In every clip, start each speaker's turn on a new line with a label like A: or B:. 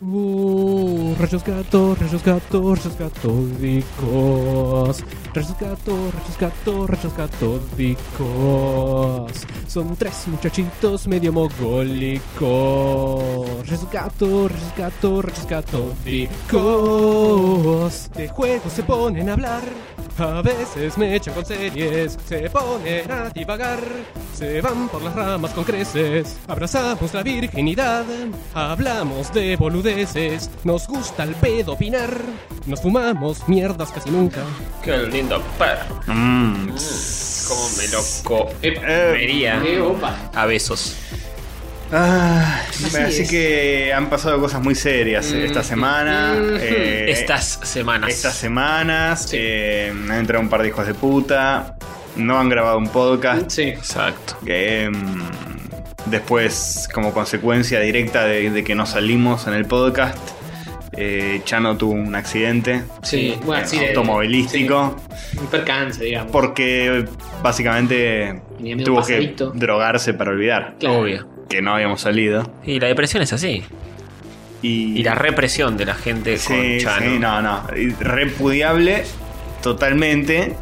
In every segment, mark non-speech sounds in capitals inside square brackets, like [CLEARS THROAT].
A: Uh, rayos gato, rayos gato, rayos catódicos. Rayos gato, rayos gato, rayos catódicos. Son tres muchachitos medio mogólicos. Rayos gato, rayos gato, rayos catódicos. De juegos se ponen a hablar. A veces me echan con series, se ponen a divagar, se van por las ramas con creces, abrazamos la virginidad, hablamos de boludeces, nos gusta el pedo opinar, nos fumamos mierdas casi nunca.
B: Qué lindo perro. Mm, cómo me lo comería
C: Eh, opa.
B: a besos.
D: Ah,
C: Así
D: así
C: es. Mm.
D: que han pasado cosas muy serias eh, esta semana.
C: Mm-hmm.
D: eh,
B: Mm. Estas semanas.
D: Estas semanas eh, han entrado un par de hijos de puta. No han grabado un podcast.
C: Ah, Sí.
B: Exacto.
D: que, em, después, como consecuencia directa de, de que no salimos en el podcast, eh, Chano tuvo un accidente
C: Sí, bueno,
D: eh,
C: sí, de-
D: automovilístico.
C: sí, un percance, digamos.
D: Porque básicamente
C: Tenía miedo
D: tuvo que
C: pasadito.
D: drogarse para olvidar
C: Claro.
B: Obvio.
D: que no habíamos salido.
B: Y la depresión es así.
D: Y,
B: Y la represión de la gente con
D: Sí,
B: Chano.
D: sí, no, no. Y Repudiable totalmente.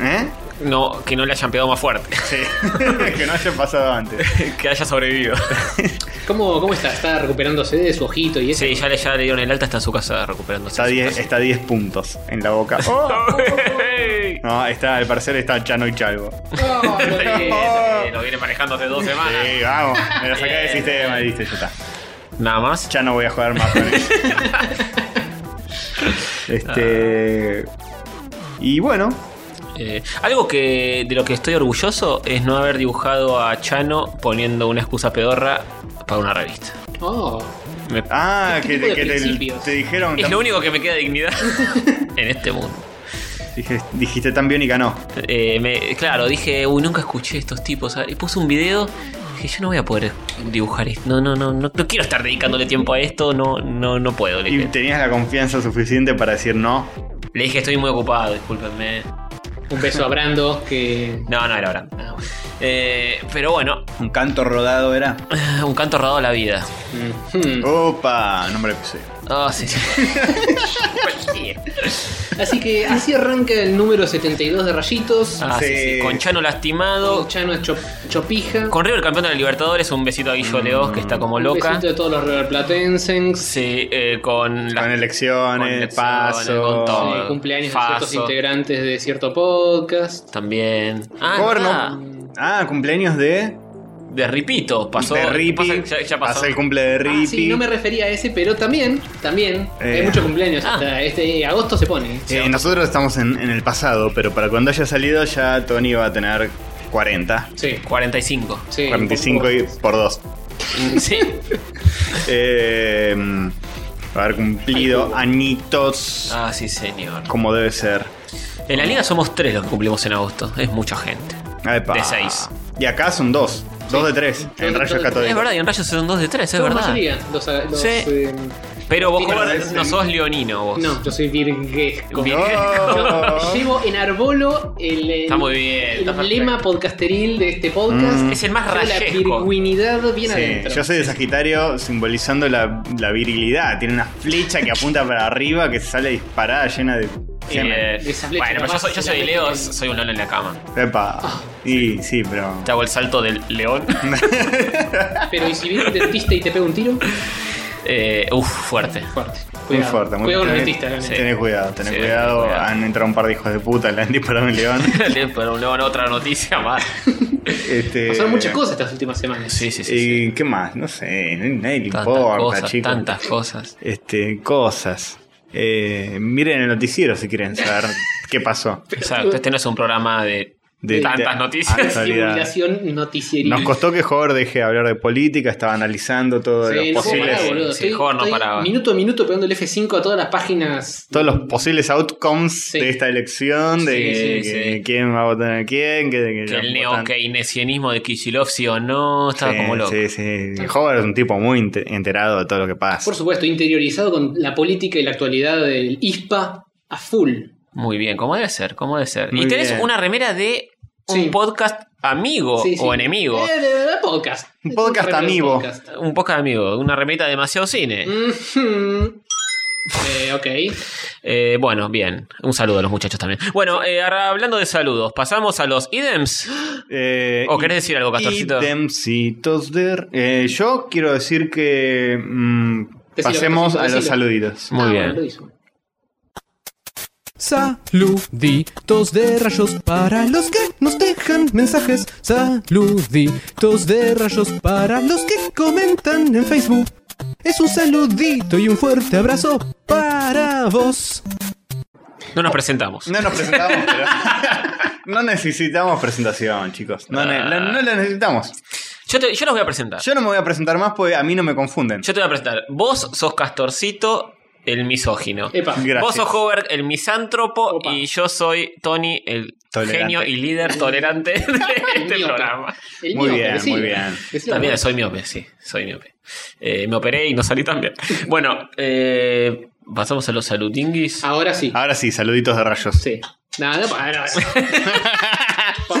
D: ¿Eh?
B: No, que no le hayan pegado más fuerte. [LAUGHS]
D: Sí. [LAUGHS] que no haya pasado antes.
B: que haya
D: [LAUGHS]
B: sobrevivido.
C: ¿Cómo, ¿Cómo está? ¿Está recuperándose de su ojito y eso?
B: Sí, ya le, ya le dieron el alta, está en su casa recuperándose.
D: Está
B: en su
D: 10
B: casa.
D: está 10 puntos en la boca. Oh. No, está, al parecer está Chano y Chalvo.
C: Oh, No, no,
B: Sí,
C: no.
B: [LAUGHS] sí, lo viene manejando hace dos semanas.
D: [LAUGHS] Sí, vamos. Me la saqué del
B: Bien.
D: sistema, listo, ya está.
B: Nada más.
D: Ya no voy a jugar más con él. [LAUGHS] Este. Y bueno,
B: Eh, algo que de lo que estoy orgulloso es no haber dibujado a Chano poniendo una excusa pedorra para una revista.
C: Oh,
B: Me-
D: ah,
C: ¿Qué
D: que,
C: tipo de
D: que te,
C: principios?
D: te dijeron.
B: es
D: tan-
B: lo único que me queda de
C: [LAUGHS]
B: dignidad en este mundo.
D: dije- dijiste tan biónica, no.
B: Eh, me- claro, dije, uy, nunca escuché a estos tipos. ¿sabes? Y puse un video. Dije, yo no voy a poder dibujar esto. No, no, no, no, no quiero estar dedicándole tiempo a esto. No, no, no puedo. Le,
D: Y
B: dije.
D: tenías la confianza suficiente para decir no.
B: Le dije, estoy muy ocupado, discúlpenme.
C: un beso a Brando que.
B: No, no era hora.
C: Ah, bueno.
B: Eh, pero bueno,
D: Un canto rodado era.
B: [LAUGHS] un canto rodado a la vida.
C: Hmm.
D: Opa, nombre de episodio.
B: Ah, sí, sí. Cualquiera.
C: Así que así arranca el número 72 de Rayitos.
B: Ah, sí,
D: Sí.
B: sí. Con Chano lastimado.
C: Chano es chop- chopija.
B: Con River campeón de la Libertadores, un besito a Guillo Leoz, que está como
C: Mm, Un
B: loca.
C: besito de todos los River Platenses.
B: Sí, eh, con la-
D: Con
B: con
D: elecciones,
B: elecciones,
D: paso.
B: con todo.
C: Sí, Eh, cumpleaños
B: Oh, Faso.
C: de ciertos integrantes de cierto podcast.
B: También. Ah,
D: Cover no-
B: ah,
D: Ah, cumpleaños de.
B: De Ripito, pasó.
D: de Ripi.
B: pasa- ya, ya pasó.
D: Pasó el cumple de Ripi.
C: Ah, sí, no me refería a ese, pero también, también,
D: Eh.
C: hay muchos cumpleaños.
B: Ah.
C: Hasta este agosto se pone.
D: Eh, nosotros estamos en, en el pasado, pero para cuando haya salido ya Tony va a tener 40.
C: Sí, [LAUGHS]
B: 45.
C: sí.
D: 45 y por 2.
B: Sí.
D: Eh, haber cumplido añitos
B: Ah, sí, señor.
D: como debe ser.
B: En la liga somos tres los que cumplimos en agosto. Es mucha gente.
D: Epa.
B: De seis.
D: Y acá son 2. 2 de 3. En
C: Yo-
D: Rayos
C: yo-
B: Es
D: Católicos.
B: verdad, y en Rayos son dos de tres, es
C: Somos
B: verdad.
C: mayoría, los- los,
B: Sí.
C: eh,
B: Pero vos
C: Sí, pero
B: Jorge,
D: es-
B: no sos leonino vos.
C: no, yo soy virguesco.
B: [LAUGHS] Bien.
D: Oh.
C: Llevo en Arbolo el, el-
B: Está muy bien,
C: el
B: está perfecto.
C: lema podcasteril de este podcast.
D: Mm.
B: Es el más
C: Llevo la
B: rayesco.
C: virguinidad bien
D: Sí,
C: adentro.
D: yo soy de Sagitario simbolizando la, la virilidad. Tiene una flecha que apunta para arriba que sale disparada llena de.
B: Eh,
D: semen.
C: Esas flechas
B: bueno, pero yo
C: capaz
B: soy, yo
C: se
B: soy
C: las
B: de Leo,
C: meten en-
B: soy un león en la cama.
D: Epa. Y sí, pero.
B: Te hago el salto del
C: [LAUGHS]
B: león.
C: Pero ¿y si viene un dentista y te pega un tiro?
B: Eh, uf, fuerte.
C: Fuerte.
D: Muy
C: Cuidado.
D: fuerte, muy
C: Cuidado con el
D: fuerte.
C: dentista. la neta.
D: Tenés cuidado, tenés
B: Sí,
D: cuidado.
B: tenés cuidado.
D: Han entrado un par de hijos de puta, le han disparado
B: [LAUGHS]
D: un león.
B: Para un león, otra noticia más.
D: Este,
C: Pasaron muchas cosas estas últimas semanas.
B: Sí, sí, sí. sí.
D: ¿Y qué más? No sé, no- nadie le
B: Tantas
D: importa,
B: cosas,
D: chicos.
B: tantas cosas.
D: Este, cosas. Eh, miren el noticiero si quieren saber
B: [LAUGHS]
D: qué pasó.
B: Exacto, este no es un programa de,
D: De-
B: tantas
D: de-
B: noticias.
D: Ah, realidad.
C: Simulación noticieril.
D: Nos costó que Hover deje de hablar de política, estaba analizando todos
C: Sí,
D: los
C: no
D: posibles.
C: paraba, boludo.
B: Sí, Jorge no paraba.
C: Minuto a minuto pegando el F5 a todas las páginas.
D: todos los posibles outcomes
C: Sí.
D: de esta elección, de
B: Sí,
D: que-
B: sí,
D: que
B: sí.
D: quién va a votar a quién, que,
B: Que
D: que
B: el
D: votan-
B: neo-keynesianismo de Kicillof sí o no, estaba
D: Sí,
B: como loco.
D: Sí, sí. Hover es un tipo muy inte- enterado de todo lo que pasa.
C: Por supuesto, interiorizado con la política y la actualidad del ISPA a full.
B: Muy bien, como debe ser, como debe ser.
D: Muy
B: y tenés
D: bien.
B: una remera de un
C: Sí.
B: podcast amigo
C: Sí, sí.
B: o enemigo.
C: Eh, de verdad, podcast.
D: Un podcast
C: Es un
D: amigo.
C: podcast.
B: Un podcast amigo, una remeta de demasiado cine.
C: Mm. Mhm. Eh, ok.
B: Eh, bueno, bien. Un saludo a los muchachos también. Bueno, eh, ahora hablando de saludos, pasamos a los idems.
D: Eh,
B: ¿O querés decir algo, Castorcito?
D: Itemcitos de- eh, yo quiero decir que mm,
C: Decilo,
D: pasemos
C: decilo,
D: a los
C: decilo.
D: saluditos.
B: Muy
C: Ah,
B: bien.
C: bueno, lo hizo.
A: Saluditos de rayos para los que nos dejan mensajes. Saluditos de rayos para los que comentan en Facebook. Es un saludito y un fuerte abrazo para vos.
B: No nos presentamos.
D: No nos presentamos, pero. [LAUGHS] no necesitamos presentación, chicos. No, ne- la- no la necesitamos.
B: Yo, te- yo los voy a presentar.
D: Yo no me voy a presentar más porque a mí no me confunden.
B: Yo te voy a presentar. Vos sos Castorcito, el misógino.
C: Epa.
D: Gracias.
B: Vos sos Hobart, el misántropo,
C: Opa.
B: y yo soy Tony, el
D: Tolerante.
B: genio y líder
C: [LAUGHS]
B: tolerante de este
C: Idiota.
B: programa.
C: El
D: Muy
C: mío,
D: bien,
C: decilo.
D: muy bien.
C: Decilo.
B: También soy miope, sí, soy miope. Eh, me operé y no salí tan bien. Bueno, eh, pasamos a los saludinguis.
D: Ah,
C: Ahora sí.
D: Ahora sí, saluditos de rayos.
C: Sí. Nada, no, para. Por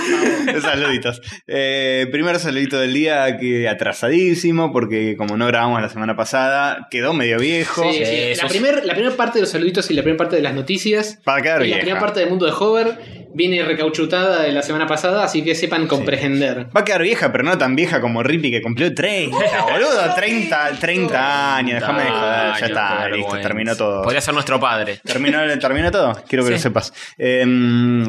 D: [LAUGHS]
C: favor.
D: Saluditos. Eh, primer saludito del día que atrasadísimo, porque como no grabamos la semana pasada, quedó medio viejo.
C: Sí, sí.
B: Eh,
C: La
B: sos-
C: primera la primer parte de los saluditos y la primera parte de las noticias.
D: Para quedar
C: y la
D: vieja.
C: primera parte del mundo de Hover viene recauchutada de la semana pasada, así que sepan comprehender.
D: Va a quedar vieja, pero no tan vieja como Rippy que cumplió
B: [LAUGHS]
D: 30, boludo. 30, 30 años, déjame de joder.
B: Ay,
D: Ya
B: qué
D: está,
B: vergüenza.
D: listo, terminó todo.
B: Podría ser nuestro padre.
D: Terminó, terminó todo, quiero que
B: Sí.
D: lo sepas. Eh,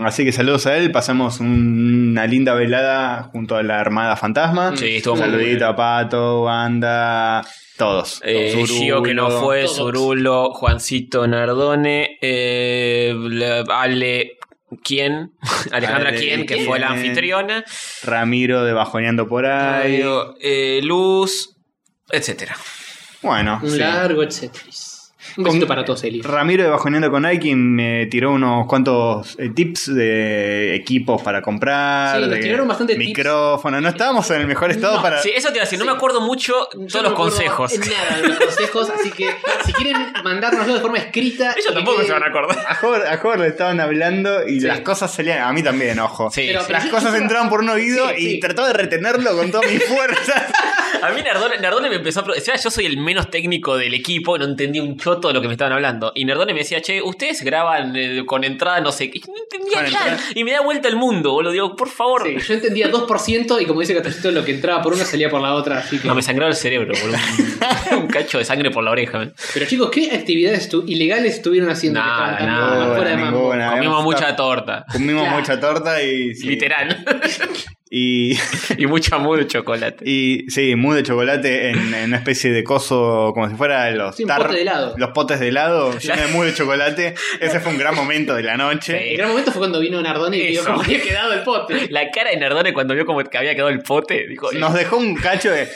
D: así que saludos a él, pasamos un- una linda velada junto a la Armada Fantasma.
B: Sí, estuvo muy
D: Saludito a Pato, Banda, todos.
B: Eh,
D: Zurulo.
B: Gio que no fue,
C: Todos.
B: Zurulo, Juancito Nardone, eh, la- Ale, ¿quién? [LAUGHS] Alejandra,
D: Ale,
B: ¿quién? Que
D: ¿quién?
B: fue la anfitriona.
D: Ramiro de Bajoneando por ahí.
B: Eh, Luz, etcétera.
D: Bueno,
C: Un
D: sí.
C: largo etcéteris. Un besito para todos, Eli.
D: Ramiro de Bajoneando con Nike me tiró unos cuantos eh, tips de equipos para comprar.
C: Sí, nos
D: de
C: tiraron bastante tips.
D: micrófono. No estábamos en el mejor estado
C: No,
D: para.
B: Sí, eso te iba a decir, no me acuerdo mucho
C: Yo
B: todos
C: no
B: los
C: me acuerdo
B: consejos.
C: Nada de los consejos, así que si quieren mandárnoslo de forma
B: [LAUGHS]
C: escrita.
B: Ellos tampoco
C: que-
B: se van a
C: [LAUGHS]
B: acordar.
D: A Jorge, a Jorge le estaban hablando y
C: Sí.
D: las cosas salían. A mí también, ojo.
B: Sí,
C: Pero-
B: sí.
D: Las cosas entraban por un oído
C: Sí, sí.
D: y trataba de retenerlo con todas
C: [LAUGHS]
D: mis fuerzas.
B: A mí Nardone, Nardone me empezó a... pro- O sea, yo soy el menos técnico del equipo, no entendía un choto de lo que me estaban hablando. Y Nardone me decía, che, ustedes graban eh, con entrada no sé qué. Y No entendía
D: Con
B: nada. Y me da vuelta el mundo, boludo. Digo, por favor.
C: Sí, yo entendía 2% y como dice Catacito, lo que entraba por una salía por la otra. Así que...
B: No, me sangraba el cerebro,
C: [LAUGHS]
B: boludo. un cacho de sangre por la oreja. ¿eh? man.
C: Pero chicos, ¿qué actividades tu- ilegales estuvieron haciendo? que
B: Nada,
C: estaban tan
B: nada,
C: fuera de mambo?
D: ninguna. Nada,
B: Comimos
D: vamos a
B: mucha
D: estar-
B: torta.
D: Comimos
C: Claro.
D: mucha torta y. sí.
B: Literal. [LAUGHS]
D: Y,
B: y mucha mousse de chocolate.
D: y sí, mousse de chocolate en, en una especie de coso, como si fuera los
C: Sí, un pote de helado.
D: Los potes de helado,
C: [LAUGHS]
D: lleno de mousse de chocolate. Ese fue un gran momento de la noche.
C: El gran momento fue cuando vino Nardone y dijo
B: Eso.
C: cómo había quedado el pote.
B: La cara de Nardone cuando vio como que había quedado el pote, dijo...
D: Nos dejó un cacho [LAUGHS] de.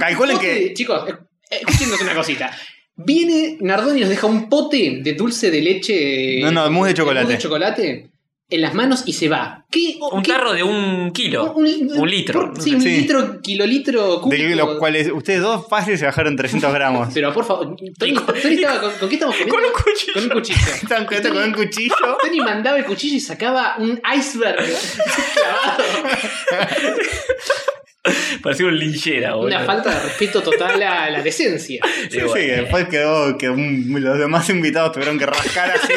D: Calculen
C: Pote,
D: que-
C: Chicos, eh, escúchenos una cosita. Viene Nardone y nos deja un pote de dulce de leche.
D: No, no, mousse de chocolate.
C: mousse de chocolate en las manos y se va. ¿Qué?
B: Un
C: qué-
B: tarro de un kilo. Un, litro.
C: por- sí, un
D: Sí.
C: litro, kilolitro, cúbico.
D: De los cuales ustedes dos fáciles se bajaron 300 [LAUGHS] gramos.
C: Pero por favor, Tony, Tony estaba con, ¿con qué estamos
B: [LAUGHS]
C: comiendo?
B: Con un cuchillo.
C: Con un cuchillo.
D: [LAUGHS] Estaban cuidando con un [LAUGHS] cuchillo.
C: Tony mandaba el cuchillo y sacaba un iceberg [LAUGHS] clavado.
B: Parecía un linchera, boludo.
C: Una falta de respeto total a la decencia.
D: Sí,
B: Digo,
D: sí,
B: eh,
D: después quedó que un- los demás invitados tuvieron que rascar así [LAUGHS]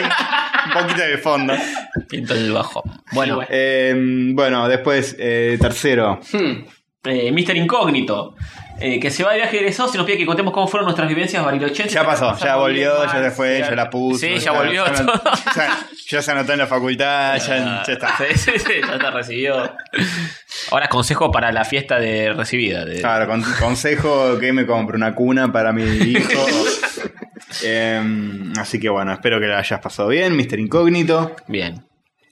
D: un poquito de fondo.
B: Pinto el bajo. Bueno,
C: bueno.
D: Eh, bueno, después, eh, tercero.
C: Hmm.
B: eh, Mr. Incógnito. eh, que se va de viaje de egresados y nos pide que contemos cómo fueron nuestras vivencias barrilochenses.
D: Ya pasó, ya
B: Pasamos
D: volvió,
B: bien
D: ya
B: mal,
D: se fue,
B: ya-
D: ya la puso.
B: Sí, ya
D: ya
B: volvió,
D: Ya,
B: todo.
D: [LAUGHS] ya- ya se anotó en la facultad,
B: Ah.
D: ya, ya está. [LAUGHS]
B: Sí, sí, sí, ya está recibido. Ahora consejo para la fiesta de recibida. de-
D: Claro, con- consejo que me compre una cuna para mi hijo. Em, así que bueno, espero que la hayas pasado bien, Mr. Incógnito.
B: Bien.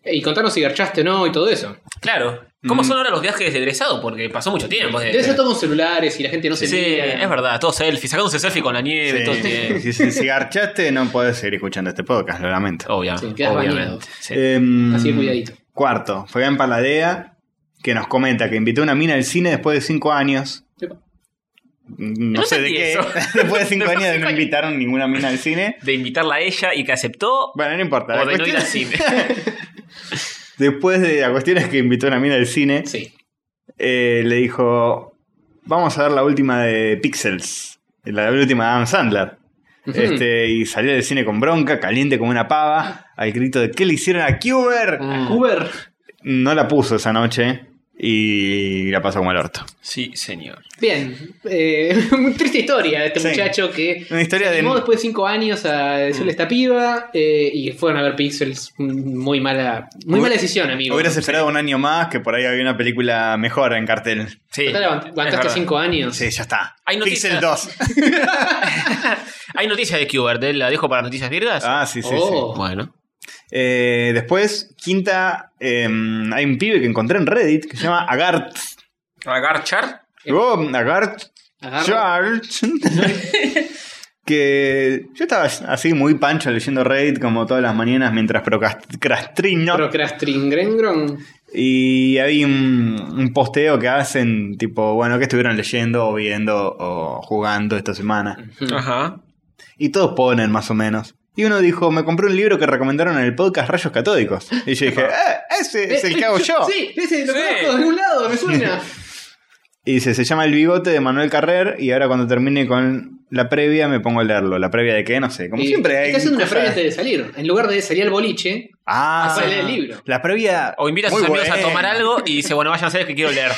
C: Y contanos si garchaste o no y todo eso.
B: Claro. ¿Cómo
D: Mm.
B: son ahora los viajes de egresado? Porque pasó mucho tiempo. desde-
C: Debe ser todo con celulares y la gente no se
B: Eh, Sí,
C: mira.
B: es verdad, todo selfie, sacándose selfie con la nieve, todo
D: Sí,
B: este-
D: si, si- si garchaste, no podés seguir escuchando este podcast, lo lamento.
B: Obviamente.
C: Sí, quedas bañado.
B: obviamente. Oh, sí.
D: Em,
C: Así que cuidadito.
D: Cuarto, Fabián Paladea, que nos comenta que invitó a una mina al cine después de cinco años. Mm,
C: Epa.
D: No,
B: No
D: sé de
B: entendí
D: qué.
B: eso.
D: [LAUGHS] después de cinco
B: Después de
D: años de
B: cinco
D: no
B: años.
D: invitaron ninguna mina al cine.
B: De invitarla a ella y que aceptó
D: Bueno, no importa.
B: o
D: La
B: de no ir
D: cuestión
B: al
D: es-
B: cine.
D: Después de la cuestión es que invitó a una mina del cine,
C: Sí.
D: eh, le dijo, vamos a ver la última de Pixels, la última de Adam Sandler.
C: Ujú.
D: Este, y salió del cine con bronca, caliente como una pava, al grito de ¿qué le hicieron a Cuber?
E: Mm.
C: Uber.
D: No la puso esa noche y la pasó como el orto.
B: [LAUGHS] Sí, señor.
C: Bien. Eh, [LAUGHS] muy triste historia de este
D: Sí.
C: muchacho que.
D: Una historia
C: Se
D: de... Mm.
C: animó después de 5 años a decirle a esta piba eh, y fueron a ver Pixels. Mm, Muy mala, muy
D: Hubiera-
C: mala decisión, amigo.
D: Hubieras esperado un año más, que por ahí había una película mejor en cartel.
B: Sí.
C: Total, aguant-
B: es
C: aguantaste
B: verdad.
C: 5 años.
D: Sí, ya está.
B: Hay noticias.
D: Pixel 2.
B: Hay noticias de Qbert, ¿eh? la dejo para noticias virgas.
D: Ah, sí, sí, sí.
C: Oh.
B: Bueno.
D: Eh, después, quinta, eh, hay un pibe que encontré en Reddit que se llama Agart.
B: Agarchar.
D: Oh, Agart
C: Agarra-
D: Charge.
C: [LAUGHS]
D: que yo estaba así muy pancho leyendo Reddit como todas las mañanas mientras procrastrino.
C: Procrastringrengrong.
B: Mm.
D: Y había un, un posteo que hacen tipo, bueno, ¿qué estuvieron leyendo o viendo o jugando esta
C: Mm.
D: semana?
B: Ajá.
D: Y todos ponen más o menos. Y uno dijo, me compré un libro que recomendaron en el podcast Rayos Catódicos. Y
C: [LAUGHS]
D: yo dije, eh, ese es el que hago yo.
C: Sí, ese lo
B: Sí.
C: conozco de algún lado, me suena.
D: Y dice, se llama El bigote de Manuel Carrer y ahora cuando termine con la previa me pongo a leerlo. ¿La previa de qué? No sé. Como
C: Y
D: siempre hay
C: Eh, Está haciendo una
D: cosas-
C: previa antes de salir. En lugar de salir al boliche,
D: Ah,
C: hacer el libro.
D: La previa...
B: O invita a sus
D: muy
B: amigos a
D: buena.
B: tomar algo y dice, bueno, vayan a hacer que quiero leer.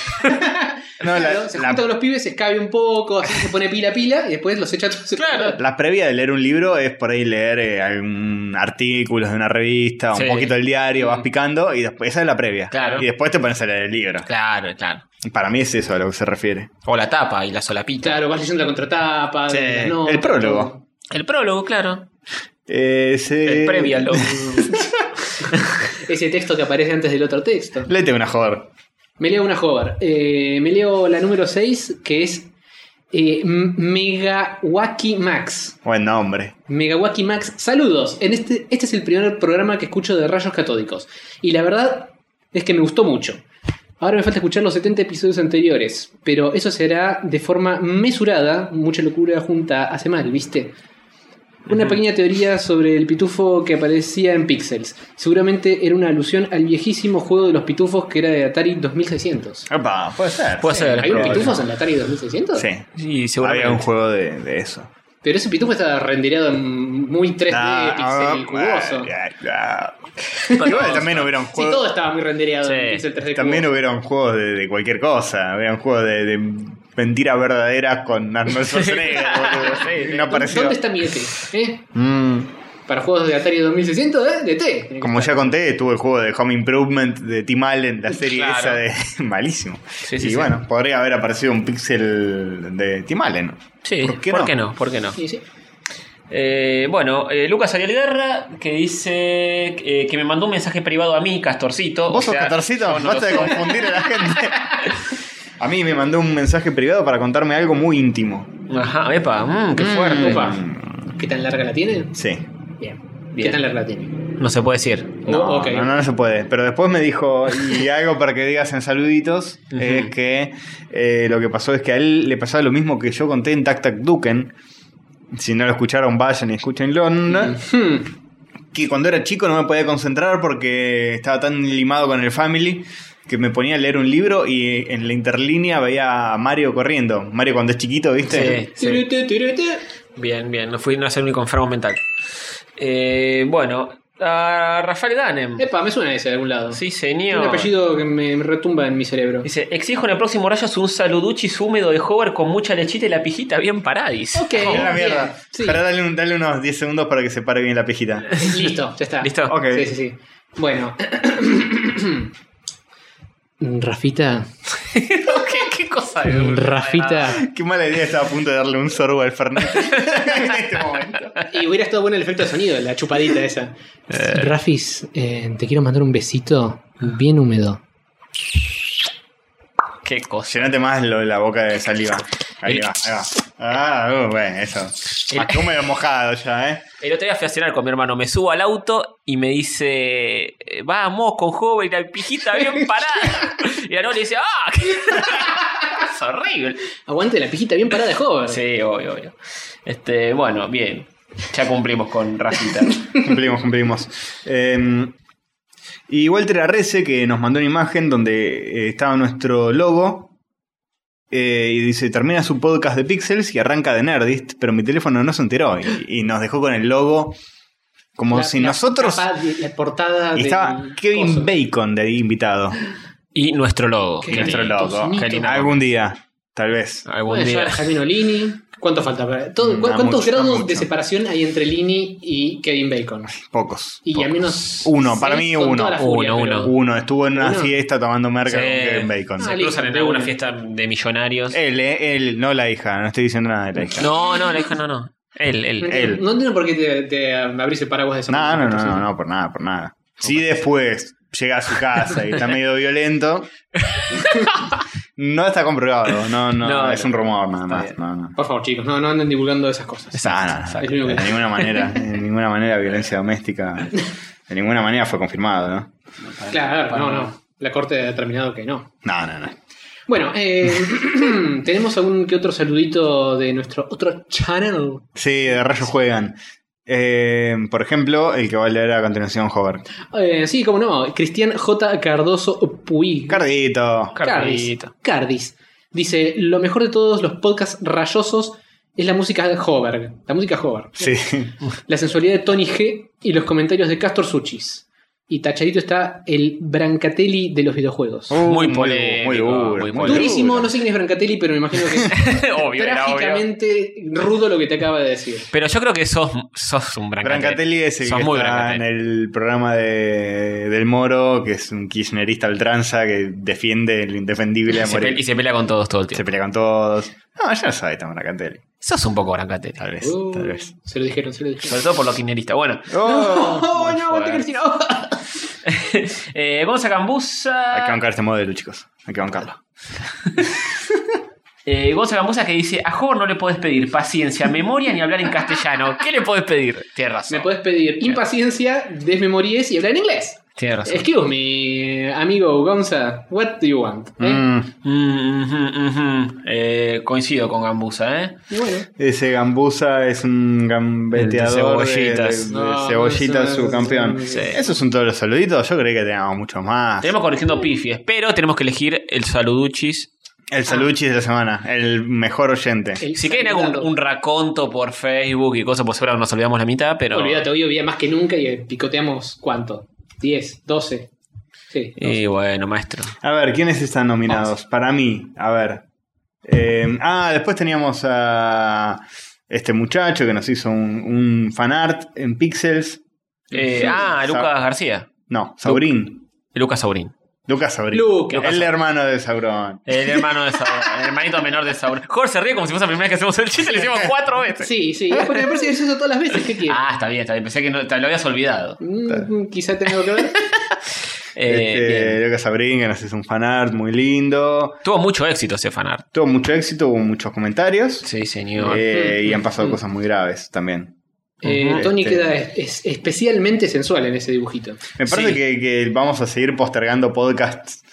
D: No, la,
C: claro, se
D: la-
C: junta con los pibes, se escabe un poco, así se pone pila a pila y después los echa a todos.
B: Claro.
D: la previa de leer un libro es por ahí leer eh, algún artículos de una revista,
B: Sí.
D: un poquito del diario, vas
C: Mm.
D: picando y después esa es la previa.
B: Claro.
D: Y después te pones a leer el libro.
B: Claro, claro.
D: Para mí es eso a lo que se refiere.
B: O la tapa y la solapita.
C: Claro, vas leyendo la contratapa.
D: Sí,
C: las notas,
D: el prólogo.
B: El prólogo, claro.
D: Eh, se-
E: El previa
D: [LAUGHS]
E: lo.
C: Ese texto que aparece antes del otro texto.
D: Léete una joder.
C: Me leo una hover. Eh, me leo la número 6, que es eh, M- Megawaki Max.
D: Buen nombre.
C: Megawaki Max, saludos. En este, este es el primer programa que escucho de rayos catódicos. Y la verdad es que me gustó mucho. Ahora me falta escuchar los 70 episodios anteriores, pero eso será de forma mesurada. Mucha locura junta hace mal, ¿viste? Una pequeña teoría sobre el pitufo que aparecía en Pixels. Seguramente era una alusión al viejísimo juego de los pitufos que era de Atari 2600.
D: Opa, puede ser.
B: Puede ser.
C: ¿Hay un
D: Ah, probable.
C: pitufo en la Atari 2600?
D: Sí.
B: Sí,
D: Había un
B: seguramente.
D: juego de, de eso.
C: Pero ese pitufo está rendereado en muy 3D,
D: Ah,
C: pixel
D: ah,
C: cuboso.
D: ah, ah.
B: Para
D: Igual
B: todos.
D: también hubieron
C: Sí, todo
D: juegos.
C: estaba muy rendereado
B: Sí.
C: en pixel 3D
D: También
C: cuboso.
D: hubieron juegos de, de cualquier cosa. Hubieran juegos de, de mentiras verdaderas
B: [LAUGHS]
D: con Arnold Schwarzenegger. boludo.
B: Sí, sí.
D: no apareció.
C: ¿Dónde está mi ET? ¿Eh?
D: Mm,
C: Para juegos de Atari 2600, ¿eh? De T.
D: como ya conté, tuvo el juego de Home Improvement de Tim Allen, la serie
B: Claro.
D: esa de. [LAUGHS] malísimo.
B: Sí, sí,
D: y
B: sí.
D: bueno, podría haber aparecido un pixel de Tim Allen.
B: Sí,
D: ¿Por qué no?
B: ¿Por qué no?
C: Sí, sí.
B: Eh, bueno, eh, Lucas Ariel Guerra que dice eh, que me mandó un mensaje privado a mí, Castorcito.
D: Vos
B: o
D: sos
B: sea,
D: Catorcito,
B: yo no
D: basta
B: lo soy.
D: de
B: [LAUGHS]
D: confundir a la gente. A mí me mandó un mensaje privado para contarme algo muy íntimo.
B: Ajá, epa, mm, qué fuerte.
C: Opa.
D: Mm,
C: ¿Qué tan larga la tiene?
D: Sí.
C: Bien.
B: Bien.
C: ¿Qué tan larga la tiene?
B: No se puede decir.
D: No,
C: Oh, ok.
D: no, no, no se puede. Pero después me dijo,
C: [LAUGHS]
D: y algo para que digas en saluditos, es que eh, lo que pasó es que a él le pasaba lo mismo que yo conté en Tac Tac Duken. Si no lo escucharon, vayan y escúchenlo. ¿no?
C: Hmm.
D: Que cuando era chico no me podía concentrar porque estaba tan limado con el family que me ponía a leer un libro y en la interlínea veía a Mario corriendo. Mario cuando es chiquito, ¿viste?
B: Sí, sí.
C: Tirete, tirete.
B: Bien, bien. No fui no soy un enfermo mental. Eh, bueno, a Rafael Ganem.
C: Epa, me suena ese de algún lado.
B: Sí,
C: Tiene
B: señor.
C: un apellido que me, me retumba en mi cerebro.
B: Dice, exijo en el próximo Rayos un saluduchis húmedo de hover con mucha lechita y la pijita bien paradis.
C: Ok.
B: [LAUGHS]
D: Es la
C: Oh, bien,
D: mierda.
C: sí.
D: Pero dale, un- dale unos 10 segundos para que se pare bien la pejita.
C: Listo, ya está.
B: ¿Listo?
D: Ok.
C: Sí, sí, sí. Bueno. [COUGHS] Rafita.
B: ¿Qué, qué cosa de-
C: Rafita.
D: Qué mala idea, estaba a punto de darle un sorbo al
C: [LAUGHS]
D: Fernet en este momento.
C: Y hubiera estado bueno el efecto de sonido, la chupadita esa. Rafis, eh, te quiero mandar un besito bien húmedo.
B: Qué cosa.
D: Llenate más lo de la boca de saliva. Ahí va, ahí va. Ah, uh, bueno, eso. Más que húmedo mojado ya, ¿eh?
B: El otro día fui a cenar con mi hermano, me subo al auto y me dice, "Eh, vamos con joven, la pijita bien
C: [LAUGHS]
B: parada. Y a no le dice, ¡ah! [LAUGHS] es horrible.
C: Aguante la pijita bien parada de joven.
B: Sí, obvio, obvio. Este, bueno,
C: [LAUGHS]
B: bien. Ya cumplimos con Rafita.
D: Cumplimos, cumplimos. Eh, Y Walter Arrece, que nos mandó una imagen donde eh, estaba nuestro logo. eh, y dice, termina su podcast de Pixels y arranca de Nerdist, pero mi teléfono no se enteró. Y, y nos dejó con el logo como
C: La-
D: si
C: la
D: nosotros...
C: capa de- la portada
D: Y
C: del
D: estaba Kevin
C: coso.
D: Bacon de ahí invitado.
B: Y nuestro logo.
C: Qué
B: que
D: nuestro
B: lindo.
D: logo.
C: Qué lindo.
D: Algún día, tal vez.
B: Algún
C: Bueno,
B: día.
C: ya, Javier Olini. ¿Cuánto falta? para- todo-
D: Mm, No,
C: cu- ¿Cuántos
D: mucho, no
C: grados
D: mucho.
C: de separación hay entre Lini y Kevin Bacon?
D: Pocos.
C: Y
D: pocos.
C: al menos.
D: Uno,
C: seis
D: para mí
C: con
D: uno.
C: toda la furia,
B: Uno,
C: pero-
B: uno.
D: Uno estuvo en una
C: Uno.
D: fiesta tomando merca
B: Sí.
D: con Kevin Bacon.
C: Ah,
B: Se cruzan en alguna fiesta de millonarios.
D: Él, eh, él, no la hija, no estoy diciendo nada de la hija.
B: No, no, la hija no, no. Él, [LAUGHS] él.
D: él.
C: No entiendo por qué te, te abrís el paraguas de esa
D: No, no,
C: manera.
D: no, no, no, por nada, por nada. Si después llega a su casa y está medio violento, no está comprobado, no, no,
B: No,
D: es
B: no.
D: un rumor nada más. No, no.
C: Por favor, chicos, no, no anden divulgando esas cosas.
D: No, no, exacto.
C: Es lo único
D: De
C: que-
D: ninguna manera, de ninguna manera violencia doméstica, de ninguna manera fue confirmado, ¿no?
C: Claro, no, no. La corte ha determinado que no.
D: No, no, no.
C: Bueno, eh, [CLEARS THROAT] tenemos algún que otro saludito de nuestro otro channel.
D: Sí, de rayos juegan. Eh, por ejemplo, el que va a leer a continuación, Hover.
C: Eh, sí, como no, Cristian J. Cardoso Puig.
D: Cardito.
C: Cardis. Cardis. Dice, lo mejor de todos los podcasts rayosos es la música de Hover. La música Hover.
D: Sí.
C: La sensualidad de Tony G y los comentarios de Castor Suchis. Y tachadito está el Brancatelli de los videojuegos.
D: Uh,
B: Muy polémico,
D: Muy duro.
B: muy
D: muy
C: Durísimo,
D: duro.
C: no sé quién es Brancatelli, pero me imagino que
B: [LAUGHS]
C: es
D: Eh.
B: obvio, era obvio.
C: trágicamente rudo lo que te acaba de decir.
B: Pero yo creo que sos, sos un brancatelli.
D: Brancatelli es el
B: Sos
D: que
B: muy
D: está en
B: brancatelli.
D: el programa de, del Moro, que es un kirchnerista ultranza que defiende lo indefendible a
B: Y se,
D: morir.
B: pelea, y se pelea con todos todo el
D: Se
B: tiempo.
D: pelea con todos. No, ya lo sabe, está Brancatelli.
B: Sos un poco brancatelli.
D: Tal vez,
C: Uh,
D: tal vez.
C: se lo dijeron, se lo dijeron.
B: Sobre todo por lo kirchnerista. Bueno, [LAUGHS]
D: ¡Oh!
C: ¡Oh,
B: Muy
C: [LAUGHS] no!
B: fuerte.
C: ¡Te crecí, no!
B: eh, vamos a
D: Hay que
B: Cambusa.
D: bancar este modelo, chicos. Hay que bancarlo.
B: Eh, Gonza Cambusa que dice: A Jorge no le podés pedir paciencia, memoria ni hablar en
D: [LAUGHS]
B: castellano. ¿Qué le podés pedir? Tienes
C: [LAUGHS] Me
B: razón.
C: podés pedir impaciencia, desmemories y hablar en inglés.
B: Tienes razón.
C: Excuse me, amigo Gonza, what do you want? ¿Eh?
D: Mm,
B: Mm, ujú, ujú. Eh, coincido con Gambusa, ¿eh?
C: Y bueno,
D: ese Gambusa es un gambeteador
B: El de cebollitas.
D: de- de- de
C: No,
D: cebollitas,
C: no,
D: su
C: no,
D: campeón.
C: no,
B: sí.
D: Esos son todos los saluditos. Yo creí que teníamos muchos más.
B: Tenemos corrigiendo pifies, pero tenemos que elegir el saluduchis.
D: El saluchis de la semana, el mejor oyente.
C: el
B: Si quieren hago un,
C: saludado.
B: un raconto por Facebook y cosas, por seguro nos olvidamos la mitad, pero.
C: Olvídate, hoy día más que nunca y eh, picoteamos cuánto? 10, 12. Sí.
B: Y eh, bueno, maestro.
D: A ver, ¿quiénes están nominados? Para mí, a ver. Eh, ah, después teníamos a este muchacho que nos hizo un, un fanart en Pixels.
B: Eh, ah,
D: Sa-
B: Lucas García.
D: No, Saurín.
B: Lucas Saurín.
D: Lucas Saurín.
C: Lucas.
D: El hermano de Saurón.
B: El hermano de Saúl, el hermanito menor de Saúl. Jorge se ríe como si fuese la primera vez que hacemos el chiste, lo hicimos cuatro veces.
C: Sí, sí, es porque me parece que es eso todas las veces. ¿Qué
B: [LAUGHS]
C: quieres?
B: Ah, está bien, está bien. Pensé que no, te lo habías olvidado.
C: Mm, quizá tenga
B: [LAUGHS]
C: que ver.
B: Eh,
D: Este,
B: bien.
D: Lucas Saurín que nos hizo un fanart muy lindo.
B: Tuvo mucho éxito ese fanart.
D: Tuvo mucho éxito, hubo muchos comentarios.
B: Sí, señor.
D: Eh, y han pasado
C: Mm.
D: cosas muy graves también.
C: Eh,
D: Ujú.
C: Tony
D: Este-
C: queda es- es especialmente sensual en ese dibujito.
D: Me parece
B: Sí.
D: que, que vamos a seguir postergando podcasts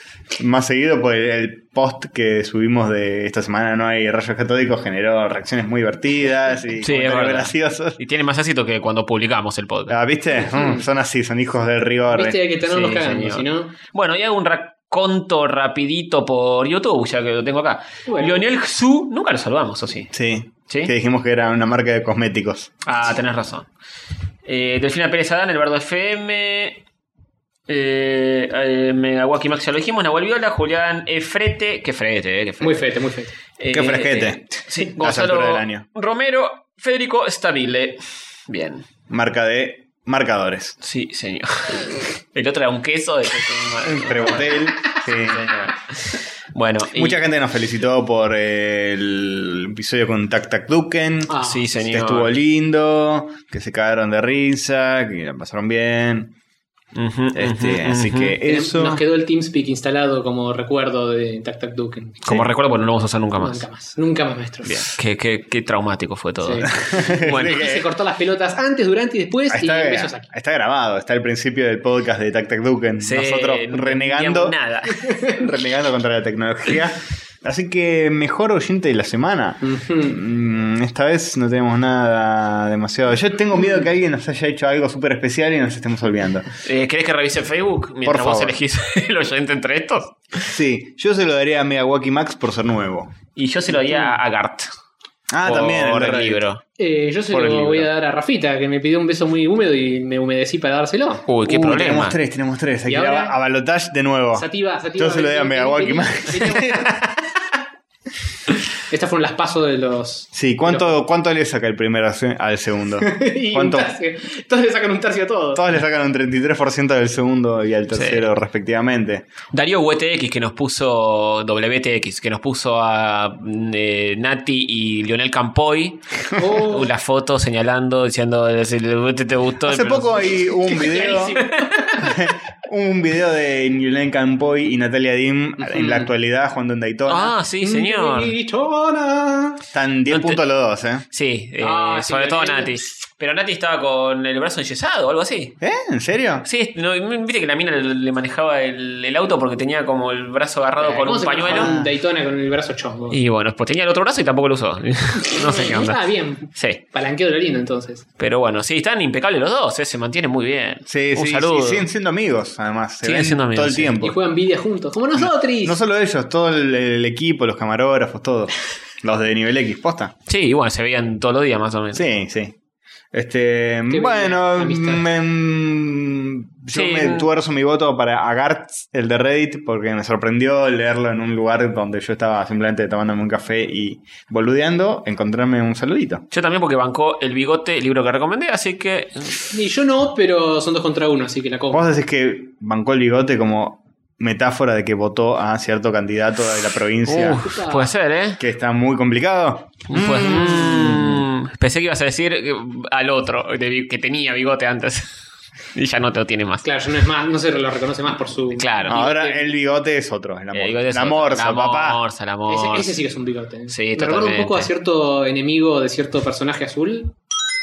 D: más seguido, porque el post que subimos de esta semana no hay rayos catódicos generó reacciones muy divertidas y
B: Sí, es
D: comentarios
B: verdad.
D: graciosos.
B: Y tiene más éxito que cuando publicamos el podcast.
D: Ah, ¿Viste? Mm, son así, son hijos del rigor. eh.
C: Viste, hay que tenerlos
B: Sí,
C: cagando,
B: señor.
C: si no.
B: Bueno, y hago un raconto rapidito por YouTube, ya que lo tengo acá.
C: Bueno.
B: Lionel Xu, nunca lo saludamos, ¿o sí?
D: Sí.
B: ¿Sí?
D: Que dijimos que era una marca de cosméticos.
B: Ah, tenés razón. Eh, Delfina Pérez Adán, El Bardo FM. Eh, eh, Megawaki Max, ya lo dijimos. Nahuel Viola, Julián Efrete. Qué frete, eh, qué frete.
C: Muy fete, muy fete.
B: Eh,
D: Qué fresquete.
B: eh, sí,
D: A esa altura
B: Gonzalo
D: del año.
B: Romero, Federico Stabile. Bien.
D: Marca de marcadores.
B: Sí, señor. El otro era un queso. de-
D: Prebotel. sí.
B: bueno. y-
D: Mucha gente nos felicitó por el episodio con Tac Tac Duken.
C: Ah,
B: Sí, señor.
D: Que estuvo lindo, que se cagaron de risa, que la pasaron bien.
B: Ujú,
D: Este,
B: ujú,
D: así
B: ujú. Eh,
D: que eso.
C: Nos quedó el TeamSpeak instalado como recuerdo de Tac Tac Duken.
B: Como recuerdo, porque no lo vamos a usar nunca más.
C: Nunca más, nunca más, maestro. [LAUGHS]
B: Bien. Qué, qué- qué traumático fue todo.
C: Sí.
B: [LAUGHS] Bueno,
D: Sí,
C: Y
D: que-
C: se cortó las pelotas antes, durante y después y
D: Ah, está,
C: besos aquí.
D: está grabado, está el principio del podcast de Tac Tac Duken.
B: sí,
D: [LAUGHS] Nosotros
B: Eh, no
D: renegando, [LAUGHS]
B: entendíamos Nada.
D: renegando contra la tecnología. Así que mejor oyente de la semana.
C: Ujú.
D: Mm, Esta vez no tenemos nada demasiado. Yo tengo miedo que alguien nos haya hecho algo súper especial y nos estemos olvidando.
B: Eh, ¿Querés que revise Facebook mientras
D: Por
B: vos
D: favor.
B: elegís el oyente entre estos?
D: Sí, yo se lo daría a Megawaki Max por ser nuevo.
B: Y yo se lo di a a Gart.
D: Ah, también.
B: Por el
D: Reddit.
B: libro.
C: Eh, yo se
D: Por el
C: lo
D: libro.
C: voy a dar a Rafita, que me pidió un beso muy húmedo y me humedecí para dárselo.
B: Uy, qué
D: Uh,
B: problema.
D: Tenemos tres, tenemos tres. Hay
C: ¿Y
D: que ir a,
C: ahora?
D: a Balotage de nuevo.
C: Sativa, sativa.
D: Yo se lo doy a
C: vení,
D: Megawaki
C: vení,
D: Max.
C: vení, vení. Estas fueron las pasos de los.
D: Sí, ¿cuánto, ¿cuánto le saca el primero al se- al segundo?
C: [LAUGHS] y un
D: ¿Cuánto?
C: tercio. Todos le sacan un tercio a todos.
D: Todos le sacan un 33% del segundo y al tercero, respectivamente.
B: Darío WTX que nos puso WTX, que nos puso a eh, Nati y Lionel
D: [LAUGHS]
B: Campoy.
D: Uh.
C: Oh,
B: Una foto señalando, diciendo, "Si el- te, te gustó.
D: Hace
B: pero-
D: poco hay un video. [LAUGHS] un video de Yulen Campoy y Natalia Dim en la actualidad jugando en Daytona.
B: Ah, sí, señor.
C: Daytona.
D: Están 10
B: no te-
D: puntos los dos, ¿eh?
B: Sí, eh,
C: Ah, sí,
B: sobre
C: lo
B: todo
C: vi.
B: Nati. Pero Nati estaba con el brazo enyesado o algo así.
D: ¿Eh? ¿En serio?
B: Sí, no, viste que la mina le, le manejaba el, el auto porque tenía como el brazo agarrado con
C: Eh, ¿Cómo
B: un
C: se llama?
B: pañuelo.
C: Un Daytona con el brazo chongo.
B: Y bueno, pues tenía el otro brazo y tampoco lo usó. [LAUGHS] no sé qué
C: [LAUGHS] Ah,
B: onda.
C: bien.
B: Sí,
C: Palanqueo de lo lindo entonces.
B: pero bueno, sí, están impecables los dos, eh, se mantienen muy bien.
D: Sí,
B: Un
D: sí,
B: saludo.
D: sí, siguen siendo amigos, además. Se
B: Siguen
D: ven
B: siendo amigos,
D: todo el
B: sí.
D: tiempo.
C: Y juegan vida juntos, como nosotros.
D: No solo ellos, todo el, el equipo, los camarógrafos,
C: [LAUGHS]
D: todos. Los de nivel X, posta.
B: Sí, y bueno, se veían todos los días más o menos.
D: Sí, sí. Este,
C: Qué
D: bueno,
C: bella amistad.
D: me- mm, yo
B: Sí.
D: me tuerzo mi voto para Agartz, el de Reddit, porque me sorprendió leerlo en un lugar donde yo estaba simplemente tomándome un café y boludeando, encontrarme un saludito.
B: Yo también porque bancó El Bigote, el libro que recomendé, así que...
C: Y yo no, pero son dos contra uno, así que la como.
D: Vos decís que bancó el bigote como metáfora de que votó a cierto candidato de la provincia
B: Uf, puede ser, ¿eh?
D: que está muy complicado.
B: Pues, mm, pensé que ibas a decir eh, al otro, de bi- que tenía bigote antes. [LAUGHS] y ya no te lo tiene más.
C: Claro, no es más, no se lo reconoce más por su.
B: Claro.
D: Ahora el bigote es otro, Ah, el amor.
B: Eh, bigote es
D: la
B: otro.
D: morsa,
B: La
D: papá.
B: morsa, la
C: Ese,
B: morsa.
C: ese sí que es un bigote.
B: Sí,
C: Me recuerda un
B: totalmente.
C: poco a cierto enemigo de cierto personaje azul.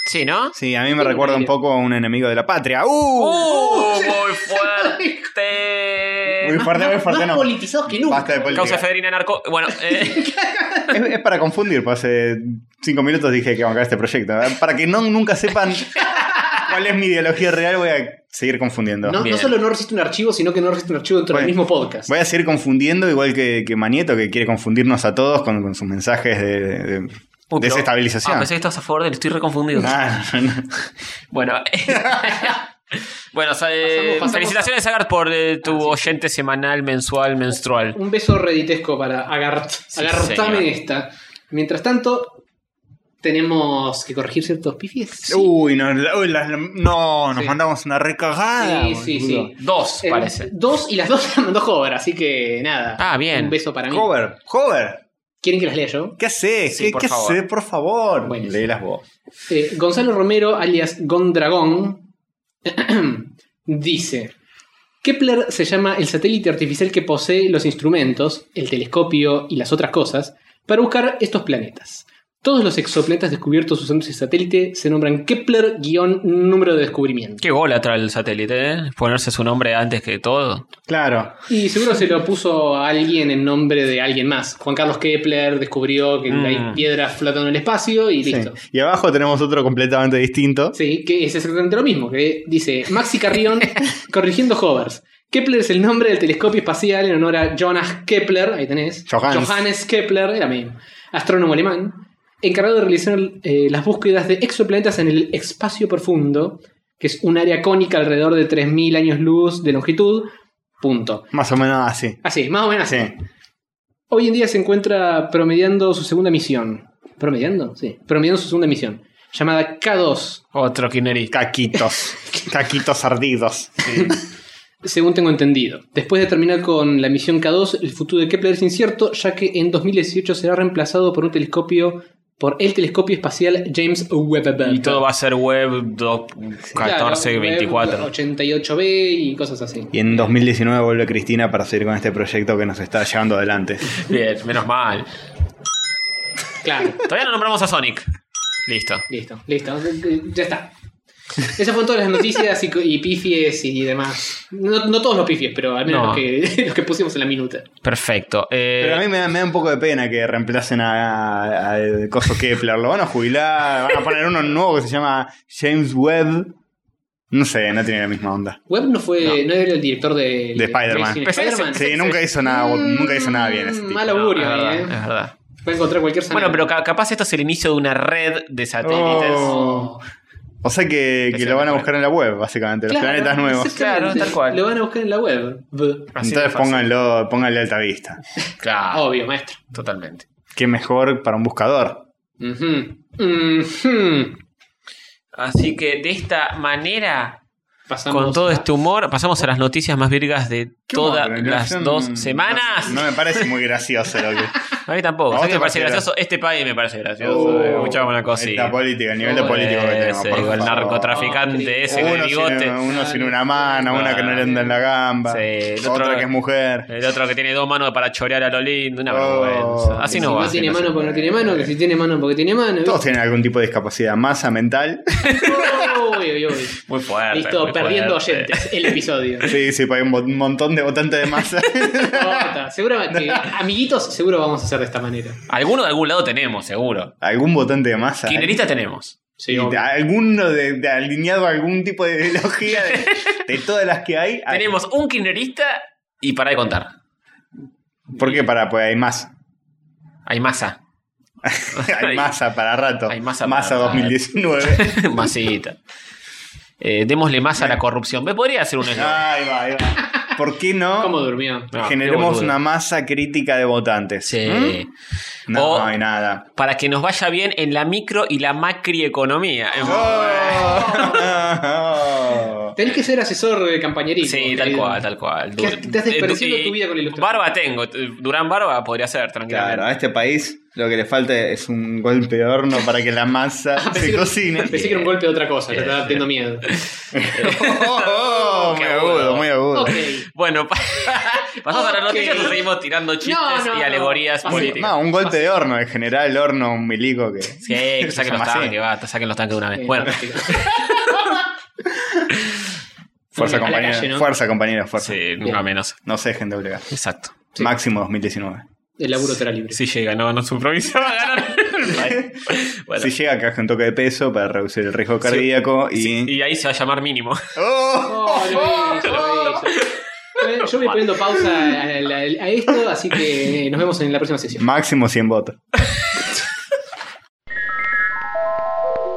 B: Sí, ¿no?
D: Sí, a mí me recuerda un poco a un enemigo de la patria. ¡Uh!
B: ¡Uh! ¡Muy fuerte!
D: Muy fuerte, muy fuerte,
C: Más
D: no.
C: politizados que nunca.
D: Basta de política.
B: Causa Federina Narco. Bueno, eh,
D: Es, es para confundir, pues hace cinco minutos dije que bancaba este proyecto. Para que no, nunca sepan cuál es mi ideología real, voy a seguir confundiendo.
C: No, no
B: Bien.
C: solo no resiste un archivo, sino que no resiste un archivo dentro
D: Bueno,
C: del mismo podcast.
D: Voy a seguir confundiendo, igual que, que Manieto, que quiere confundirnos a todos con, con sus mensajes de, de- de
B: puto. Ah,
D: desestabilización.
B: pensé que estabas a favor del estoy reconfundido.
D: Ah, [LAUGHS] no, no.
B: Bueno. [LAUGHS] bueno, o sea, eh,
C: Pasamos- pasamos
B: felicitaciones, Agar, por eh, tu oyente semanal, mensual, menstrual.
C: Un beso reditesco para Agart. Agartame
B: señor.
C: esta. Mientras tanto, tenemos que corregir ciertos pifies.
D: Uy, no, la- uy, la- no, nos
C: Sí.
D: mandamos una recagada.
C: Sí, sí,
D: boludo.
C: sí.
B: Dos,
C: Eh,
B: parece.
C: Dos y las dos [LAUGHS] las mandó Hover, así que nada.
B: Ah, bien.
C: Un beso para mí.
D: Hover, Hover,
C: ¿Quieren que las lea yo?
D: ¿qué haces?
B: Sí,
D: ¿Qué,
B: por
D: qué
B: favor.
D: haces? Por favor.
C: Bueno.
D: Léelas vos.
C: Eh, Gonzalo Romero, alias Gondragón, [CLEARS THROAT] dice: Kepler se llama el satélite artificial que posee los instrumentos, el telescopio y las otras cosas para buscar estos planetas. Todos los exoplanetas descubiertos usando ese satélite se nombran Kepler-número de descubrimiento.
B: Qué gol atrás el satélite, ¿eh? Ponerse su nombre antes que todo.
D: Claro.
C: Y seguro se lo puso a alguien en nombre de alguien más. Juan Carlos Kepler descubrió que
B: Mm.
C: hay piedras flotando en el espacio y
D: Sí.
C: listo.
D: Y abajo tenemos otro completamente distinto.
C: Sí, que es exactamente lo mismo, que dice Maxi Carrión corrigiendo Hovers. Kepler es el nombre del telescopio espacial en honor a Jonas Kepler, ahí tenés.
D: Johannes.
C: Kepler, era mismo. Astrónomo alemán, encargado de realizar eh, las búsquedas de exoplanetas en el espacio profundo, que es un área cónica alrededor de 3.000 años luz de longitud. Punto.
D: Más o menos así.
C: Así, más o menos así.
D: Sí.
C: Hoy en día se encuentra promediando su segunda misión. ¿Promediando? Sí. Promediando su segunda misión, llamada K2,
B: Otro Kineri.
C: [LAUGHS]
D: Caquitos. Caquitos ardidos.
C: según tengo entendido. Después de terminar con la misión K2, el futuro de Kepler es incierto, ya que en 2018 será reemplazado por un telescopio, por el telescopio espacial James Webb.
B: Y todo va a ser web 2,
C: Claro,
B: 14,
C: Webb
B: 24.
C: 88B y cosas así.
D: Y en 2019 vuelve Cristina para seguir con este proyecto que nos está llevando adelante.
B: [LAUGHS] Bien, menos mal.
C: Claro, [LAUGHS]
B: Todavía no nombramos a Sonic. Listo.
C: listo, listo. Ya está. Esas fueron todas las noticias y, co- y pifies y demás. No, no todos los pifies, pero al menos
B: No.
C: los, que, [LAUGHS] los que pusimos en la minuta.
B: Perfecto. Eh,
D: Pero a mí me da, me da un poco de pena que reemplacen a, a- al coso Kepler. Lo van a jubilar, van a poner uno nuevo que se llama James Webb. No sé, no tiene la misma onda.
C: Webb no fue. No, era el director de,
D: De Spider-Man.
C: Amazing
B: Pensé que
C: Spider-Man.
D: Sí, nunca hizo nada,
C: Mm,
D: nunca hizo nada bien ese tipo.
C: Mal augurio,
B: no, es
C: ahí,
B: verdad,
C: eh.
B: es verdad.
C: Puede encontrar cualquier sanidad.
B: Bueno, pero ca- capaz esto es el inicio de una red de satélites.
D: Oh. O sea que, que lo van a buscar en la web, básicamente, los
C: Claro,
D: planetas nuevos.
C: [LAUGHS] exactamente.
B: Claro, tal cual.
C: Lo van a buscar en la web. B.
B: Así de
D: Entonces
B: fácil.
D: pónganlo, pónganle alta vista.
B: Claro,
C: Ah, Obvio, maestro.
B: totalmente.
D: Qué mejor para un buscador.
C: Ujú. Ujú.
B: Así que de esta manera,
C: Pasamos
B: con todo
C: a-
B: este humor, pasamos a las noticias más virgas de todas
D: Qué bueno,
B: las
D: yo no-
B: dos semanas.
D: No, no me parece muy gracioso lo
B: [LAUGHS]
D: que.
B: A mí tampoco.
D: ¿A
B: ¿Sabes
D: vos
B: qué
D: te
B: me parece
D: parece
B: gracioso? Este país me parece gracioso. eh,
D: Oh,
B: Escuchamos una cosita.
D: Esta política, el nivel de político que
B: Ese,
D: tenemos. por
B: digo, el
D: favor.
B: narcotraficante ese con el
D: Uno
B: bigote.
D: sin, uno sin una mano, una que no le anda en la gamba,
B: Sí, el otro-
D: otra que es mujer.
B: El otro que tiene dos manos para chorear a lo lindo. Una
D: Oh.
B: vergüenza. Así
C: que
B: no
C: si
B: va.
C: no tiene
D: no se
C: mano porque no
D: puede.
C: tiene mano, que si tiene mano porque tiene mano.
D: Todos tienen algún tipo de discapacidad,
B: [LAUGHS]
D: masa mental.
C: Uy, uy, uy.
B: Muy fuerte.
C: Listo,
B: muy
C: perdiendo
B: fuerte.
C: oyentes el episodio.
D: sí, sí, hay un, bo- un montón de votantes de
B: [LAUGHS]
D: masa.
C: Corta. Seguramente, amiguitos, seguro vamos a hacer de esta manera.
B: Alguno de algún lado tenemos, seguro.
D: algún votante de masa.
B: Kirchnerista tenemos.
C: Sí,
D: Y
C: obvio.
D: de- alguno de, de alineado a algún tipo de ideología de,
B: [LAUGHS]
D: de todas las que hay. hay.
B: Tenemos un kirchnerista y para de contar.
D: ¿Por qué? Para, pues
B: [LAUGHS]
D: hay más.
B: Hay masa. [LAUGHS]
D: Hay masa para rato.
B: Hay masa para
D: masa
B: rato. [LAUGHS]
D: 2019.
B: Masita. Eh, démosle masa a la corrupción. ¿Me podría hacer un
D: Ah.
B: eslogan?
D: Ahí va, ahí va. ¿Por qué no?
C: ¿Cómo durmió?
B: No, qué
D: Generemos
B: boludo.
D: una masa crítica de votantes.
B: Sí.
D: ¿Mm? No,
B: O-
D: no hay nada.
B: Para que nos vaya bien en la micro y la macrieconomía.
D: Oh.
C: Tenés que ser asesor de campañerismo.
B: Sí, tal
C: querido.
B: cual, tal cual.
C: ¿Qué- te has desperdiciado tu vida con la ilustración?
B: Barba tengo. Durán Barba podría ser, tranquilamente.
D: [LAUGHS] Claro, a este país lo que le falta es un golpe de horno para que la masa
C: [LAUGHS] Pensé
D: se
C: que-
D: cocine.
C: Pensé que era un golpe de otra cosa, te estaba teniendo
D: [LAUGHS]
C: miedo. [LAUGHS]
D: Oh,
B: Qué
D: muy agudo,
B: agudo.
D: [LAUGHS] muy agudo.
C: Ok.
B: Bueno, pa- [LAUGHS] pasamos a las
C: Ok.
B: noticias o seguimos tirando chistes
C: no,
B: y
C: no.
B: alegorías
C: Ah, sí.
B: políticas.
D: No, un golpe de horno, en general, horno, un milico que.
B: Sí, que saquen
C: [LAUGHS]
B: los
D: Así.
B: tanques, basta, saquen los tanques de una vez.
C: Eh,
B: Bueno,
C: fantástico.
D: Fuerza,
C: A la
D: compañero,
C: calle, ¿no?
D: fuerza, compañero, fuerza.
B: sí,
C: Bien.
B: no menos.
D: No se dejen de obligar.
B: Exacto.
D: Máximo 2019.
C: El laburo será libre.
B: Si llega, no, no su provincia va a
C: [LAUGHS]
B: ganar. Bueno,
D: Si llega, que haga un toque de peso para reducir el riesgo cardíaco y.
B: y ahí se va a llamar mínimo.
D: ¡Oh!
C: Oh, lo hizo, lo hizo. Bueno, Yo voy poniendo pausa a, a- a esto, así que eh, nos vemos en la próxima sesión.
D: Máximo 100 votos.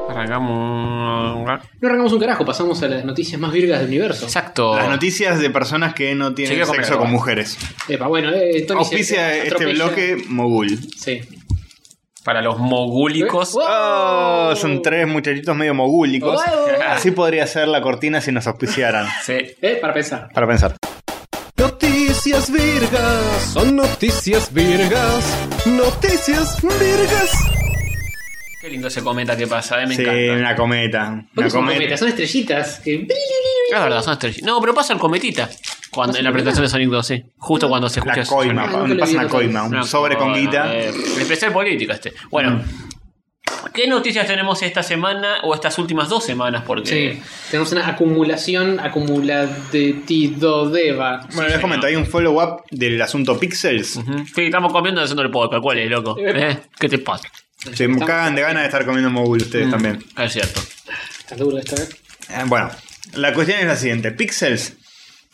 B: Arrancamos.
C: No arrancamos un carajo, pasamos a las noticias más virgas del universo.
B: Exacto.
D: Las noticias de personas que no tienen
B: quiero comer
D: sexo
B: algo.
D: con mujeres.
C: Epa, bueno, eh, Tony se-
D: Auspicia
C: se
D: este
C: atropella.
D: bloque Mogul.
C: Sí. ¿Eh?
B: Para los mogúlicos.
D: Oh, son tres muchachitos medio mogúlicos.
C: Wow.
D: Así podría ser la cortina si nos auspiciaran.
B: Sí.
C: [LAUGHS] Eh, para pensar.
D: Para pensar.
A: Noticias virgas, son noticias virgas, noticias virgas.
B: Qué lindo ese cometa que pasa, eh, me
D: sí,
B: encanta.
D: una cometa.
C: ¿Por qué
D: Una
C: son
D: cometa.
C: cometas? Son estrellitas que...
B: Es verdad, son estrellas. No, pero pasa el cometita. Cuando, en la presentación de Sonic 2, sí. Justo cuando se escucha
D: La
B: eso.
D: coima.
C: nunca lo
D: pasa
C: vi,
D: una
C: no
D: coima.
B: Una
D: Un sobre con
B: cosa,
D: guita. Mm.
B: eh, especial política este. Bueno. ¿Qué noticias tenemos esta semana o estas últimas dos semanas? Porque
C: Sí. Tenemos una acumulación acumulatidodeva.
D: Bueno, les comento, hay un follow-up del asunto Pixels.
C: Mm.
B: Ujú. Sí, estamos comiendo y haciendo el podcast. ¿Cuál es, loco? ¿Eh? ¿Qué te pasa?
D: Se me cagan de ganas de estar comiendo mogul
C: Mm.
D: ustedes también.
B: Es cierto.
C: Está duro esto, eh.
D: Eh, Bueno, la cuestión es la siguiente. Pixels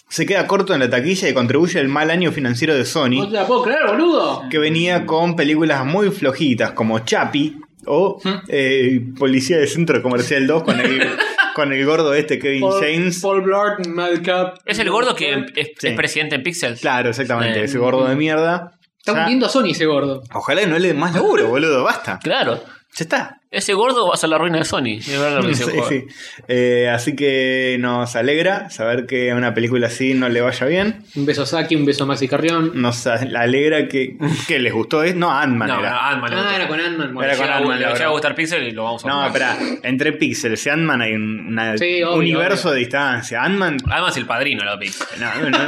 D: se queda corto en la taquilla y contribuye al mal año financiero de
C: No
D: Sony,
C: te la puedo creer, boludo.
D: que venía con películas muy flojitas como Chapi o
B: Hmm.
D: eh, Policía de Centro Comercial 2 con
B: [LAUGHS]
D: el, con el gordo este Kevin
C: Paul,
D: James.
C: Paul Blart, Madcap.
B: ¿Es el gordo que es, es
D: Sí.
B: presidente en Pixel?
D: Claro, exactamente,
B: Eh.
D: ese gordo de mierda.
C: Está
D: Ya-
C: hundiendo a Sony ese gordo.
D: Ojalá no le den más laburo, boludo, basta.
B: Claro.
D: Ya está.
B: Ese gordo va a ser la ruina de Sony. Es verdad lo que dice
D: Sí,
B: el juego.
D: sí. Eh, así que nos alegra saber que a una película así no le vaya bien.
C: Un beso a Saki, un beso a Maxi Carrión.
D: Nos alegra
B: [LAUGHS]
D: que, que les gustó. es- No, Ant-Man
B: No,
D: era.
B: no, Ant-Man.
C: Ah, era con Ant-Man. bueno.
D: Era con
B: Le
D: Ant-Man, la
B: llega a
D: verdad.
B: gustar Pixel y lo vamos a
D: No,
B: hablar.
D: espera. Entre Pixels y Ant-Man hay un una-
C: Sí, obvio,
D: universo
C: obvio.
D: de distancia. Ant-Man.
B: Además, el padrino la Pixel.
D: no, no,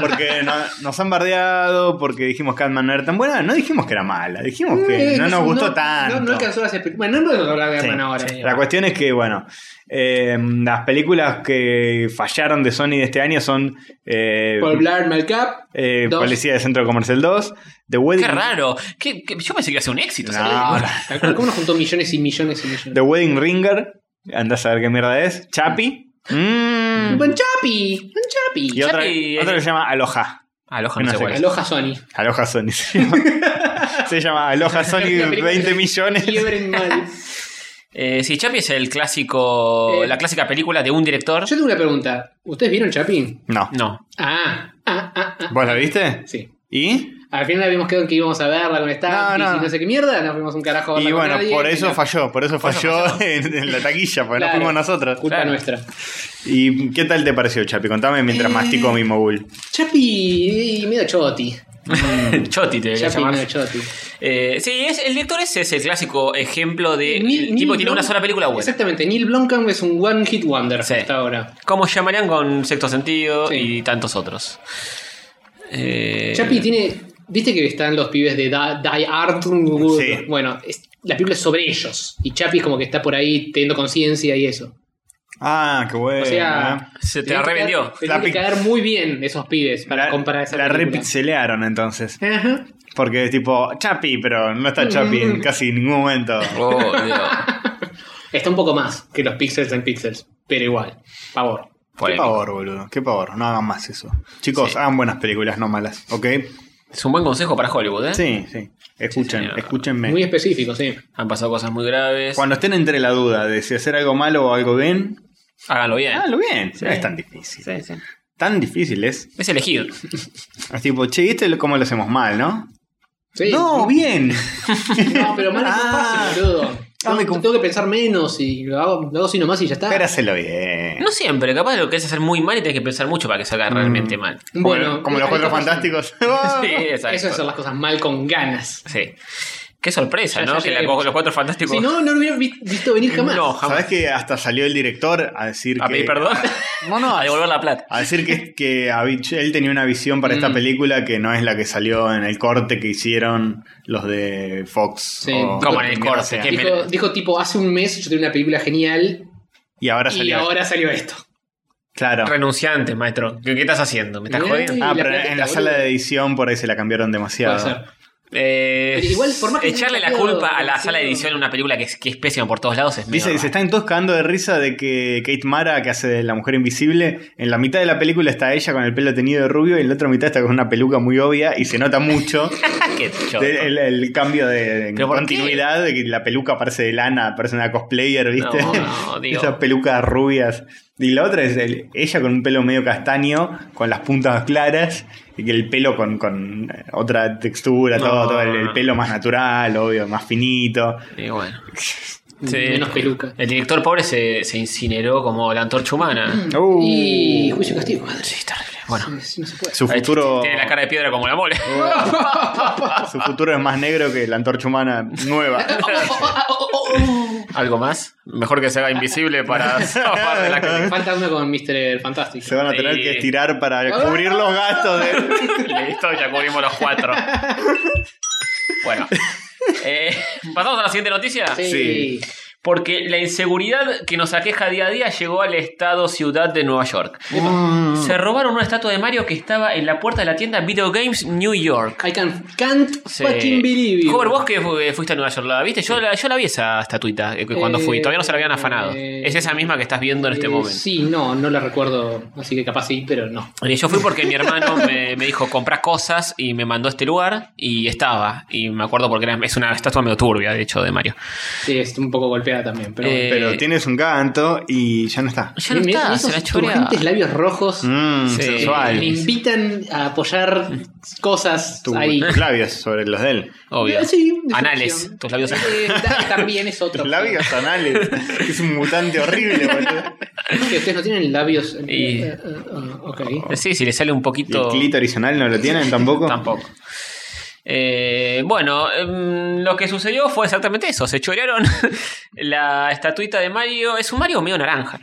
D: porque no- nos han bardeado, porque dijimos que Ant-Man no era tan buena. No dijimos que era mala, dijimos que
C: Eh,
D: no nos gustó
C: no-
D: tanto.
C: No, no alcanzó las expectativas. Bueno, no podemos hablar de
D: Sí.
C: Batman ahora.
D: Sí. La cuestión es que, bueno, eh, las películas que fallaron de Sony de este año son eh,
C: Paul Blart, Malcap.
D: eh,
C: dos.
D: Policía de Centro Comercial 2, The Wedding,
B: Qué raro. ¿Qué- qué- yo pensé que iba a ser un éxito.
D: No,
B: esa película.
C: Tal cual, ¿Cómo nos juntó millones y millones y
D: The
C: millones?
D: Wedding Ringer, andás a ver qué mierda es, Chapi mm,
C: ¡Buen Chapi! ¡Buen
D: y
C: Chapi!
D: otra,
B: Chappie,
D: otra que
B: eh.
D: se llama Aloha.
B: Aloha, no,
D: No
B: sé
D: sé
B: cuál es.
C: Aloha Sony.
D: Aloha Sony se llama. [LAUGHS] se llama Aloha
C: La
D: Sony
C: película
D: 20
C: de
D: millones.
C: Quiebren mal.
B: Eh, sí, Chapi es el clásico,
C: Eh.
B: la clásica película de un director.
C: Yo tengo una pregunta. ¿Ustedes vieron Chapi?
D: No.
B: No.
C: Ah, ah, ah, ah.
D: ¿Vos la viste?
C: Sí.
D: ¿Y?
C: Al final habíamos quedado en que íbamos a verla con Stampis
D: No, no.
C: y no sé qué mierda. Nos fuimos un carajo a verla
D: Y
C: con
D: bueno,
C: nadie,
D: por
C: y
D: eso
C: no.
D: falló, por eso falló [LAUGHS] en, en la taquilla, porque
C: Claro.
D: no fuimos nosotros.
C: Culpa
B: Claro.
C: nuestra.
D: ¿Y qué tal te pareció, Chapi? Contame mientras
C: Eh.
D: mastico mi mogul.
C: Chapi eh, medio choti.
B: [LAUGHS] Choti te debería
C: Chapi
B: llamar.
C: medio choti.
B: Eh, sí, es, el director ese es el clásico ejemplo de. Eh,
C: Neil-
B: el
C: Neil
B: tipo que tiene
C: Blom-
B: una sola película buena.
C: Exactamente. Neil Blomkamp es un one hit wonder
B: Sí.
C: hasta ahora.
B: Como llamarían con Sexto Sentido
C: Sí.
B: y tantos otros. Eh,
C: Chapi tiene... Viste que están los pibes de Da- Die Hard Wood?
D: Sí.
C: Bueno, es- la película es sobre ellos. Y Chapi es como que está por ahí teniendo conciencia y eso.
D: Ah, qué bueno.
C: O sea,
B: Se te
C: tenés que
B: revendió.
C: quedar- tenés
D: La
C: que
D: pic-
C: caer muy bien esos pibes para
D: la,
C: comparar esa
D: la
C: película.
D: repixelearon entonces.
C: Ajá.
D: Porque es tipo Chapi, pero no está Chapi
C: Mm.
D: en casi ningún momento.
B: Oh, Dios.
C: Está un poco más que los pixels en pixels, pero igual. Favor.
D: Qué
B: Polémico.
D: pavor, boludo. Qué pavor. No hagan más eso. Chicos,
B: Sí.
D: hagan buenas películas, no malas. ¿Ok?
B: Es un buen consejo para Hollywood, ¿eh?
D: Sí, sí. Escuchen,
B: señor.
D: escúchenme.
C: Muy específico, sí.
B: Han pasado cosas muy graves.
D: Cuando estén entre la duda de si hacer algo malo o algo bien,
B: Háganlo bien.
D: háganlo bien. No es tan difícil.
B: Sí, sí.
D: Tan difícil es.
B: Es elegir.
D: Es tipo, che, ¿viste lo- cómo lo hacemos mal, no?
C: Sí.
D: No, bien.
C: No, [LAUGHS] pero mal es más
D: Ah.
C: fácil, boludo.
D: Ah, me
C: Tengo-
D: conf-
C: tengo que pensar menos y lo hago, lo hago así nomás y ya está.
D: Pero hacelo bien.
B: No siempre, capaz lo querés hacer muy mal y tenés que pensar mucho para que salga
D: Mm.
B: realmente mal.
D: Como-
C: bueno,
D: como los
C: ahí
D: cuatro
C: está pasando.
D: fantásticos. [LAUGHS]
B: Sí, exacto.
C: Eso es hacer las cosas mal con ganas.
B: Sí. Qué sorpresa,
C: Ya,
B: ¿no?
C: ya
B: que la-
C: llegaremos.
B: los cuatro fantásticos.
C: Si no, no lo hubiera vi- visto venir jamás.
B: No, jamás.
D: ¿Sabes que hasta salió el director a decir
B: A
D: que.
B: pedir
C: [LAUGHS]
B: perdón.
D: No, no,
B: a
D: a,
B: devolver la plata.
D: a decir que, que había- él tenía una visión para esta
C: Mm.
D: película que no es la que salió en el corte que hicieron los de Fox.
C: Sí.
B: Como en el
D: quien
B: corte,
D: sea.
B: que-
C: Dijo, dijo tipo, hace un mes yo tenía una película genial
D: Y ahora
C: y
D: salió.
C: ahora salió esto.
B: [LAUGHS]
D: Claro.
B: Renunciante, maestro. ¿Qué, qué estás haciendo? ¿Me estás
C: Eh.
B: jodiendo?
D: Ah,
C: la
D: pero
C: platita,
D: en la
C: boludo.
D: sala de edición por ahí se la cambiaron demasiado.
C: Puede ser.
B: Eh,
C: Pero igual, por más que
B: echarle
C: tenga
B: la
C: sentido,
B: culpa a la
C: demasiado-
B: sala de edición en una película que es, que es pésima por todos lados es medio
D: Dice,
B: raro.
D: se están todos cagando de risa de que Kate Mara, que hace de la mujer invisible, en la mitad de la película está ella con el pelo teñido de rubio y en la otra mitad está con una peluca muy obvia y se nota mucho
B: [LAUGHS] Qué choto.
D: de- el, el cambio de
B: ¿Pero por
D: continuidad, de que la peluca parece de lana, parece una cosplayer, ¿viste?
B: No,
D: [LAUGHS]
B: no, digo.
D: Esas pelucas rubias. Y la otra es el- ella con un pelo medio castaño, con las puntas claras y que el pelo con, con eh, otra textura, todo,
B: No.
D: todo el, el pelo más natural, obvio, más finito.
B: Y bueno. Sí.
C: [LAUGHS] Menos peluca.
B: El director pobre se, se incineró como la antorcha humana.
D: Uh.
C: Y juicio y castigo. madre.
B: Sí, terrible. Bueno.
C: Mm. Sí, No se puede.
D: Su
B: Ahí
D: futuro.
B: Tiene la cara de piedra como la mole.
D: Su futuro es más negro que la antorcha humana
B: [LAUGHS]
D: nueva.
B: [LAUGHS]
C: Oh,
B: ¿Algo más? Mejor que se haga invisible [LAUGHS] para zafar de la crítica.
C: oh. Falta uno con Mr. Fantástico.
D: Se van a tener
B: Sí.
D: que estirar para
C: Ah.
D: cubrir los gastos de.
B: Listo, ya cubrimos los cuatro. Bueno. Eh, Pasamos a la siguiente noticia.
C: Sí.
B: Porque la inseguridad que nos aqueja día a día llegó al estado ciudad de Nueva York.
C: Mm.
B: Se robaron una estatua de Mario que estaba en la puerta de la tienda Video Games New York.
C: I can, can't
B: Se-
C: fucking believe you.
B: Hover, vos que fu- eh, fuiste a Nueva York, ¿la viste? Yo, la, yo la vi esa estatuita eh, que cuando fui.
C: Eh,
B: Todavía no se la habían afanado.
C: eh,
B: es esa misma que estás viendo en este
C: Eh,
B: momento.
C: Sí, no, no la recuerdo. Así que capaz sí, pero no.
B: Eh, Yo fui porque mi hermano me, me dijo comprar cosas y me mandó a este lugar y estaba. Y me acuerdo porque era- es una estatua medio turbia, de hecho, de Mario.
C: Sí, está un poco golpeada también. Pero
B: Eh,
D: Pero tienes un canto y ya no está.
B: Ya no está, se la chorea.
C: turgentes labios rojos eh,
D: Mm,
B: Sí.
D: sensual.
C: me invitan a apoyar cosas
D: Tu- [LAUGHS]
C: ahí.
D: Tus labios sobre los de él.
B: Obvio.
C: Sí, decepción.
B: Anales, tus labios anales.
C: Eh, ta- también es
D: [LAUGHS]
C: otro.
D: Tus labios
C: [LAUGHS]
D: anales. Es un mutante horrible, boludo.
C: Que ustedes no tienen labios. eh,
B: Y- Oh.
C: eh, eh, ok.
B: Sí, si le sale un
D: ¿Y el
B: poquito.
D: clítoris anal no lo tienen tampoco?
B: Tampoco. Eh, bueno, em, lo que sucedió fue exactamente eso. Se chorearon [LAUGHS] la estatuita de Mario. Es un Mario medio naranja.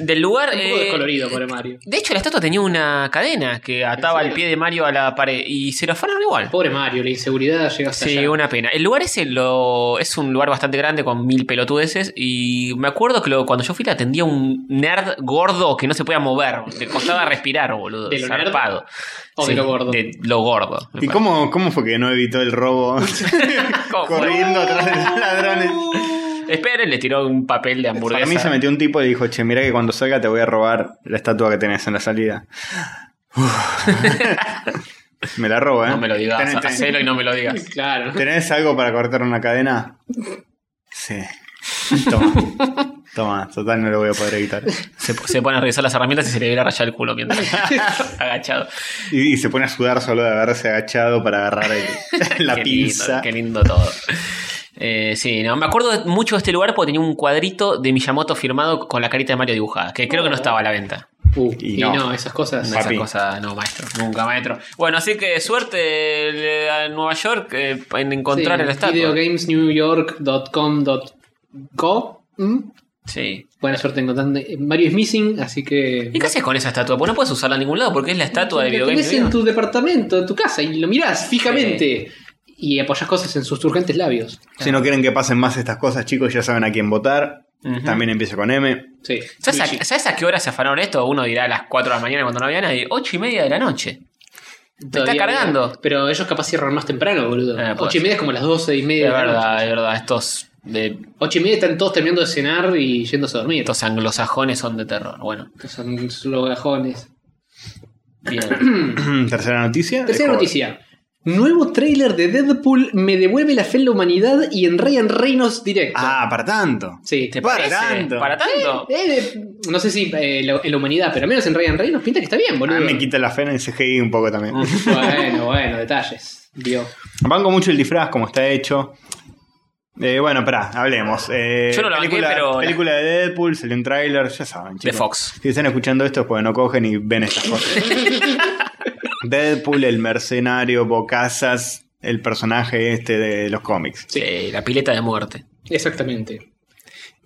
B: Del lugar.
C: Un poco
B: eh,
C: descolorido, por Mario.
B: de hecho, la estatua tenía una cadena que ataba
D: serio?
B: el pie de Mario a la pared y se lo fueron igual.
C: Pobre Mario, la inseguridad llega hasta
B: Sí,
C: allá.
B: una pena. El lugar ese lo, es un lugar bastante grande con mil pelotudeces y me acuerdo que lo- cuando yo fui la atendía un nerd gordo que no se podía mover, le costaba respirar, boludo,
C: ¿De lo nerd?
B: zarpado.
C: ¿O de lo gordo?
B: De lo gordo.
D: ¿Y cómo, cómo fue que no evitó el
B: [LAUGHS]
D: robo
B: ¿Cómo fue?
D: corriendo atrás de los ladrones?
B: Esperen, le tiró un papel de
D: Para
B: hamburguesa.
D: mí se metió un tipo y dijo, che, mirá que cuando salga te voy a robar la estatua que tenés en la salida. Uf. [LAUGHS] me la robo, ¿eh?
B: No me lo digas,
D: ¿Tenés, tenés-
B: hacelo y no me lo digas.
C: Claro.
D: tenés algo para cortar una cadena? Sí. Toma. Toma, total no lo voy a poder evitar.
B: Se, se pone a revisar las herramientas y se le ve la raya el culo mientras [LAUGHS]
D: [LAUGHS]
B: agachado.
D: Y, y se pone a sudar solo de haberse agachado para agarrar
B: [LAUGHS]
D: el- la
B: Qué lindo,
D: pinza.
B: qué lindo todo. Eh, sí, no, me acuerdo de- mucho de este lugar porque tenía un cuadrito de Miyamoto firmado con la carita de Mario dibujada, que creo que no estaba a la venta.
C: Uh,
D: Y
C: y, no.
D: no,
C: esas cosas.
B: No, esa
D: Papi.
B: cosa, no, maestro, nunca, maestro. Bueno, así que suerte eh, a Nueva York eh, en encontrar
C: Sí,
B: el estatua.
C: Videogamesnewyork.com.co ¿Mm?
B: Sí.
C: Buena suerte encontrando. eh, Mario is missing, así que.
B: ¿Y qué haces con esa estatua? Pues no puedes usarla en ningún lado porque es la estatua de
C: Lo
B: Videogame
C: tenés en
B: Video.
C: tu departamento, en tu casa, y lo mirás fijamente. Y apoyas cosas en sus turgentes labios.
D: Si no quieren que pasen más estas cosas, chicos, ya saben a quién votar. También empieza con M. [CLEARS THROAT]
C: Sí.
B: ¿Sabes
C: Luigi.
B: a, sabes a qué hora se afanaron esto? Uno dirá a las 4 de la mañana cuando no había nadie. 8 y media de la noche. Te está
C: Todavía-
B: cargando.
C: Pero ellos capaz cierran más temprano, boludo.
B: Eh, puede
C: Ocho y media es como las doce y media.
B: Es
C: de la noche.
B: verdad, es verdad. Estos de
C: Ocho y media están todos terminando de cenar y yéndose a dormir.
B: Estos anglosajones son de terror. Bueno,
C: Son solo gajones.
B: bien.
D: Tercera noticia.
C: Tercera
D: Discord.
C: noticia. Nuevo tráiler de Deadpool me devuelve la fe en la humanidad y en Ryan Reynolds directo.
D: Ah, para tanto.
C: sí.
B: ¿Te
D: Para
B: parece?
D: tanto.
B: Para tanto.
C: Eh, eh, no sé si eh, la- en la humanidad, pero al menos en Ryan Reynolds pinta que está bien, boludo.
D: Ah, me quita la fe en el CGI un poco también.
C: [LAUGHS]
B: Mm.
C: bueno, bueno, detalles. Vio.
D: Banco mucho el disfraz, como está hecho. Eh, bueno, pará, hablemos. Eh,
B: Yo no la
D: película,
B: banqué, pero-
D: película de Deadpool, salió un tráiler, ya saben, chicos.
B: De Fox.
D: Si están escuchando esto es porque no cogen y ven estas cosas.
B: [LAUGHS]
D: Deadpool, el mercenario, Bocazas, el personaje este de los cómics.
B: Sí, la pileta de muerte.
C: Exactamente.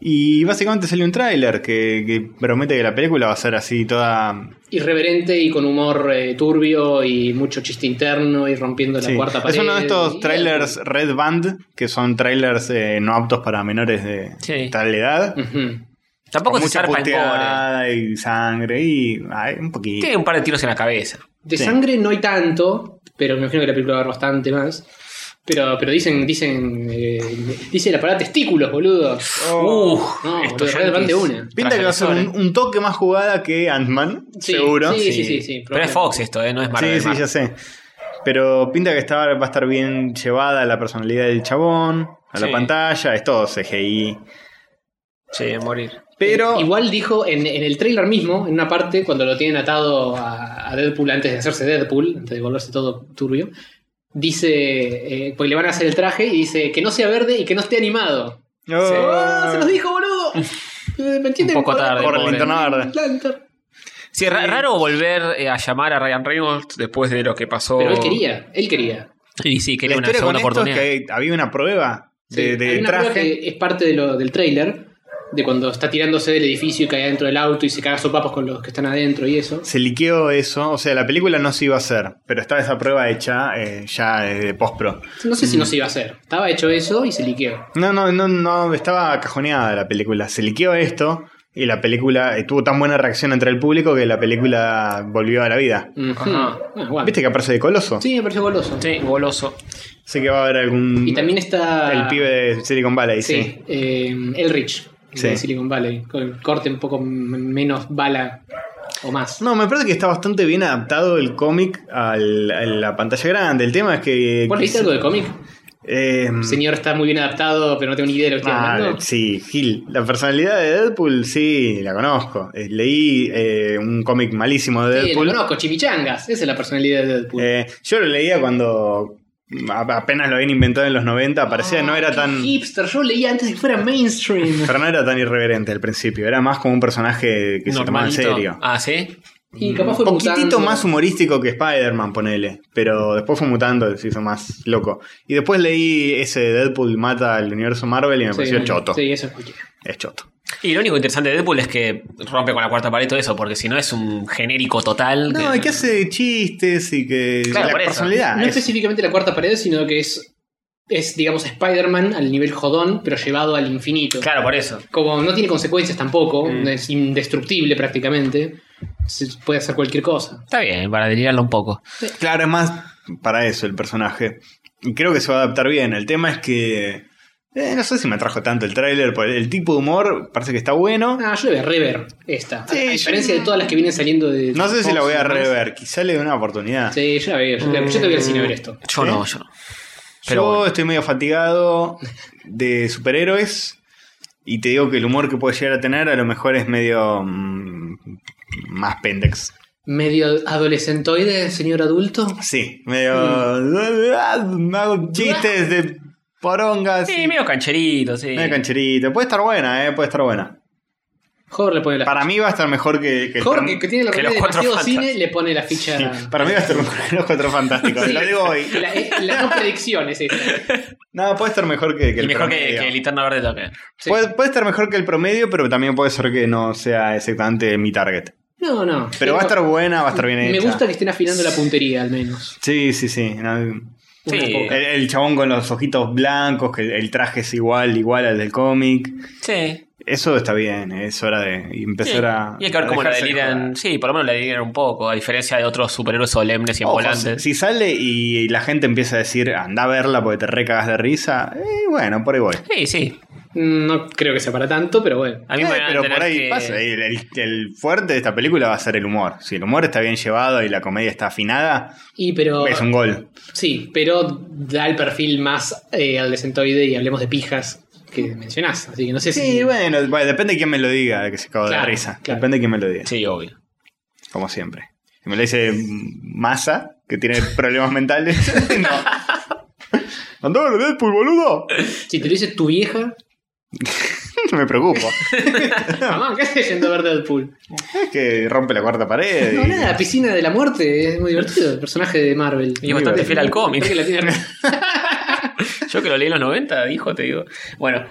D: Y básicamente salió un tráiler que, que promete que la película va a ser así toda...
C: Irreverente y con humor eh, turbio y mucho chiste interno y rompiendo
D: sí.
C: la cuarta pared.
D: es uno de
C: Y-
D: estos trailers Red Band, que son trailers eh, no aptos para menores de
B: Sí.
D: tal edad.
C: Ujú.
B: Tampoco
D: Con
B: se
D: mucha
B: zarpa en pobre.
D: puteada y sangre y ay, un poquito.
B: Tiene un par de tiros en la cabeza.
C: De
D: Sí.
C: sangre no hay tanto, pero me imagino que la película va a haber bastante más. Pero, pero dicen, dicen, eh, dice la palabra testículos, boludo.
D: Oh.
B: Uf,
C: No,
B: estos
C: boludo, Red Band de
B: yankees.
C: una.
D: Pinta que va a ser
B: ¿eh?
D: un, un toque más jugada que Ant-Man,
C: Sí,
D: seguro.
C: sí, sí, sí,
B: Pero es Fox esto, ¿eh? no es Marvel.
D: Sí, sí,
B: Marvel.
D: ya sé. Pero pinta que está, va a estar bien llevada la personalidad del chabón a la
B: Sí.
D: pantalla, es todo CGI.
B: Sí, morir.
D: Pero
C: Igual dijo en, en el trailer mismo, en una parte, cuando lo tienen atado a, a Deadpool antes de hacerse Deadpool, antes de volverse todo turbio, dice, eh, pues le van a hacer el traje y dice que no sea verde y que no esté animado.
D: Oh.
C: ¡Ah, se los dijo, [LAUGHS] boludo. Eh, ¿Me entienden?
B: Un poco
C: Por-
B: tarde,
D: por
C: por-
D: la
B: pobre.
D: linterna verde.
C: Lantern.
B: Sí, ra- raro volver eh, a llamar a Ryan Reynolds después de lo que pasó.
C: Pero él quería, él quería.
B: Y sí,
D: La
B: quería una
D: historia con
B: segunda
D: esto es
B: oportunidad.
D: que había una prueba de,
C: Sí,
D: de
C: hay una prueba
D: traje.
C: que es parte de lo, del trailer, de cuando está tirándose del edificio y cae adentro del auto y se caga sopapos con los que están adentro y eso.
D: Se liqueó eso, o sea, la película no se iba a hacer, pero estaba esa prueba hecha eh, ya eh, de post-pro.
C: No sé si no se iba a hacer. Estaba hecho eso y se liqueó.
D: No, no, no, no, estaba cajoneada la película. Se liqueó esto y la película eh, tuvo tan buena reacción entre el público que la película volvió a la vida.
C: Ujú. Ah, bueno.
D: ¿Viste que aparece de coloso?
C: Sí, me pareció goloso.
B: Sí, goloso.
D: Sé que va a haber algún.
C: Y también está.
D: El pibe de Silicon Valley, sí.
C: Sí, eh, Elrich de
D: Sí.
C: Silicon Valley. Con el corte un poco m- menos bala o más.
D: No, me parece que está bastante bien adaptado el cómic al- a la pantalla grande. El tema es que.
C: ¿Vos leíste algo de cómic?
D: Eh,
C: Señor está muy bien adaptado, pero no tengo ni idea de lo que estoy
D: ah,
C: hablando.
D: sí, Gil. La personalidad de Deadpool, sí, la conozco. Eh, Leí eh, un cómic malísimo de
C: Sí, lo
D: Deadpool.
C: conozco, Chimichangas. Esa es la personalidad de Deadpool.
D: Eh, yo lo leía cuando a- apenas lo habían inventado en los 90, parecía no era
C: Ah, Qué
D: tan
C: Hipster, yo leía antes de que fuera mainstream.
D: pero no era tan irreverente al principio, era más como un personaje que se tomaba en
B: Normalito.
D: serio.
B: Ah, sí.
C: Y capaz fue
D: Un Mm, poquitito
C: mutando.
D: más humorístico que Spider-Man, ponele. Pero después fue mutando, se hizo más loco. Y después leí ese Deadpool mata al universo Marvel y me
C: Sí,
D: pareció choto.
C: Sí, eso es cualquiera.
D: Es choto.
B: Y lo único interesante de Deadpool es que rompe con la cuarta pared y todo eso, porque si no es un genérico total.
D: No, y que hace chistes y que.
B: Claro,
D: la
B: por eso.
D: personalidad.
C: No
D: Ah, es-
C: específicamente la cuarta pared, sino que es, es digamos, Spider-Man al nivel jodón, pero llevado al infinito.
B: Claro, por eso.
C: Como no tiene consecuencias tampoco,
D: Mm.
C: es indestructible prácticamente, se puede hacer cualquier cosa.
B: Está bien, para delirarlo un poco.
D: Claro, es más para eso el personaje. Y creo que se va a adaptar bien. El tema es que. eh, no sé si me atrajo tanto el tráiler, porque el tipo de humor parece que está bueno.
C: Ah, yo le voy a rever esta. A-
D: Sí,
C: a,
D: yo-
C: diferencia de todas las que vienen saliendo de.
D: No sé si
C: Fox
D: la voy
C: y
D: a
C: demás.
D: rever, quizá le dé una oportunidad.
C: Sí, yo la veo. Yo, la- yo te voy al cine a ver esto.
B: Yo
D: ¿Sí?
B: no, yo no.
D: Yo
B: Pero bueno.
D: estoy medio fatigado de superhéroes y te digo que el humor que puede llegar a tener a lo mejor es medio mm, más pendex.
C: Medio adolescentoide, señor adulto.
D: Sí, medio... [LAUGHS] Hago chistes de porongas.
B: Sí,
D: y
B: medio cancherito, sí.
D: Medio cancherito. Puede estar buena, eh, puede estar buena.
C: Jorge le pone la
D: Para mí va a estar mejor que, que el
C: Jorge,
D: tram-
C: que tiene la
B: que
C: realidad de
B: los cuatro
C: demasiado
B: fantas.
C: cine, le pone la ficha.
D: Sí, [LAUGHS] Para mí va a estar mejor que los cuatro fantásticos. Lo digo hoy.
C: [LAUGHS] La, eh, la no predicción es esta.
D: No, puede estar mejor que, que
B: y
D: el
B: mejor que,
D: promedio.
B: que Linterna Verde también.
C: Sí.
D: Puede, puede estar mejor que el promedio, pero también puede ser que no sea exactamente mi target.
C: No, no.
D: Pero va a estar buena, va a estar bien hecha.
C: Me gusta que estén afinando la puntería, al menos.
D: Sí, sí, sí. No,
C: Una
B: Sí.
D: El,
C: poca.
D: el chabón con los ojitos blancos, que el, el traje es igual, igual al del cómic.
B: Sí.
D: Eso está bien, eh, es hora de empezar
B: Sí.
D: a.
B: Y hay que ver
D: a
B: cómo la
D: dejarse
B: deliran.
D: joder.
B: Sí, por lo menos la deliran un poco, a diferencia de otros superhéroes solemnes y
D: Ojo,
B: ambulantes.
D: si sale y la gente empieza a decir, anda a verla porque te recagas de risa, eh, bueno, por ahí voy.
B: Sí, sí.
C: Mm, No creo que sea para tanto, pero bueno.
B: A mí
D: Eh,
B: me van a
D: pero
B: tener
D: por ahí
B: que-
D: pasa. eh. El, el- el fuerte de esta película va a ser el humor. Si el humor está bien llevado y la comedia está afinada,
C: Y pero.
D: es un gol.
C: Sí, pero da el perfil más eh, adolescentoide y hablemos de pijas que mencionás. Así que no sé
D: Sí,
C: si.
D: bueno, bueno, depende de quién me lo diga, que se cago de
C: Claro,
D: risa.
C: claro.
D: Depende de quién me lo diga.
B: Sí, obvio.
D: como siempre. Si me lo dice Massa, que tiene problemas mentales, [LAUGHS] no.
B: [LAUGHS]
D: Andá a ver Deadpool, boludo.
C: Si te lo dice tu vieja,
D: No [LAUGHS] me preocupo.
C: mamá, ¿qué haces yendo a ver Deadpool?
D: Es que rompe la cuarta pared.
C: No,
D: y-
C: nada, piscina de la muerte, es muy divertido, el personaje de Marvel.
B: Y es bastante
D: bien.
B: fiel al cómic.
C: Creo que la tiene-
B: [LAUGHS] Yo que lo leí en los 90, dijo, te digo. Bueno,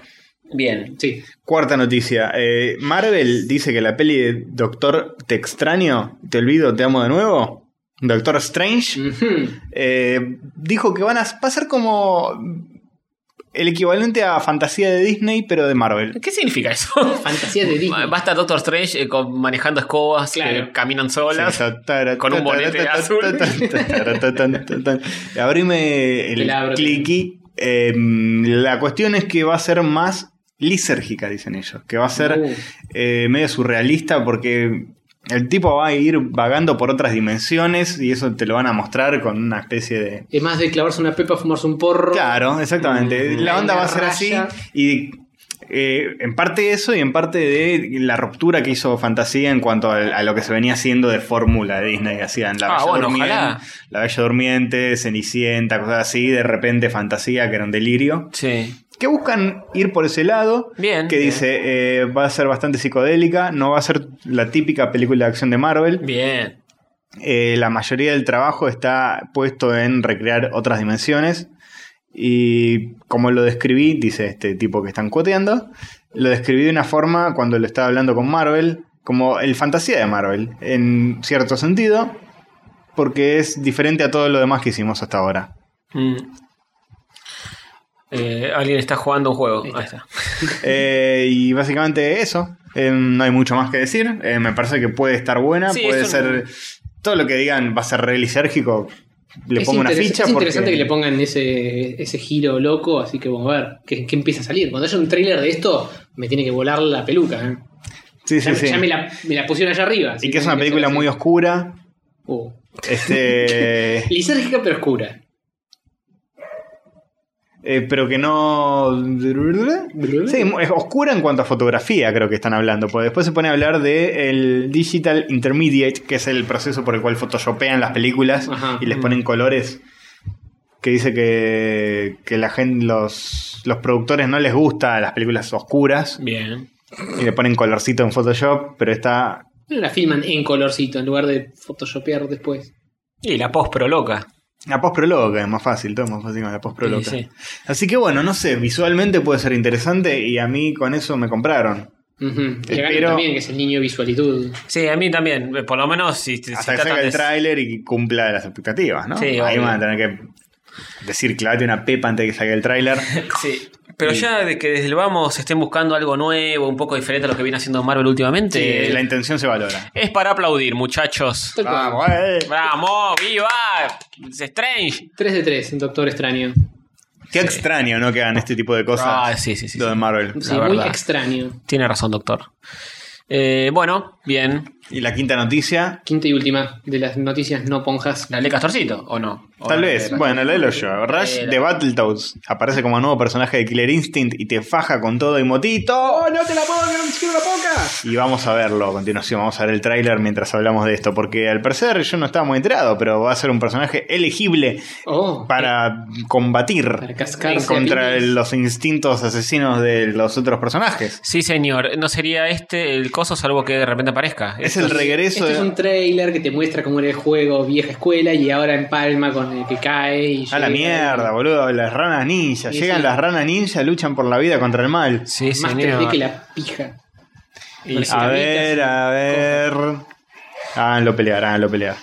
B: bien.
C: Sí.
D: Cuarta noticia. eh, Marvel dice que la peli de Doctor Te extraño, te olvido, te amo de nuevo. Doctor
C: Mm.
D: Strange
C: Ujú.
D: eh, dijo que van a pasar como el equivalente a fantasía de Disney, pero de Marvel.
B: ¿Qué significa eso?
C: Fantasía de Disney.
B: Va a estar Doctor Strange eh, con- manejando escobas
C: Claro.
B: que caminan solas. Con un bonete azul.
D: Abrime
C: Te
D: el
C: la abro,
D: clicky. Eh, la cuestión es que va a ser más lisérgica, dicen ellos. Que va a ser
C: Uh.
D: eh, medio surrealista porque el tipo va a ir vagando por otras dimensiones y eso te lo van a mostrar con una especie de...
C: Es más de clavarse una pepa, fumarse un porro.
D: Claro, exactamente.
C: Mm.
D: La onda va a ser
C: Raya.
D: así y... eh, en parte eso y en parte de la ruptura que hizo Fantasía en cuanto a, a lo que se venía haciendo de fórmula de Disney. Hacían la
B: Ah,
D: Bella
B: bueno,
D: Durmien-
B: ojalá.
D: La Bella Durmiente, Cenicienta, cosas así. De repente Fantasía, que era un delirio.
B: Sí.
D: Que buscan ir por ese lado.
B: Bien.
D: Que
B: Bien.
D: dice, eh, va a ser bastante psicodélica. No va a ser la típica película de acción de Marvel.
B: Bien.
D: Eh, la mayoría del trabajo está puesto en recrear otras dimensiones. Y como lo describí, dice este tipo que están cuoteando, lo describí de una forma cuando lo estaba hablando con Marvel, como el fantasía de Marvel, en cierto sentido, porque es diferente a todo lo demás que hicimos hasta
C: [LAUGHS]
D: ahora.
B: Mm. Eh, alguien está jugando un juego. Ahí está.
D: Eh, y básicamente eso. Eh, no hay mucho más que decir. Eh, me parece que puede estar buena,
B: Sí,
D: puede
B: eso
D: ser.
B: no-
D: Todo lo que digan va a ser re lisérgico. Le
C: Es
D: pongo una
C: interes-
D: ficha.
C: Es interesante
D: porque-
C: que le pongan ese, ese giro loco, así que vamos a ver qué, qué empieza a salir. Cuando haya un tráiler de esto, me tiene que volar la peluca. ¿eh?
D: Sí, sí,
C: ya
D: sí.
C: ya me, la, me la pusieron allá arriba. así
D: Y que es una
C: tiene
D: película
C: ser
D: muy
C: así.
D: oscura.
C: Uh.
D: Este.
C: Lisérgica pero oscura.
D: eh, pero que no. Sí, mu- es oscura en cuanto a fotografía, creo que están hablando. Porque después se pone a hablar de el Digital Intermediate, que es el proceso por el cual photoshopean las películas
C: Ajá.
D: y les ponen colores. Que dice que, que la gente, los, los productores no les gusta las películas oscuras
B: Bien.
D: y le ponen colorcito en Photoshop, pero está
C: No la filman en colorcito en lugar de photoshopear después.
B: Y la postpro loca.
D: La post proloca es más fácil, todo es más fácil con la post proloca.
B: Sí, sí.
D: Así que bueno, no sé, visualmente puede ser interesante y a mí con eso me compraron.
C: Ujú. Y a Gano
D: Espero-
C: también, que es el niño visualitud.
B: Sí, a mí también. eh, Por lo menos si, si
D: Hasta que
B: tratan
D: salga el
B: de-
D: tráiler y cumpla las expectativas, ¿no?
B: Sí,
D: Ahí
B: obvio.
D: van a tener que decir, clavate una pepa antes de que salga el tráiler.
B: [LAUGHS] Sí. Pero ya de que desde el vamos estén buscando algo nuevo, un poco diferente a lo que viene haciendo Marvel últimamente.
D: Sí, la intención se valora.
B: Es para aplaudir, muchachos.
C: Tal cual.
D: Vamos, eh.
B: ¡Vamos! ¡Viva! Es Strange.
C: 3 de 3 en Doctor Extraño.
D: Qué extraño, ¿no? Que hagan este tipo de cosas.
B: Ah, sí, sí, sí.
D: Lo de
B: sí.
D: Marvel.
C: Sí,
B: La
C: muy
B: verdad.
C: extraño.
B: Tiene razón, doctor. Eh, bueno, bien.
D: Y la quinta noticia,
C: Quinta y última de las noticias no ponjas.
B: ¿La ley Castorcito o no? ¿O
D: tal
B: no?
D: vez, bueno, léelo yo. Rush de Battletoads aparece como nuevo personaje de Killer Instinct y te faja con todo y motito.
C: ¡Oh, no te la pongo! ¡No te quiero la poca!
D: Y vamos a verlo a continuación, vamos a ver el tráiler mientras hablamos de esto, porque al parecer yo no estaba muy enterado, pero va a ser un personaje elegible
C: Oh,
D: para combatir
C: para cascarse a
D: contra
C: piñas.
D: los instintos asesinos de los otros personajes.
B: Sí, señor. No sería este el coso, salvo que de repente aparezca.
D: Es el regreso
C: Este es
D: de...
C: un trailer que te muestra cómo era el juego vieja escuela y ahora en Palma con el que cae. Y
D: A la
C: llega.
D: mierda, boludo, las ranas ninja.
C: Sí,
D: Llegan
C: sí.
D: las ranas ninja, luchan por la vida contra el mal.
B: Sí,
C: Más 3D
B: señor.
C: que la pija.
B: Y-
C: Sí,
D: A
C: sí.
D: ver, a ver. Háganlo pelear, háganlo pelear.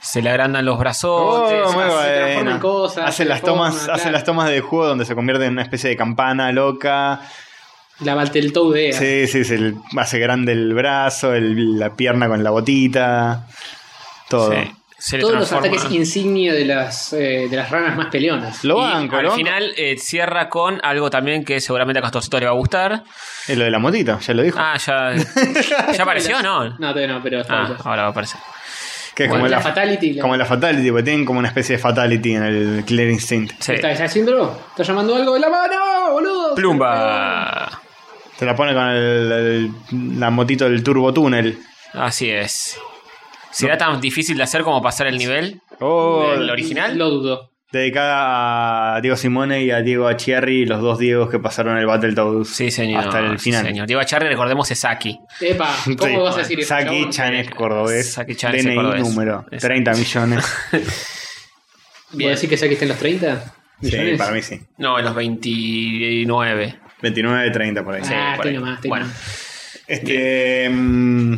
B: Se le agrandan los
D: Oh,
B: brazos.
D: muy
C: se transforma
D: buena.
C: en cosas,
D: hace
C: se
D: las
C: forma,
D: tomas,
C: claro.
D: hace las tomas del juego donde se convierte en una especie de campana loca.
C: La Battletoadea.
D: Sí, sí, se le hace grande el brazo, el- la pierna con la botita. Todo.
B: Se le
C: Todos los
B: transforma. Ah,
C: ataques insignia de las, eh, de las ranas más peleonas.
D: Lo
B: Y
D: banco,
B: al
D: lo banco.
B: final eh, cierra con algo también que seguramente a Castorcito le va a gustar.
D: Eh, lo de la motita, ya lo dijo.
B: Ah,
C: [LAUGHS]
B: ya. ¿Ya apareció o no?
C: Este No, todavía no, pero está
B: Ah,
C: bien.
B: ahora va a aparecer.
D: que es
C: Bueno,
D: como
C: la
D: la,
C: Fatality, la-
D: como la Fatality, porque tienen como una especie de Fatality en el Clear Instinct.
B: Sí.
C: ¿Está, está haciéndolo? ¿Está llamando algo de la mano, boludo?
B: Plumba.
D: Se la pone con el- el- la motito del Turbo Túnel.
B: Así es. ¿Será tan difícil de hacer como pasar el nivel?
D: Oh,
B: ¿El original?
C: Lo dudo.
D: Dedicada a Diego Simone y a Diego Achierri, los dos Diegos que pasaron el Battletoads.
B: Sí, señor.
D: Hasta el
B: Sí,
D: final.
B: señor. Diego Charlie, recordemos, es Saki. [LAUGHS]
C: Epa, ¿cómo
D: Sí.
C: vas a decir eso?
D: Saki
C: chabón?
D: Chan es cordobés.
B: Saki Chan es
D: DNI
B: cordobés.
D: número
B: Exacto.
D: 30
B: [LAUGHS]
D: millones.
C: ¿Voy a decir que Saki está en los 30?
D: sí,
C: millones?
D: para mí sí.
B: No, en los 29.
D: 29, 30 por ahí.
B: Sí,
C: Ah,
B: por
C: estoy
B: ahí.
C: nomás, estoy
B: Bueno.
C: nomás.
D: Este. mm,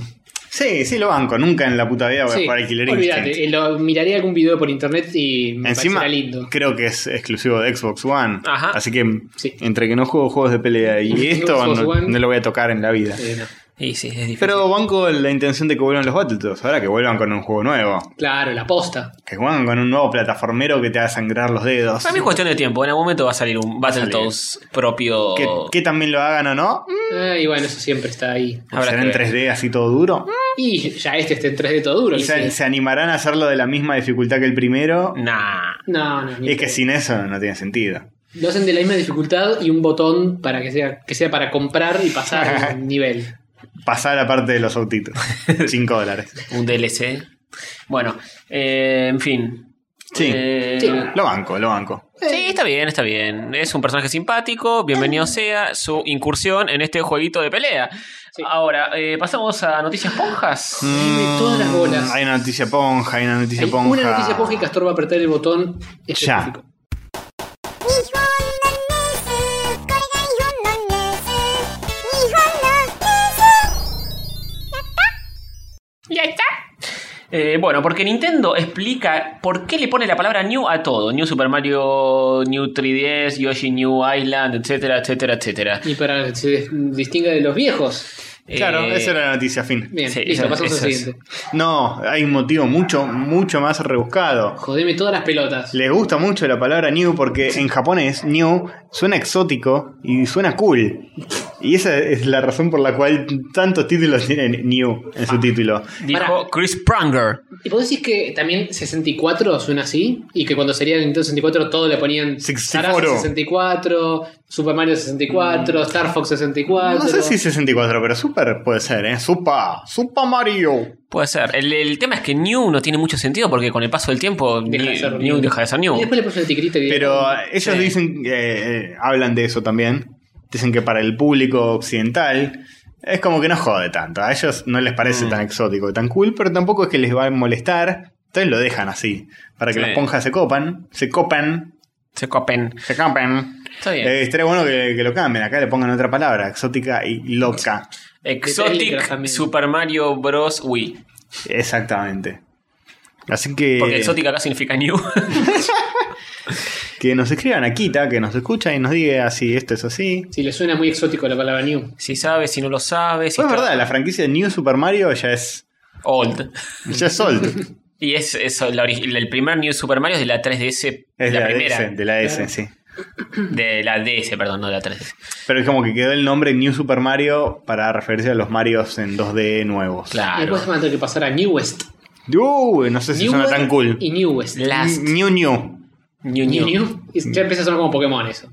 D: sí, sí, lo banco. Nunca en la puta vida voy a
C: Sí,
D: jugar al Killer Instinct.
C: olvídate, eh, lo miraré algún video por internet y me
D: Encima,
C: parecerá lindo.
D: creo que es exclusivo de Xbox One.
B: Ajá.
D: Así que,
C: Sí.
D: entre que no juego juegos de pelea y esto,
C: [LAUGHS] Xbox
D: no,
C: One.
D: no lo voy a tocar en la vida.
C: Eh, no.
B: Y sí, es difícil.
D: Pero banco la intención de que vuelvan los Battletoads. Ahora que vuelvan con un juego nuevo.
C: Claro, la posta.
D: Que juegan con un nuevo plataformero que te haga sangrar los dedos.
B: Para mí es cuestión de tiempo. En algún momento va a salir un
D: salir.
B: Battletoads propio.
D: que, que también lo hagan o no. pues
C: Ah, y bueno, eso siempre está ahí.
B: Habrá
D: Será
B: que
D: en
B: ver.
D: 3D así todo duro.
C: Y ya este está en 3D todo duro.
D: Y
C: Mm, ¿sí? Mm.
D: se, se animarán a hacerlo de la misma dificultad que el primero.
B: Nah.
C: No, no. ni
D: Y es que
C: pedo.
D: sin eso no tiene sentido.
C: Lo hacen de la misma dificultad y un botón para que sea, que sea para comprar
B: [LAUGHS]
C: y pasar un nivel.
D: Pasar la parte de los
C: [LAUGHS]
D: autitos. 5 dólares.
B: Un DLC. Bueno, eh, en fin.
D: Sí.
B: Eh,
C: Sí.
D: Lo banco, lo banco.
B: Sí, Mm. está bien, está bien. Es un personaje simpático. Bienvenido sea su incursión en este jueguito de pelea.
C: Sí.
B: Ahora, eh, pasamos a noticias ponjas. Mm,
C: de todas las bolas.
D: Hay una noticia ponja, hay una noticia
C: Hay
D: ponja.
C: una noticia ponja y Castor va a apretar el botón específico.
F: 「日本のニュースこれが日本のニュース」「日本のニュース」「日本のニュース」
D: Mm.
B: Ya está. Eh, bueno, porque Nintendo explica por qué le pone la palabra New a todo. New Super Mario, New 3DS, Yoshi New Island, etcétera, etcétera, etcétera.
C: Y para que se des- distinga de los viejos.
D: Claro,
B: Eh,
D: esa era la noticia, fin.
C: Bien,
B: Sí,
C: listo,
B: eso-
C: pasamos al
B: eso es.
C: siguiente.
D: No, hay un motivo mucho, mucho más rebuscado.
C: Jodeme todas las pelotas.
D: Les gusta mucho la palabra new porque en japonés new suena exótico y suena cool. Y esa es la razón por la cual tantos títulos tienen new en su título.
B: Dijo
C: Pará.
B: Chris Pranger.
C: ¿Y vos decís que también 64 suena así? Y que cuando sería Nintendo 64 todo le ponían
D: 64.
C: Sarasa 64, Super Mario
B: Mm.
C: 64, Star Fox 64.
D: No sé si 64, pero Super puede ser, ¿eh? Super, Super Mario.
B: Puede ser. El, el tema es que New no tiene mucho sentido porque con el paso del tiempo
C: Deja de ser
B: New,
C: New.
B: New deja de ser
C: Y
B: New.
C: después le puso la tigrita y
D: Pero
C: dijo,
D: ellos dicen, eh, eh, hablan de eso también. Dicen que para el público occidental Es como que no jode tanto. A ellos no les parece tan exótico y tan cool, pero tampoco es que les va a molestar. Entonces lo dejan así. Para que
B: Sí.
D: las ponjas se copan. Se copan.
B: Se copen.
D: Se campen.
B: Está bien.
D: Eh, estaría bueno que, que lo cambien. Acá le pongan otra palabra. Exótica y loca.
C: Telegram
B: Exotic
C: también.
B: Super Mario Bros. Wii.
D: Exactamente. Así que.
B: Porque exótica acá significa new. [LAUGHS]
D: Que nos escriban a Kita, que nos escucha y nos diga si esto es así. Pues
C: Si le suena muy exótico la palabra new.
B: si sabes, si no lo sabes. Si
D: Pues es
B: está-
D: verdad, la franquicia de New Super Mario ya es.
B: Old.
D: Ya
B: [LAUGHS]
D: es old.
B: Y es, es la ori- el primer New Super Mario es de la 3DS.
D: Es
B: la,
D: de la
B: primera.
D: DS, de la DS, sí.
B: De la DS, perdón, no de la 3DS.
D: Pero es como que quedó el nombre New Super Mario para referirse a los Marios en 2D nuevos.
B: Claro.
C: Después van a tener que pasar a Newest.
D: Uy, no sé si suena
C: Newest
D: tan cool.
C: Y Newest.
B: Last.
D: New New.
B: New,
C: New,
B: new.
C: new. Y Ya empieza a sonar como Pokémon eso.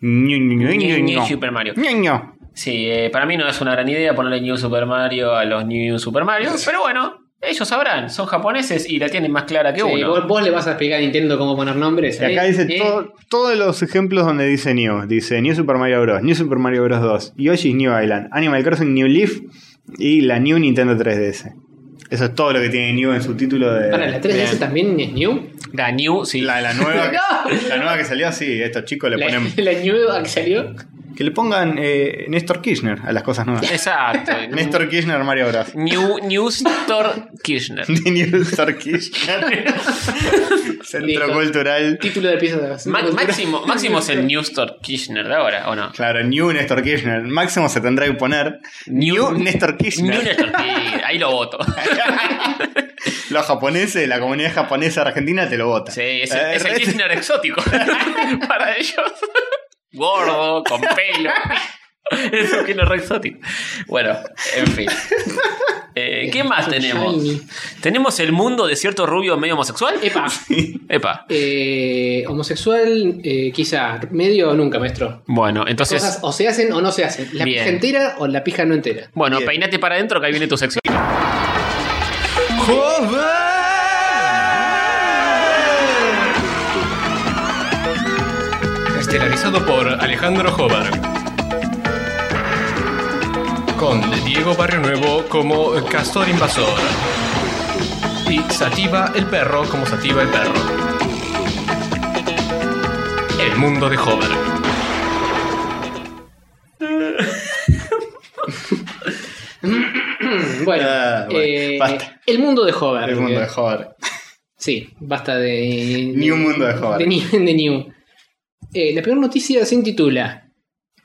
D: New New
B: New,
D: New
B: New
D: New.
B: Super Mario.
D: New New.
B: Sí, eh, para mí no es una gran idea ponerle New Super Mario a los New Super
D: [LAUGHS]
B: Mario. Pero bueno, ellos sabrán. Son japoneses y la tienen más clara que
C: Sí,
B: uno.
C: vos, vos le vas a explicar a Nintendo cómo poner nombres.
D: Y acá
C: ¿eh?
D: dice
C: ¿Eh?
D: todo- todos los ejemplos donde dice New. Dice New Super Mario Bros. New Super Mario Bros. 2. Yoshi's New Island. Animal Crossing New Leaf. Y la New Nintendo 3DS. Eso es todo lo que tiene New en su título de.
C: Para, ¿la 3DS
B: Bien.
C: también es New?
B: La New, sí.
D: La, la nueva,
C: No.
D: la nueva que salió, sí, estos chicos le
C: La,
D: ponen.
C: [LAUGHS] la New que salió.
D: Que le pongan eh, Néstor Kirchner a las cosas nuevas.
B: [LAUGHS] Exacto.
D: [LAUGHS] Néstor Kirchner, Mario Bros. [LAUGHS]
B: New, New Store Kirchner.
D: Néstor Kirchner. Centro
C: Listo.
D: Cultural.
C: Título de pieza de la
B: Ma- Máximo, Máximo es el New Store Kirchner de ahora, ¿o no?
D: Claro, New Néstor Kirchner. Máximo se tendrá que poner New, Néstor Kirchner.
B: New Store Kirchner. Ahí lo
D: [LAUGHS]
B: voto.
D: Los japoneses, la comunidad japonesa argentina te lo vota.
B: Sí, es el,
D: Eh,
B: es el
D: re-
B: Kirchner exótico [LAUGHS] para ellos. Gordo, con pelo. Es un Kirchner re exótico. Bueno, en fin. Eh, ¿Qué más tenemos?
C: Shiny.
B: ¿Tenemos el mundo de cierto rubio medio homosexual?
C: Epa.
B: Epa.
C: Eh, homosexual, eh, quizá. Medio o nunca, maestro.
B: Bueno, entonces.
C: Cosas o se hacen o no se hacen. La
B: Bien.
C: pija entera o la pija no entera.
B: Bueno,
D: Bien.
B: peinate para adentro que ahí viene tu sección.
A: Estelarizado por Alejandro Jobar. Con Diego Barrio Nuevo como Castor Invasor. Y Sativa el Perro como Sativa el Perro. El mundo de Hover.
C: Mm, Bueno,
D: Ah, bueno,
C: eh,
D: basta.
C: el mundo de
D: [LAUGHS]
C: Hover.
D: El mundo de
C: Eh,
D: Hover.
C: Sí, basta de. de-
D: New mundo de Hover.
C: De, New- [LAUGHS] de New. Eh, la peor noticia se intitula: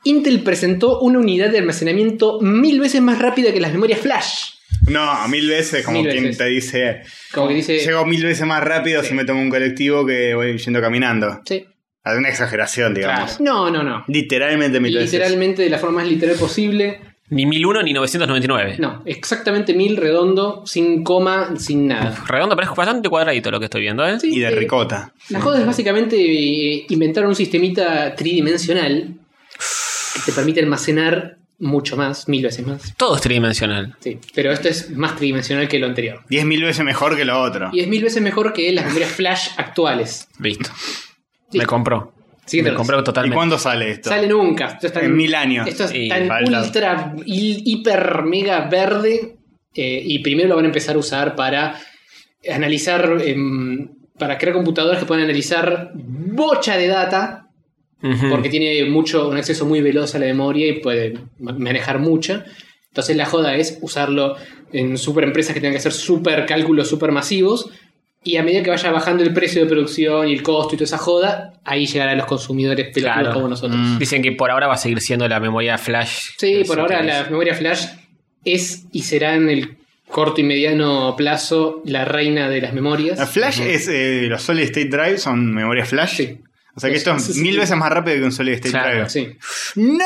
C: Intel presentó una unidad de almacenamiento mil veces más rápida que las memorias flash.
D: No, mil veces, como
C: Mil
D: quien
C: veces.
D: te dice.
C: Como que dice.
D: Llego mil veces más rápido si me tomo un colectivo que voy yendo caminando.
C: Sí.
D: Hay una exageración, digamos.
C: No, no, no.
D: Literalmente mil veces.
C: Literalmente de la forma más literal posible.
B: Ni 1001 ni 999.
C: No, exactamente mil redondo, sin coma, sin nada.
B: Redondo, pero es bastante cuadradito lo que estoy viendo, ¿eh?
C: Sí,
D: Y de
C: eh,
D: ricota.
C: Las jodas básicamente eh, inventaron un sistemita tridimensional que te permite almacenar mucho más, mil veces más.
B: Todo es tridimensional.
C: Sí, pero esto es más tridimensional que lo anterior.
D: Diez mil veces mejor que lo otro.
C: Y es mil veces mejor que las memorias flash actuales.
B: Listo.
C: Sí.
B: Me compró.
C: Siguiente
B: Me
C: noticia.
B: compró
D: ¿Y
B: totalmente.
D: cuándo sale esto?
C: Sale nunca. Esto es tan-
D: En mil años.
C: Esto es
B: Sí,
C: tan
D: falta.
C: ultra, hi- hiper, mega verde. eh, y primero lo van a empezar a usar para analizar, em, para crear computadoras que puedan analizar bocha de data,
D: Mm.
B: Ujú.
C: porque tiene mucho, un acceso muy veloz a la memoria y puede ma- manejar mucha. Entonces la joda es usarlo en super empresas que tengan que hacer super cálculos super masivos. Y a medida que vaya bajando el precio de producción y el costo y toda esa joda, ahí llegarán los consumidores pelotudos
B: Claro.
C: como nosotros.
D: Mm.
B: Dicen que por ahora va a seguir siendo la memoria flash.
C: Sí,
B: Es
C: por ahora
B: increíble.
C: la memoria flash es y será en el corto y mediano plazo la reina de las
D: La
C: memorias.
D: Flash es. eh, los Solid State Drive son memoria Flash.
C: Sí.
D: O sea que esto es
C: Sí, sí,
D: mil
C: sí.
D: veces más rápido que un Solid State
B: Claro.
D: Drive.
C: Sí.
D: ¡No,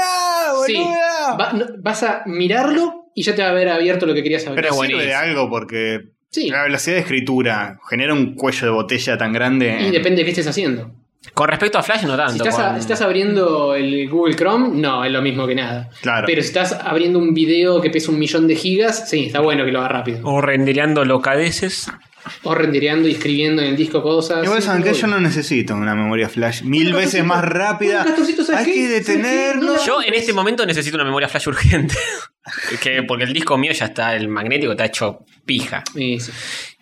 C: Sí.
D: boludo!
C: Va- no- vas a mirarlo y ya te va a haber abierto lo que querías saber.
D: Pero sirve
B: buenísimo.
D: de algo porque
C: Sí.
D: la velocidad de escritura genera un cuello de botella tan grande.
C: Y depende de qué estés haciendo.
B: Con respecto a Flash, no tanto.
C: Si estás, a-
B: con-
C: estás abriendo el Google Chrome, no, es lo mismo que nada.
D: Claro.
C: Pero si estás
D: Oh.
C: abriendo un video que pesa un millón de gigas, sí, está bueno que lo haga rápido.
B: O rendereando locadeces.
C: O rendereando y escribiendo en el disco cosas.
D: Igual
C: Sí,
D: saben que
C: voy.
D: yo no necesito una memoria flash mil
C: Bueno,
D: veces
C: Castorcito,
D: más rápida.
C: bueno, Castorcito, ¿sabes
D: Hay
C: qué?
D: que
C: ¿Sabes qué? No la-
D: detenernos.
B: Yo en este momento necesito una memoria flash urgente. [LAUGHS] que, porque el disco mío ya está, el magnético está hecho pija.
C: Eh, sí.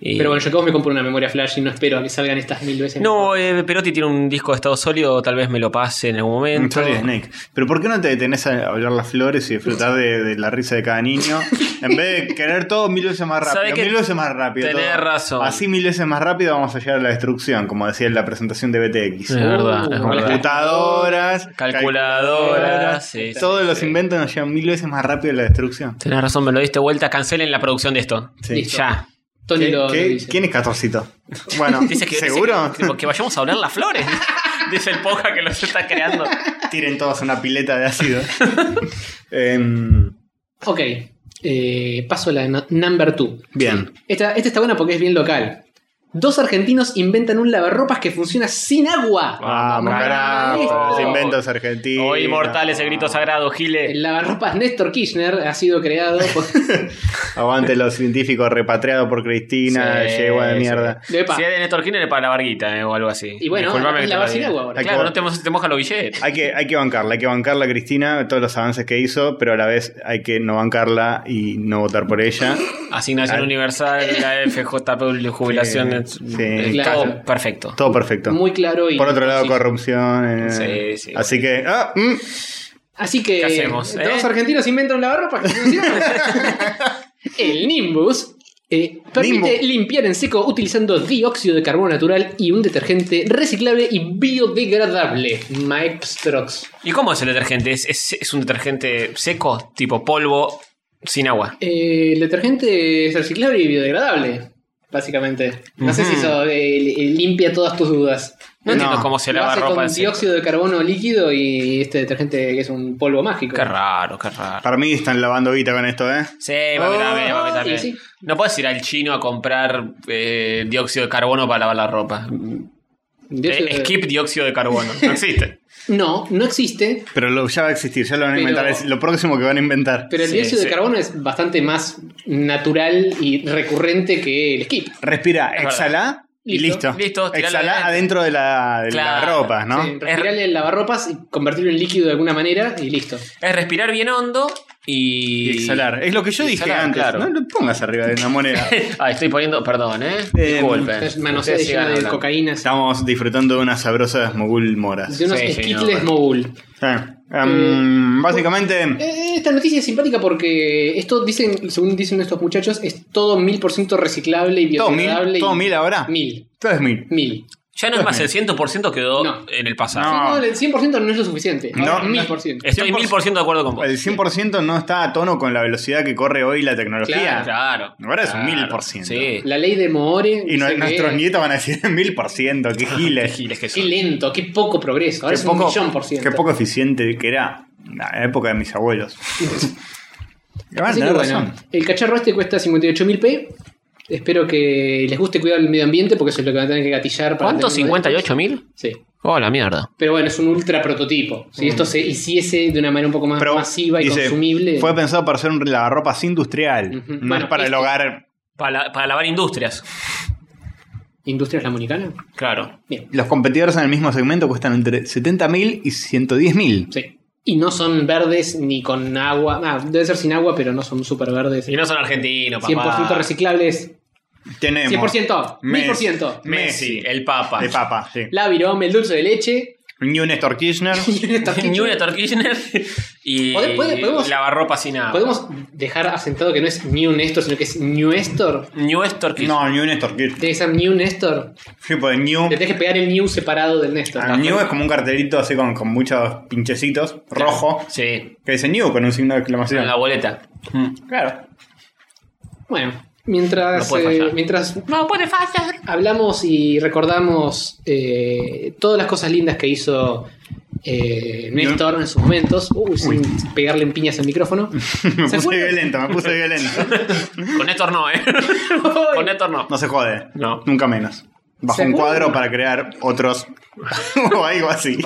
B: Y-
C: Pero bueno, yo como me compro una memoria flash y no espero a que salgan estas mil veces.
B: No, eh, Perotti tiene un disco de estado sólido, tal vez me lo pase en
C: Mm,
B: algún momento.
D: Sorry, Snake. Pero ¿por qué no te detenés a hablar las flores y disfrutar de, de la risa de cada
C: [LAUGHS]
D: niño? En vez de querer todo mil veces más
B: ¿Sabe
D: rápido.
B: que
D: Mil veces más rápido.
B: tenés
D: todo.
B: razón.
D: Así mil veces más rápido vamos a llegar a la destrucción, como decía en la presentación de BTX.
B: Es verdad, es
C: Uh,
B: verdad.
D: Con
C: la-
D: Computadoras,
B: Calculadoras, sí, sí,
D: todos los inventos nos llevan mil veces más rápido a la destrucción.
B: Tenés razón, me lo diste vuelta. Cancelen la producción de esto.
D: Sí.
C: Listo.
B: Ya.
C: Tony
D: ¿Qué-
C: lo, lo
D: qué-
C: dice.
D: ¿Quién es Catorcito?
B: [LAUGHS]
D: Bueno,
B: Dice que, dice
D: ¿seguro?
B: que- tipo, que vayamos a hablar las flores. [LAUGHS] Dice el poja que los está creando.
D: Tiren todos una pileta de ácido.
B: [LAUGHS]
D: Em,
C: Ok, eh, paso a la no- number two.
D: bien.
C: Esta, esta está buena porque es bien local. Dos argentinos inventan un lavarropas que funciona sin agua.
D: Vamos, carajo. Los inventos argentinos.
B: Hoy inmortales, el grito sagrado, Gile.
C: El lavarropas Néstor Kirchner ha sido creado
D: [LAUGHS]
C: por...
D: Aguante los científicos repatriados por Cristina,
B: Sí,
D: llegó de
B: sí.
D: mierda.
C: Epa.
B: Si es de Néstor Kirchner es para la barguita eh, o algo así.
C: Y bueno,
B: Disculpame
C: es
B: que te
C: lavar
B: lo
C: sin
B: diga.
C: agua ahora.
D: Hay que
B: Claro,
D: bo-
B: no te, mos- te mojan los billetes.
D: Hay que, hay que bancarla, hay que bancarla a Cristina, todos los avances que hizo, pero a la vez hay que no bancarla y no votar por ella.
B: Asignación
D: Claro.
B: universal,
D: [LAUGHS]
B: la FJP, jubilación.
D: Sí,
B: es-
D: sí.
B: es
C: Claro.
B: Todo perfecto.
D: Todo perfecto.
C: Muy claro y...
D: por otro lado,
C: sí.
D: corrupción. eh,
B: Sí, sí,
D: Así que. ah, mm,
C: Así que
B: ¿Qué hacemos,
C: dos
B: eh?
C: argentinos inventan un lavarropas que
D: [LAUGHS]
C: funciona sin agua. El Nimbus eh, permite
D: Nimbus.
C: limpiar en seco utilizando dióxido de carbono natural y un detergente reciclable y biodegradable. Mike Strox.
B: ¿Y cómo es el detergente? ¿Es, es, es un detergente seco, tipo polvo, sin agua?
C: Eh, el detergente es reciclable y biodegradable, básicamente. No sé si eso eh, li- limpia todas tus dudas.
B: No,
D: No,
B: entiendo cómo se
C: Lo
B: lava
C: hace
B: ropa.
C: con
B: en seco.
C: dióxido de carbono líquido y este detergente que es un polvo mágico.
B: Qué raro, qué raro.
D: para mí están lavando guita con esto, ¿eh?
B: Sí, papi, también, papi,
C: sí,
B: también.
C: Oh, sí.
B: No puedes ir al chino a comprar eh, dióxido de carbono para lavar la ropa.
C: Dióxido
B: Eh,
C: de-
B: Skip dióxido de carbono. No existe.
C: No, no existe.
D: Pero lo, ya va a existir, ya lo van a
C: Pero-
D: inventar, es lo próximo que van a inventar.
C: Pero el
B: Sí,
C: dióxido
B: sí.
C: de carbono es bastante más natural y recurrente que el skip.
D: Respira,
B: Es
D: exhala y
C: Listo.
D: listo.
B: Listo, tirala
D: exhala
B: adentro.
D: adentro de la, de
B: Claro,
D: la ropa, ¿no?
C: Sí, respirarle el lavarropas y convertirlo en líquido de alguna manera y listo.
B: Es respirar bien hondo y.
D: Y exhalar. Es lo que yo
B: y
D: dije
B: exhalar,
D: antes.
B: claro.
D: No lo pongas arriba de una moneda.
B: Ah, estoy poniendo. Perdón, ¿eh?
D: Eh,
B: Disculpen.
C: Manosea
B: Ustedes
C: llena
B: sigan
C: de
B: hablando.
C: cocaína.
D: Estamos disfrutando de unas sabrosas mogul moras.
C: De unos
B: Sí, sí, no,
C: esquitles
B: bueno.
C: mogul.
D: Ah, um, básicamente,
C: Eh, Esta noticia es simpática porque esto dicen, según dicen estos muchachos, es todo mil por ciento reciclable y
D: todo mil,
C: biodegradable.
D: todo
C: y-
D: mil ahora.
C: Mil.
D: Todo es mil.
C: Mil.
B: Ya no es más, el 100% quedó
C: No.
B: en el pasado.
D: No.
C: No, el 100% no es lo suficiente.
D: No,
C: Ahora,
D: no.
C: mil por ciento.
B: Estoy
D: 100%.
B: 1000% de acuerdo con vos.
D: El 100% no está a tono con la velocidad que corre hoy la tecnología.
B: Claro.
D: Ahora es
B: claro.
D: 1000%.
B: Sí.
C: La ley de Moore.
D: Y no-
C: dice que-
D: nuestros nietos van a decir [LAUGHS] mil por ciento, qué giles.
B: Giles que
C: Qué
B: son.
C: lento, qué poco progreso. Ahora
D: Qué
C: es un millón por ciento.
D: qué poco eficiente que era la época de mis
C: [LAUGHS]
D: abuelos. Van a
C: Así que
D: tener
C: bueno,
D: razón.
C: el cacharro este cuesta 58.000 P. Espero que les guste cuidar el medio ambiente porque eso es lo que van a tener que gatillar. Para
B: ¿Cuánto?
C: tener uno de estos.
B: ¿58 mil?
C: Sí.
B: Oh, la mierda.
C: Pero bueno, es un ultra prototipo. Si esto se hiciese de una manera un poco más
D: Pero,
C: masiva y
D: dice,
C: consumible.
D: Fue pensado para ser un lavarropas industrial,
C: Ujú.
D: no
C: Bueno, este-
D: es para el
C: esto-
D: hogar.
B: Para, la- para lavar industrias.
C: ¿Industrias la Monicana?
B: Claro.
C: Bien,
D: Los competidores en el mismo segmento cuestan entre 70.000 y 110.000.
C: sí. Y no son verdes ni con agua. Ah, debe ser sin agua, pero no son súper verdes.
B: Y no son argentinos, papá.
C: 100% reciclables.
D: Tenemos
C: 100%,
D: Messi.
C: 1000%.
B: Messi, el Papa. [LAUGHS]
D: de papa, sí.
C: La virome, el dulce de leche.
D: Ni un Néstor
C: [LAUGHS]
D: Kirchner.
C: y un esto-
B: Ni una Kirchner y
C: Pode- pode- podemos-
B: lavarropa sin agua.
C: Ah. ¿Podemos dejar asentado que no es New Néstor, sino que es New Néstor?
B: New Estor Kirchner.
D: no, ni un Néstor Kirchner.
C: Debe ser New Néstor.
D: Sí, pues New.
C: Le tenés que pegar el New separado del Néstor.
D: Ah, New es como un cartelito así con, con muchos pinchecitos, rojo,
B: Sí,
D: que dice New con un signo de exclamación.
B: en la boleta. Mm.
D: Claro.
C: Bueno, mientras,
B: No puede
C: eh,
B: fallar.
C: mientras hablamos y recordamos eh, todas las cosas lindas que hizo eh, Néstor en sus momentos, Uy, sin pegarle en piñas al micrófono.
D: [LAUGHS] me
C: ¿Se
D: puse
C: acuerdan?
D: violento, me puse
C: [LAUGHS]
D: violento.
B: Con Néstor no, ¿eh? [LAUGHS] Con Néstor no.
D: No se jode.
B: No.
D: Nunca menos. Bajo
C: ¿Se
D: un
C: acuerdan?
D: [LAUGHS] cuadro para crear otros o algo así.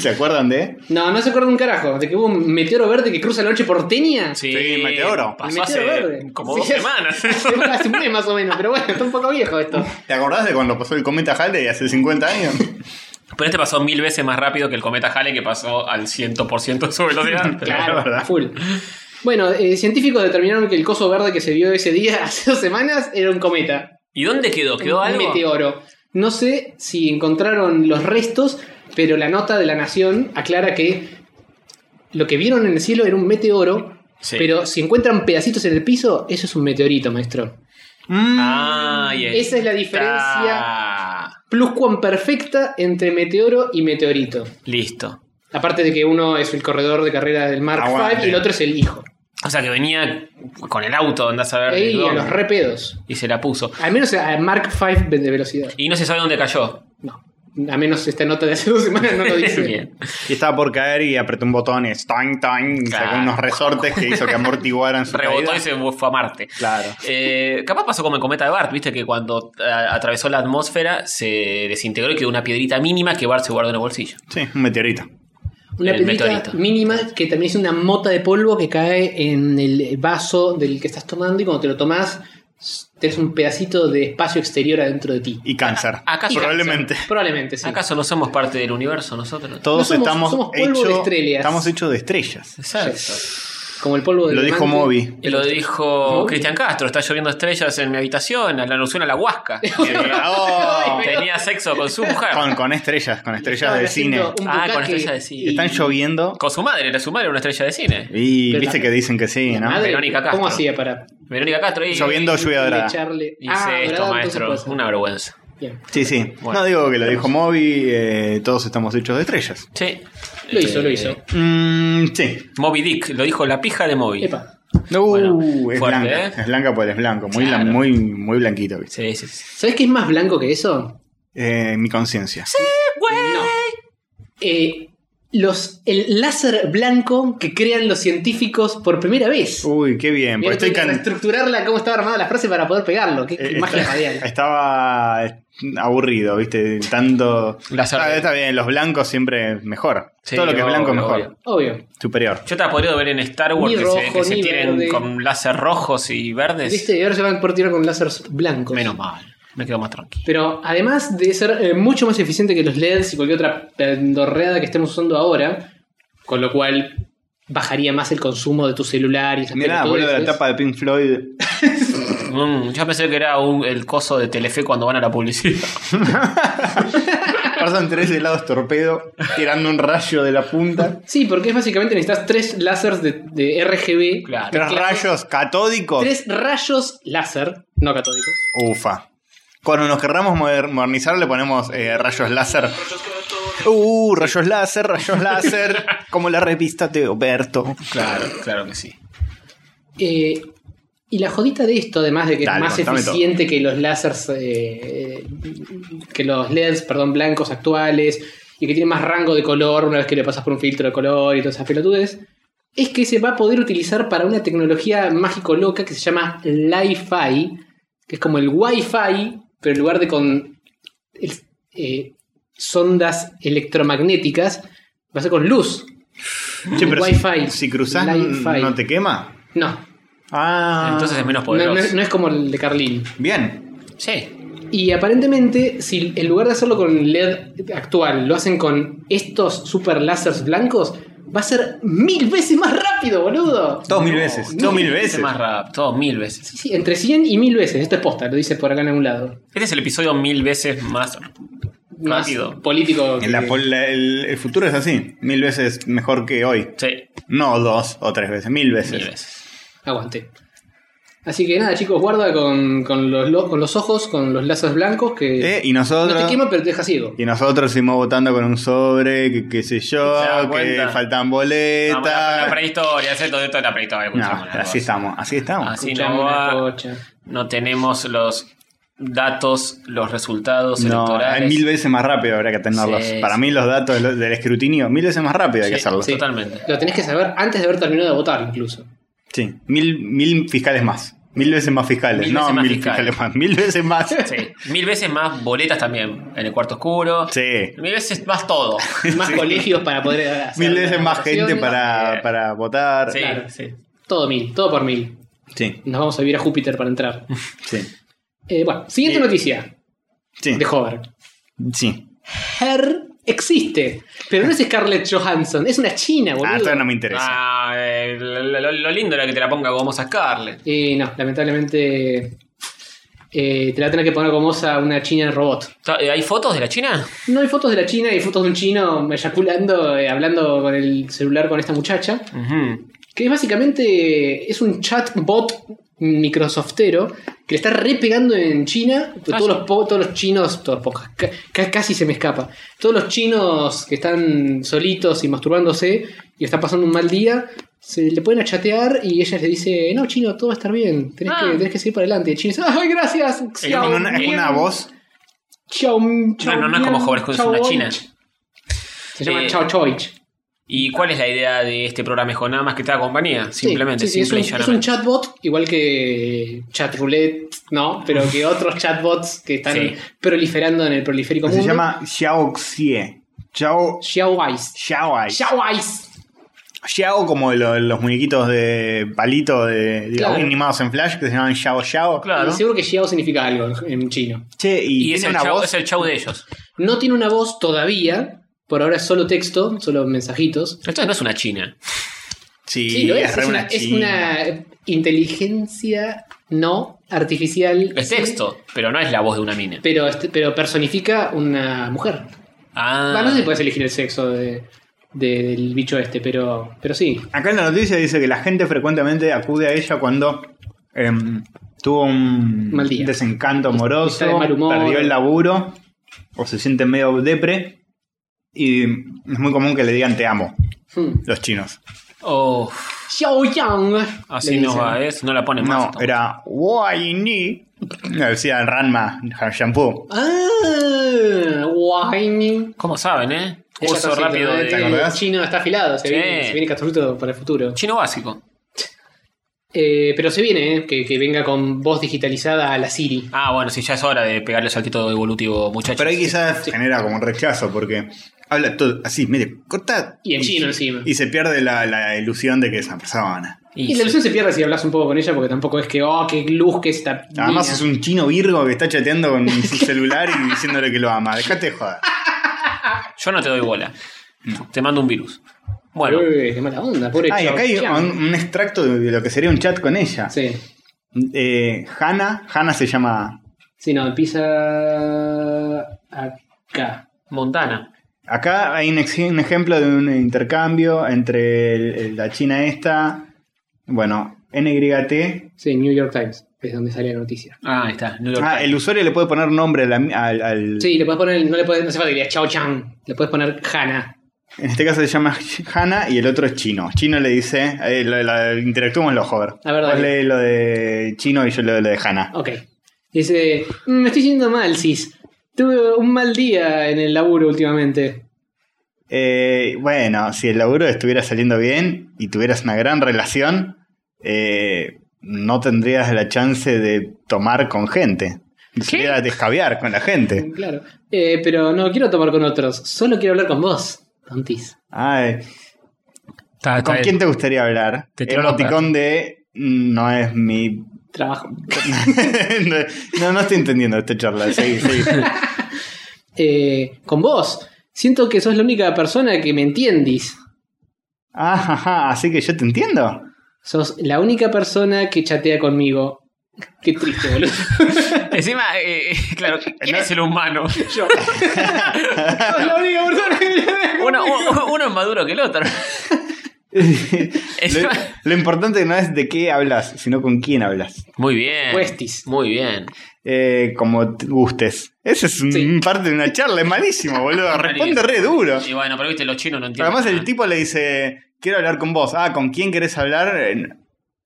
D: ¿Se acuerdan de?
C: No, no se acuerda un carajo de que hubo un meteoro verde que cruza la noche porteña.
D: Sí, meteoro.
B: Pasó hace
C: Meteoro verde.
B: como
C: Sí,
B: dos
C: hace-
B: semanas. [LAUGHS]
C: [LAUGHS] Hace un mes más o menos, pero bueno, está un poco viejo esto.
D: ¿Te acordás de cuando pasó el cometa Halley hace 50 años?
B: Pero este pasó mil veces más rápido que el cometa Halley que pasó al 100% de su [LAUGHS] velocidad.
D: Claro,
C: [LAUGHS] Claro,
D: ¿verdad?
C: full. Bueno, eh, científicos determinaron que el coso verde que se vio ese día [LAUGHS] hace dos semanas era un cometa.
B: ¿Y dónde quedó? ¿Quedó
C: un
B: algo?
C: meteoro. No sé si encontraron los restos, pero la nota de la Nación aclara que lo que vieron en el cielo era un meteoro,
B: Sí.
C: pero si encuentran pedacitos en el piso, eso es un meteorito, maestro.
B: Ah, y ahí
C: Esa es la
B: está.
C: Pluscuamperfecta entre meteoro y meteorito.
B: Listo.
C: Aparte de que uno es el corredor de carrera del Mark
D: Aguante.
C: V y el otro es el hijo.
B: O sea que venía con el auto, andás a ver. de
C: Ey, a
B: dónde.
C: los repedos.
B: y se la puso.
C: Al menos eh, a Mark V de velocidad.
B: Y no se sabe dónde cayó.
C: No. A menos esta nota de hace dos semanas no lo dice.
B: [LAUGHS] Bien.
D: [LAUGHS] Y estaba por caer y apretó un botón y ¡tang, tang! sacó
B: Claro.
D: unos resortes que hizo que amortiguaran su
B: Rebotó
D: caída.
B: y se fue a Marte.
D: Claro.
B: Eh, capaz pasó como el cometa de Bart, viste que cuando a- atravesó la atmósfera se desintegró y quedó una piedrita mínima que Bart se guardó en el bolsillo.
D: Sí, un meteorito.
C: Una
B: El
C: pedrita
B: meteorito.
C: mínima que también es una mota de polvo que cae en el vaso del que estás tomando y cuando te lo tomás tenés un pedacito de espacio exterior adentro de ti.
D: Y cáncer.
C: Ah,
B: ¿Acaso-
D: Probablemente.
C: [LAUGHS] Probablemente, sí.
B: ¿Acaso no somos parte del universo nosotros?
D: Todos
C: No somos-
D: estamos,
C: somos polvo de
D: hechos
C: estrellas.
D: estamos hechos de estrellas.
C: [LAUGHS]
B: Exacto.
C: Como el polvo del
D: Lo dijo
C: diamante.
D: Moby.
B: Y lo dijo
C: ¿No?
B: Cristian Castro, está lloviendo estrellas en mi habitación, a la alusión a la
C: [LAUGHS]
B: huasca.
D: Oh,
B: Tenía sexo con su mujer.
D: con, con estrellas, con estrellas
C: Estaban
D: de cine.
C: haciendo un
B: Ah, con
C: bucaque.
B: estrella de cine.
D: Están lloviendo.
B: Con su madre, era su madre, era una estrella de cine.
D: Y
C: Pero
D: viste
C: la-
D: que dicen que sí, ¿no?
C: Madre,
B: Verónica Castro.
C: ¿Cómo hacía para
B: Verónica Castro y
D: Lloviendo lluvia dorada.
C: echarle?
B: Hice
C: Ah,
B: esto,
C: dorada, entonces
B: maestro.
C: puede ser.
B: Una vergüenza.
C: Bien.
D: Sí, sí.
B: Bueno.
D: no digo que lo dijo Moby, eh, todos estamos hechos de estrellas.
B: Sí.
C: Lo hizo,
B: Eh,
C: lo hizo.
D: Mm, sí.
B: Moby Dick, lo dijo la pija de Moby.
C: Epa.
D: Uh, es
B: fuerte,
D: blanca.
B: ¿eh?
D: Es blanca porque es blanco. Muy,
B: Claro.
D: blan- muy, muy blanquito, ¿viste?
B: Sí, sí, sí.
C: ¿Sabés qué es más blanco que eso?
D: Eh, mi conciencia.
C: No. Eh, los, el láser blanco que crean los científicos por primera vez.
D: Uy, qué bien.
C: Mira,
D: porque estoy
C: tengo que
D: Uh, can-
C: reestructurarla, cómo estaba armada la frase para poder pegarlo. Qué, qué
D: eh,
C: magia
D: esta- [LAUGHS]
C: radial.
D: Estaba eh, aburrido, ¿viste? Tanto.
B: La
D: Está, está bien, los blancos siempre mejor.
B: Sí,
D: Todo lo que es
B: obvio,
D: blanco mejor.
B: obvio.
C: Obvio.
D: Superior.
B: Yo te la podría ver en Star Wars
C: Ni
B: que
C: rojo,
B: se, que se
C: ni
B: tienen
C: verde.
B: con láser rojos y verdes.
C: ¿Viste? Y ahora se van por tirar con láseres blancos.
B: Menos mal. Me quedo más tranquilo.
C: Pero además de ser eh, mucho más eficiente que los LEDs y cualquier otra pendorreada que estemos usando ahora, con lo cual bajaría más el consumo de tu celular y esas
D: Mirá, boludo, la
C: pelotudeces.
D: tapa de Pink
B: [LAUGHS]
D: Floyd.
B: Mm, yo pensé que era un- el coso de Telefe cuando van a la publicidad.
D: [LAUGHS] Pasan tres helados torpedo, tirando un rayo de la punta.
C: Sí, porque es básicamente necesitas tres láseres de, de RGB.
B: Claro.
D: Tres rayos catódicos.
C: Tres rayos láser, no catódicos.
D: Ufa. Cuando nos querramos moder- modernizar le ponemos eh, rayos láser. Uh, rayos láser, rayos
C: [LAUGHS]
D: láser. Como la revista de Oberto.
B: Claro, claro que sí.
C: Eh, y la jodita de esto, además de que
D: Dale,
C: es más
D: contame todo.
C: eficiente que los lásers, eh, que los LEDs, perdón, blancos actuales, y que tiene más rango de color una vez que le pasas por un filtro de color y todas esas pelotudes, es que se va a poder utilizar para una tecnología mágico loca que se llama Li-Fi, que es como el Wi-Fi, pero en lugar de con el- eh, sondas electromagnéticas, va a ser con luz.
D: Che, pero si-
C: Wi-Fi.
D: Si, cruzás,
C: Li-Fi.
D: ¿no te quema?
C: No,
D: Ah.
B: Entonces es menos
C: no, no
B: poderoso.
C: es- no es como el de Carlín.
D: Bien.
B: Sí.
C: Y aparentemente, si en lugar de hacerlo con LED actual, lo hacen con estos super láseres blancos, va a ser mil veces más rápido, boludo.
D: Dos mil veces.
C: no,
D: Dos mil
B: Ese
D: veces.
B: más rap, todo mil veces.
C: Sí, sí, entre 100 y mil veces. Esto es posta, lo dice por acá en algún lado.
B: Este es el episodio mil veces más.
C: Más
B: Rápido.
C: político.
D: En la
C: que-
D: pol- la- el, el futuro es así. Mil veces mejor que hoy.
B: Sí,
D: No dos o tres veces. Mil veces.
B: mil veces.
C: Aguante. Así que nada, chicos, guarda con, con los, lo- con los ojos, con los láseres blancos que.
D: Eh, y
C: no
D: nosotros.
C: te quema, pero te deja ciego.
D: Y nosotros seguimos votando con un sobre, que qué sé yo,
B: ¿Se dan
D: que
B: cuenta?
D: faltan
B: Vamos, la, la
D: boletas.
B: prehistoria, ese todo esto es la prehistoria.
D: No,
B: escuchamos las
D: así
B: cosas.
D: estamos, así estamos.
B: Así
C: Escuchame
B: no
C: una
B: va.
C: cocha.
B: No tenemos los datos, los resultados
D: No,
B: electorales.
D: hay mil veces más rápido habrá que tenerlos.
B: Sí,
D: Para
B: sí.
D: mí los datos de lo- del escrutinio, mil veces más rápido hay que hacerlos.
C: sí.
D: Sí.
B: Totalmente.
D: [LAUGHS]
C: Lo tenés que saber antes de haber terminado de votar, incluso.
D: Mil, mil fiscales más. Mil veces más fiscales.
B: Mil
D: no,
B: veces más
D: mil
B: fiscales.
D: fiscales más. Mil veces más.
B: Sí. Mil veces más boletas también en el cuarto oscuro.
D: Sí.
B: Mil veces más
D: [LAUGHS]
B: todo.
C: Más colegios para poder hacer
D: [LAUGHS] Mil veces más gente
C: votaciones.
D: para,
B: Bien.
D: para votar.
B: eh, Sí.
C: Claro, sí. Todo mil, todo por mil.
D: Sí,
C: Nos vamos a vivir a Júpiter para
D: [LAUGHS]
C: entrar.
D: sí.
C: Eh, bueno, siguiente noticia
D: Sí.
C: de Hover.
D: sí.
C: Her existe, pero no es Scarlett Johansson, es una china, boludo.
D: Ah, esto no me interesa.
B: Ah, eh, lo, lo- lo lindo era que te la ponga como a Scarlett.
C: Eh, no, lamentablemente eh, te la tenés que poner como a una china robot.
B: Ta- eh, ¿Hay fotos de la China?
C: No hay fotos de la china, hay fotos de un chino eyaculando, eh, hablando con el celular con esta muchacha, que es básicamente es un chatbot microsoftero que le está repegando en China. pues
B: Ah,
C: todos,
B: sí.
C: los po- todos los chinos, todos los pocas, ca- ca- casi se me escapa. Todos los chinos que están solitos y masturbándose y están pasando un mal día, se le pueden a chatear y ella le dice, no, chino, todo va a estar bien, tenés,
B: Ah.
C: que, tenés que seguir para adelante. Y el chino dice, ay, gracias.
D: Es como una, es una voz.
C: Chao,
B: No, no, no es como Hover, es una china.
C: Se llama
B: Eh,
C: Chao Choich.
B: ¿Y cuál es la idea de este programa? Es nada más que te haga compañía. Simplemente,
C: Sí, sí, sí,
B: simple y
C: es, un, es un
B: llanamente.
C: chatbot, igual que chatroulette, ¿no? Pero que otros chatbots que están
B: Sí.
C: proliferando en el proliférico
D: Se
C: mundo.
D: llama Xiao Xie. Xiao.
C: Xiaowais.
D: Xiao.
C: Xiaowais.
D: Xiao como lo- los muñequitos de palito de, de
C: Claro.
D: animados en Flash que se llaman Xiao Xiao.
B: Claro.
C: Y Seguro que Xiao significa algo en chino.
D: Che, y,
B: Y es
D: tiene
B: el,
D: una
B: chau,
D: voz.
B: es el chau de ellos.
C: No tiene una voz todavía. Por ahora es solo texto, solo mensajitos.
B: Esto no es una China.
D: Sí,
C: Sí, lo es.
D: es,
C: Es
D: re
C: una,
D: una
C: es
D: china.
C: una inteligencia no artificial.
B: Es texto, pero no es la voz de una mina.
C: Pero, este- pero personifica una mujer.
B: Ah,
C: Bueno, no sé si puedes elegir el sexo de- de- del bicho este, pero, pero sí.
D: Acá en la noticia dice que la gente frecuentemente acude a ella cuando em, tuvo un
C: Mal día.
D: desencanto amoroso,
C: Está de mal humor.
D: perdió el laburo o se siente medio depre. Y es muy común que le digan te amo
C: Hmm.
D: los chinos.
B: Oh,
C: Xiao Yang.
B: así
C: le
B: no
C: dicen.
B: va, ¿eh? No la ponen más.
D: No,
B: tampoco.
D: era Wai Ni. Le decía Ranma, shampoo.
C: Ah, guay.
B: ¿Cómo saben, eh?
C: Ella
B: Curso
C: está
B: rápido de
C: haciendo-
D: ¿te acordás?
C: El chino está afilado, se
B: Sí.
C: viene, se viene Castruto para el futuro.
B: chino básico.
C: Eh, pero se viene, eh, que, que venga con voz digitalizada a la Siri.
B: Ah, bueno, sí, ya es hora de pegarle el saltito evolutivo, muchachos.
D: Pero ahí quizás
C: Sí.
D: genera como un rechazo porque habla todo así, medio corta.
C: Y en chino encima.
D: Y se pierde la, la ilusión de que es una persona.
C: Y
B: Y
C: la
B: sí.
C: ilusión se pierde si hablas un poco con ella, porque tampoco es que, oh, qué luz que está.
D: Además es un chino virgo que está chateando con su celular y diciéndole que lo ama. Dejate de joder.
B: Yo no te doy bola. Te mando un virus. Bueno,
C: qué mala onda, pobre
D: Ah, y
C: Xiao
D: acá hay
C: Yang.
D: un, un extracto de lo que sería un chat con ella.
C: Sí.
D: Eh, Hannah, Hannah se llama.
C: Sí, no, empieza acá.
B: Montana.
D: Acá hay un, ex- un ejemplo de un intercambio entre el- el- la China esta, bueno, NYT.
C: Sí, New York Times, es donde sale la noticia.
B: Ah, ahí está. New York
D: Ah,
B: Times.
D: el usuario le puede poner nombre a la- al, al-
C: Sí, le puedes poner, no le puedes, no se falta que digas Chao Chang, le puedes poner Hannah.
D: En este caso se llama Hannah y el otro es chino. Chino le dice. Eh, la, la- interactuamos en los hover.
C: A ver,
D: Vos
C: dale.
D: lees lo de chino y yo leo lo de Hannah.
C: Ok. Dice, "Mm, me estoy yendo mal, sis. Tuve un mal día en el laburo últimamente.
D: Eh, bueno, si el laburo estuviera saliendo bien y tuvieras una gran relación, eh, no tendrías la chance de tomar con gente. Ni siquiera de escabiar con la gente.
C: Claro. Eh, pero no quiero tomar con otros, solo quiero hablar con vos, tontis.
D: Ay,
B: Está- está
D: ¿Con
B: bien.
D: quién te gustaría hablar?
B: Te tiró la
D: Emoticón de mm, no es mi. [LAUGHS]
C: Trabajo.
D: no, no estoy entendiendo esta charla. Seguí, seguí.
C: Eh, con vos. Siento que sos la única persona que me entiendís.
D: Ah, ajá, así que yo te entiendo.
C: Sos la única persona que chatea conmigo. Qué triste, boludo.
B: [LAUGHS] Encima, eh, claro, ¿quién es el
D: [LAUGHS]
B: humano? [LAUGHS]
C: Yo. Sos la única persona que me chatea
B: Uno, uno- uno es maduro que el
D: [LAUGHS]
B: otro.
D: lo, [LAUGHS] lo importante no es de qué hablas, sino con quién hablas.
B: Muy bien.
C: Cuestis.
B: Muy bien.
D: Eh, como te gustes. Ese es un-
C: Sí.
D: parte de una charla, es malísimo, boludo. Responde re duro.
B: Y bueno, pero viste, los chinos no entienden.
D: Además, el
B: nada.
D: tipo le dice: Quiero hablar con vos. Ah, ¿con quién querés hablar? Eh,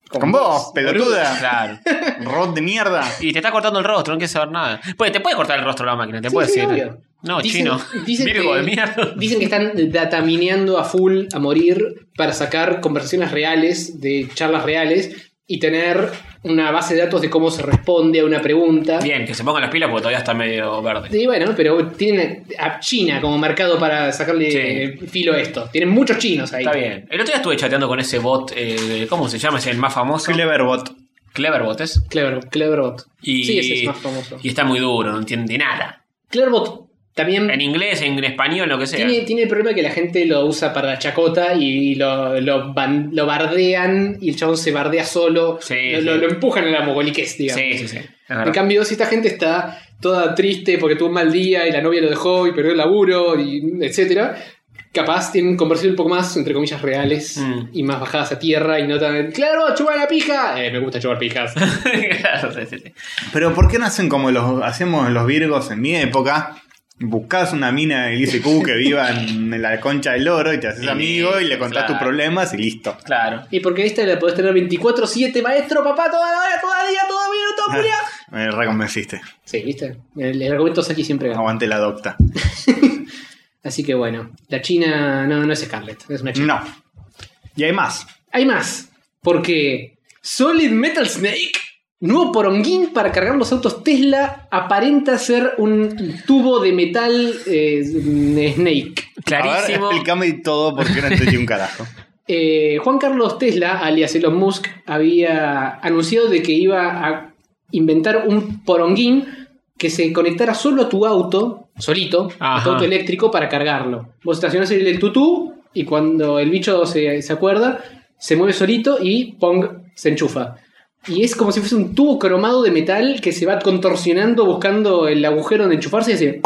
D: Con,
C: Con
D: vos,
C: vos,
D: pelotuda.
B: Claro.
D: [LAUGHS] Rod de mierda.
B: Y te está cortando el rostro, no quieres saber nada. Pues te puede cortar el rostro la máquina, te
C: Sí,
B: puede
C: sí,
B: decir. ¿eh?
C: obvio.
B: No,
C: Dicen-
B: chino. [LAUGHS]
C: dicen
B: Virgo
C: que-
B: de mierda.
C: Dicen que están datamineando a full, a morir, para sacar conversaciones reales, de charlas reales, y tener una base de datos de cómo se responde a una pregunta.
B: Bien, que se pongan las pilas porque todavía está medio verde.
C: Y bueno, pero tienen a China como mercado para sacarle
B: Sí.
C: eh, filo a esto. Tienen muchos chinos ahí.
B: Está bien. El otro día estuve chateando con ese bot, eh, ¿cómo se llama? Es el más famoso.
D: Cleverbot.
B: Cleverbot es.
C: Clever, Cleverbot.
B: Y,
C: Sí, ese es más famoso.
B: Y está muy duro, no entiende nada.
C: Cleverbot también
B: En inglés, en español, lo que sea.
C: Mm. tiene, tiene el problema que la gente lo usa para la chacota y lo, lo, ban- lo bardean y el chabón se bardea solo.
B: Sí,
C: lo,
B: sí.
C: lo- lo empujan a la mogoliquez, digamos.
B: sí, sí, sí. Es
C: En
B: verdad.
C: cambio, si esta gente está toda triste porque tuvo un mal día y la novia lo dejó y perdió el laburo, y etcétera, capaz tienen conversaciones un poco más, entre comillas, reales
B: Mm.
C: y más bajadas a tierra y no tan. ¡Claro, chupar la pija! Eh, me gusta
B: [LAUGHS]
C: chupar
B: [LAUGHS]
C: pijas.
B: Claro, sí, sí, sí.
D: Pero ¿por qué no hacen como los hacemos los virgos en mi época? Buscás una mina del ICQ que viva en la concha del oro y te haces
B: Sí,
D: amigo y le contás
B: claro.
D: tus problemas y listo.
B: Claro.
C: y porque esta la podés tener 24-7, maestro, papá, toda la hora, todo el día, todo minuto,
B: Ah.
C: culiao.
D: [LAUGHS] Me reconvenciste.
C: Sí, viste. El, el argumento Saki siempre gana.
D: Aguante la adopta.
C: Así que bueno, la China no, no es Scarlett, es una China.
D: No. Y hay más.
C: Hay más, porque Solid Metal Snake, nuevo poronguín para cargar los autos Tesla, aparenta ser un tubo de metal eh, Snake.
B: Clarísimo.
D: A ver, explícame todo porque no entendí un carajo.
C: Eh, Juan Carlos Tesla, alias Elon Musk, había anunciado de que iba a inventar un poronguín que se conectara solo a tu auto, solito, a
B: Ajá.
C: tu auto eléctrico para cargarlo. Vos estacionás el tutú y cuando el bicho se, se acuerda, se mueve solito y pong, se enchufa. Y es como si fuese un tubo cromado de metal que se va contorsionando buscando el agujero donde enchufarse y hace...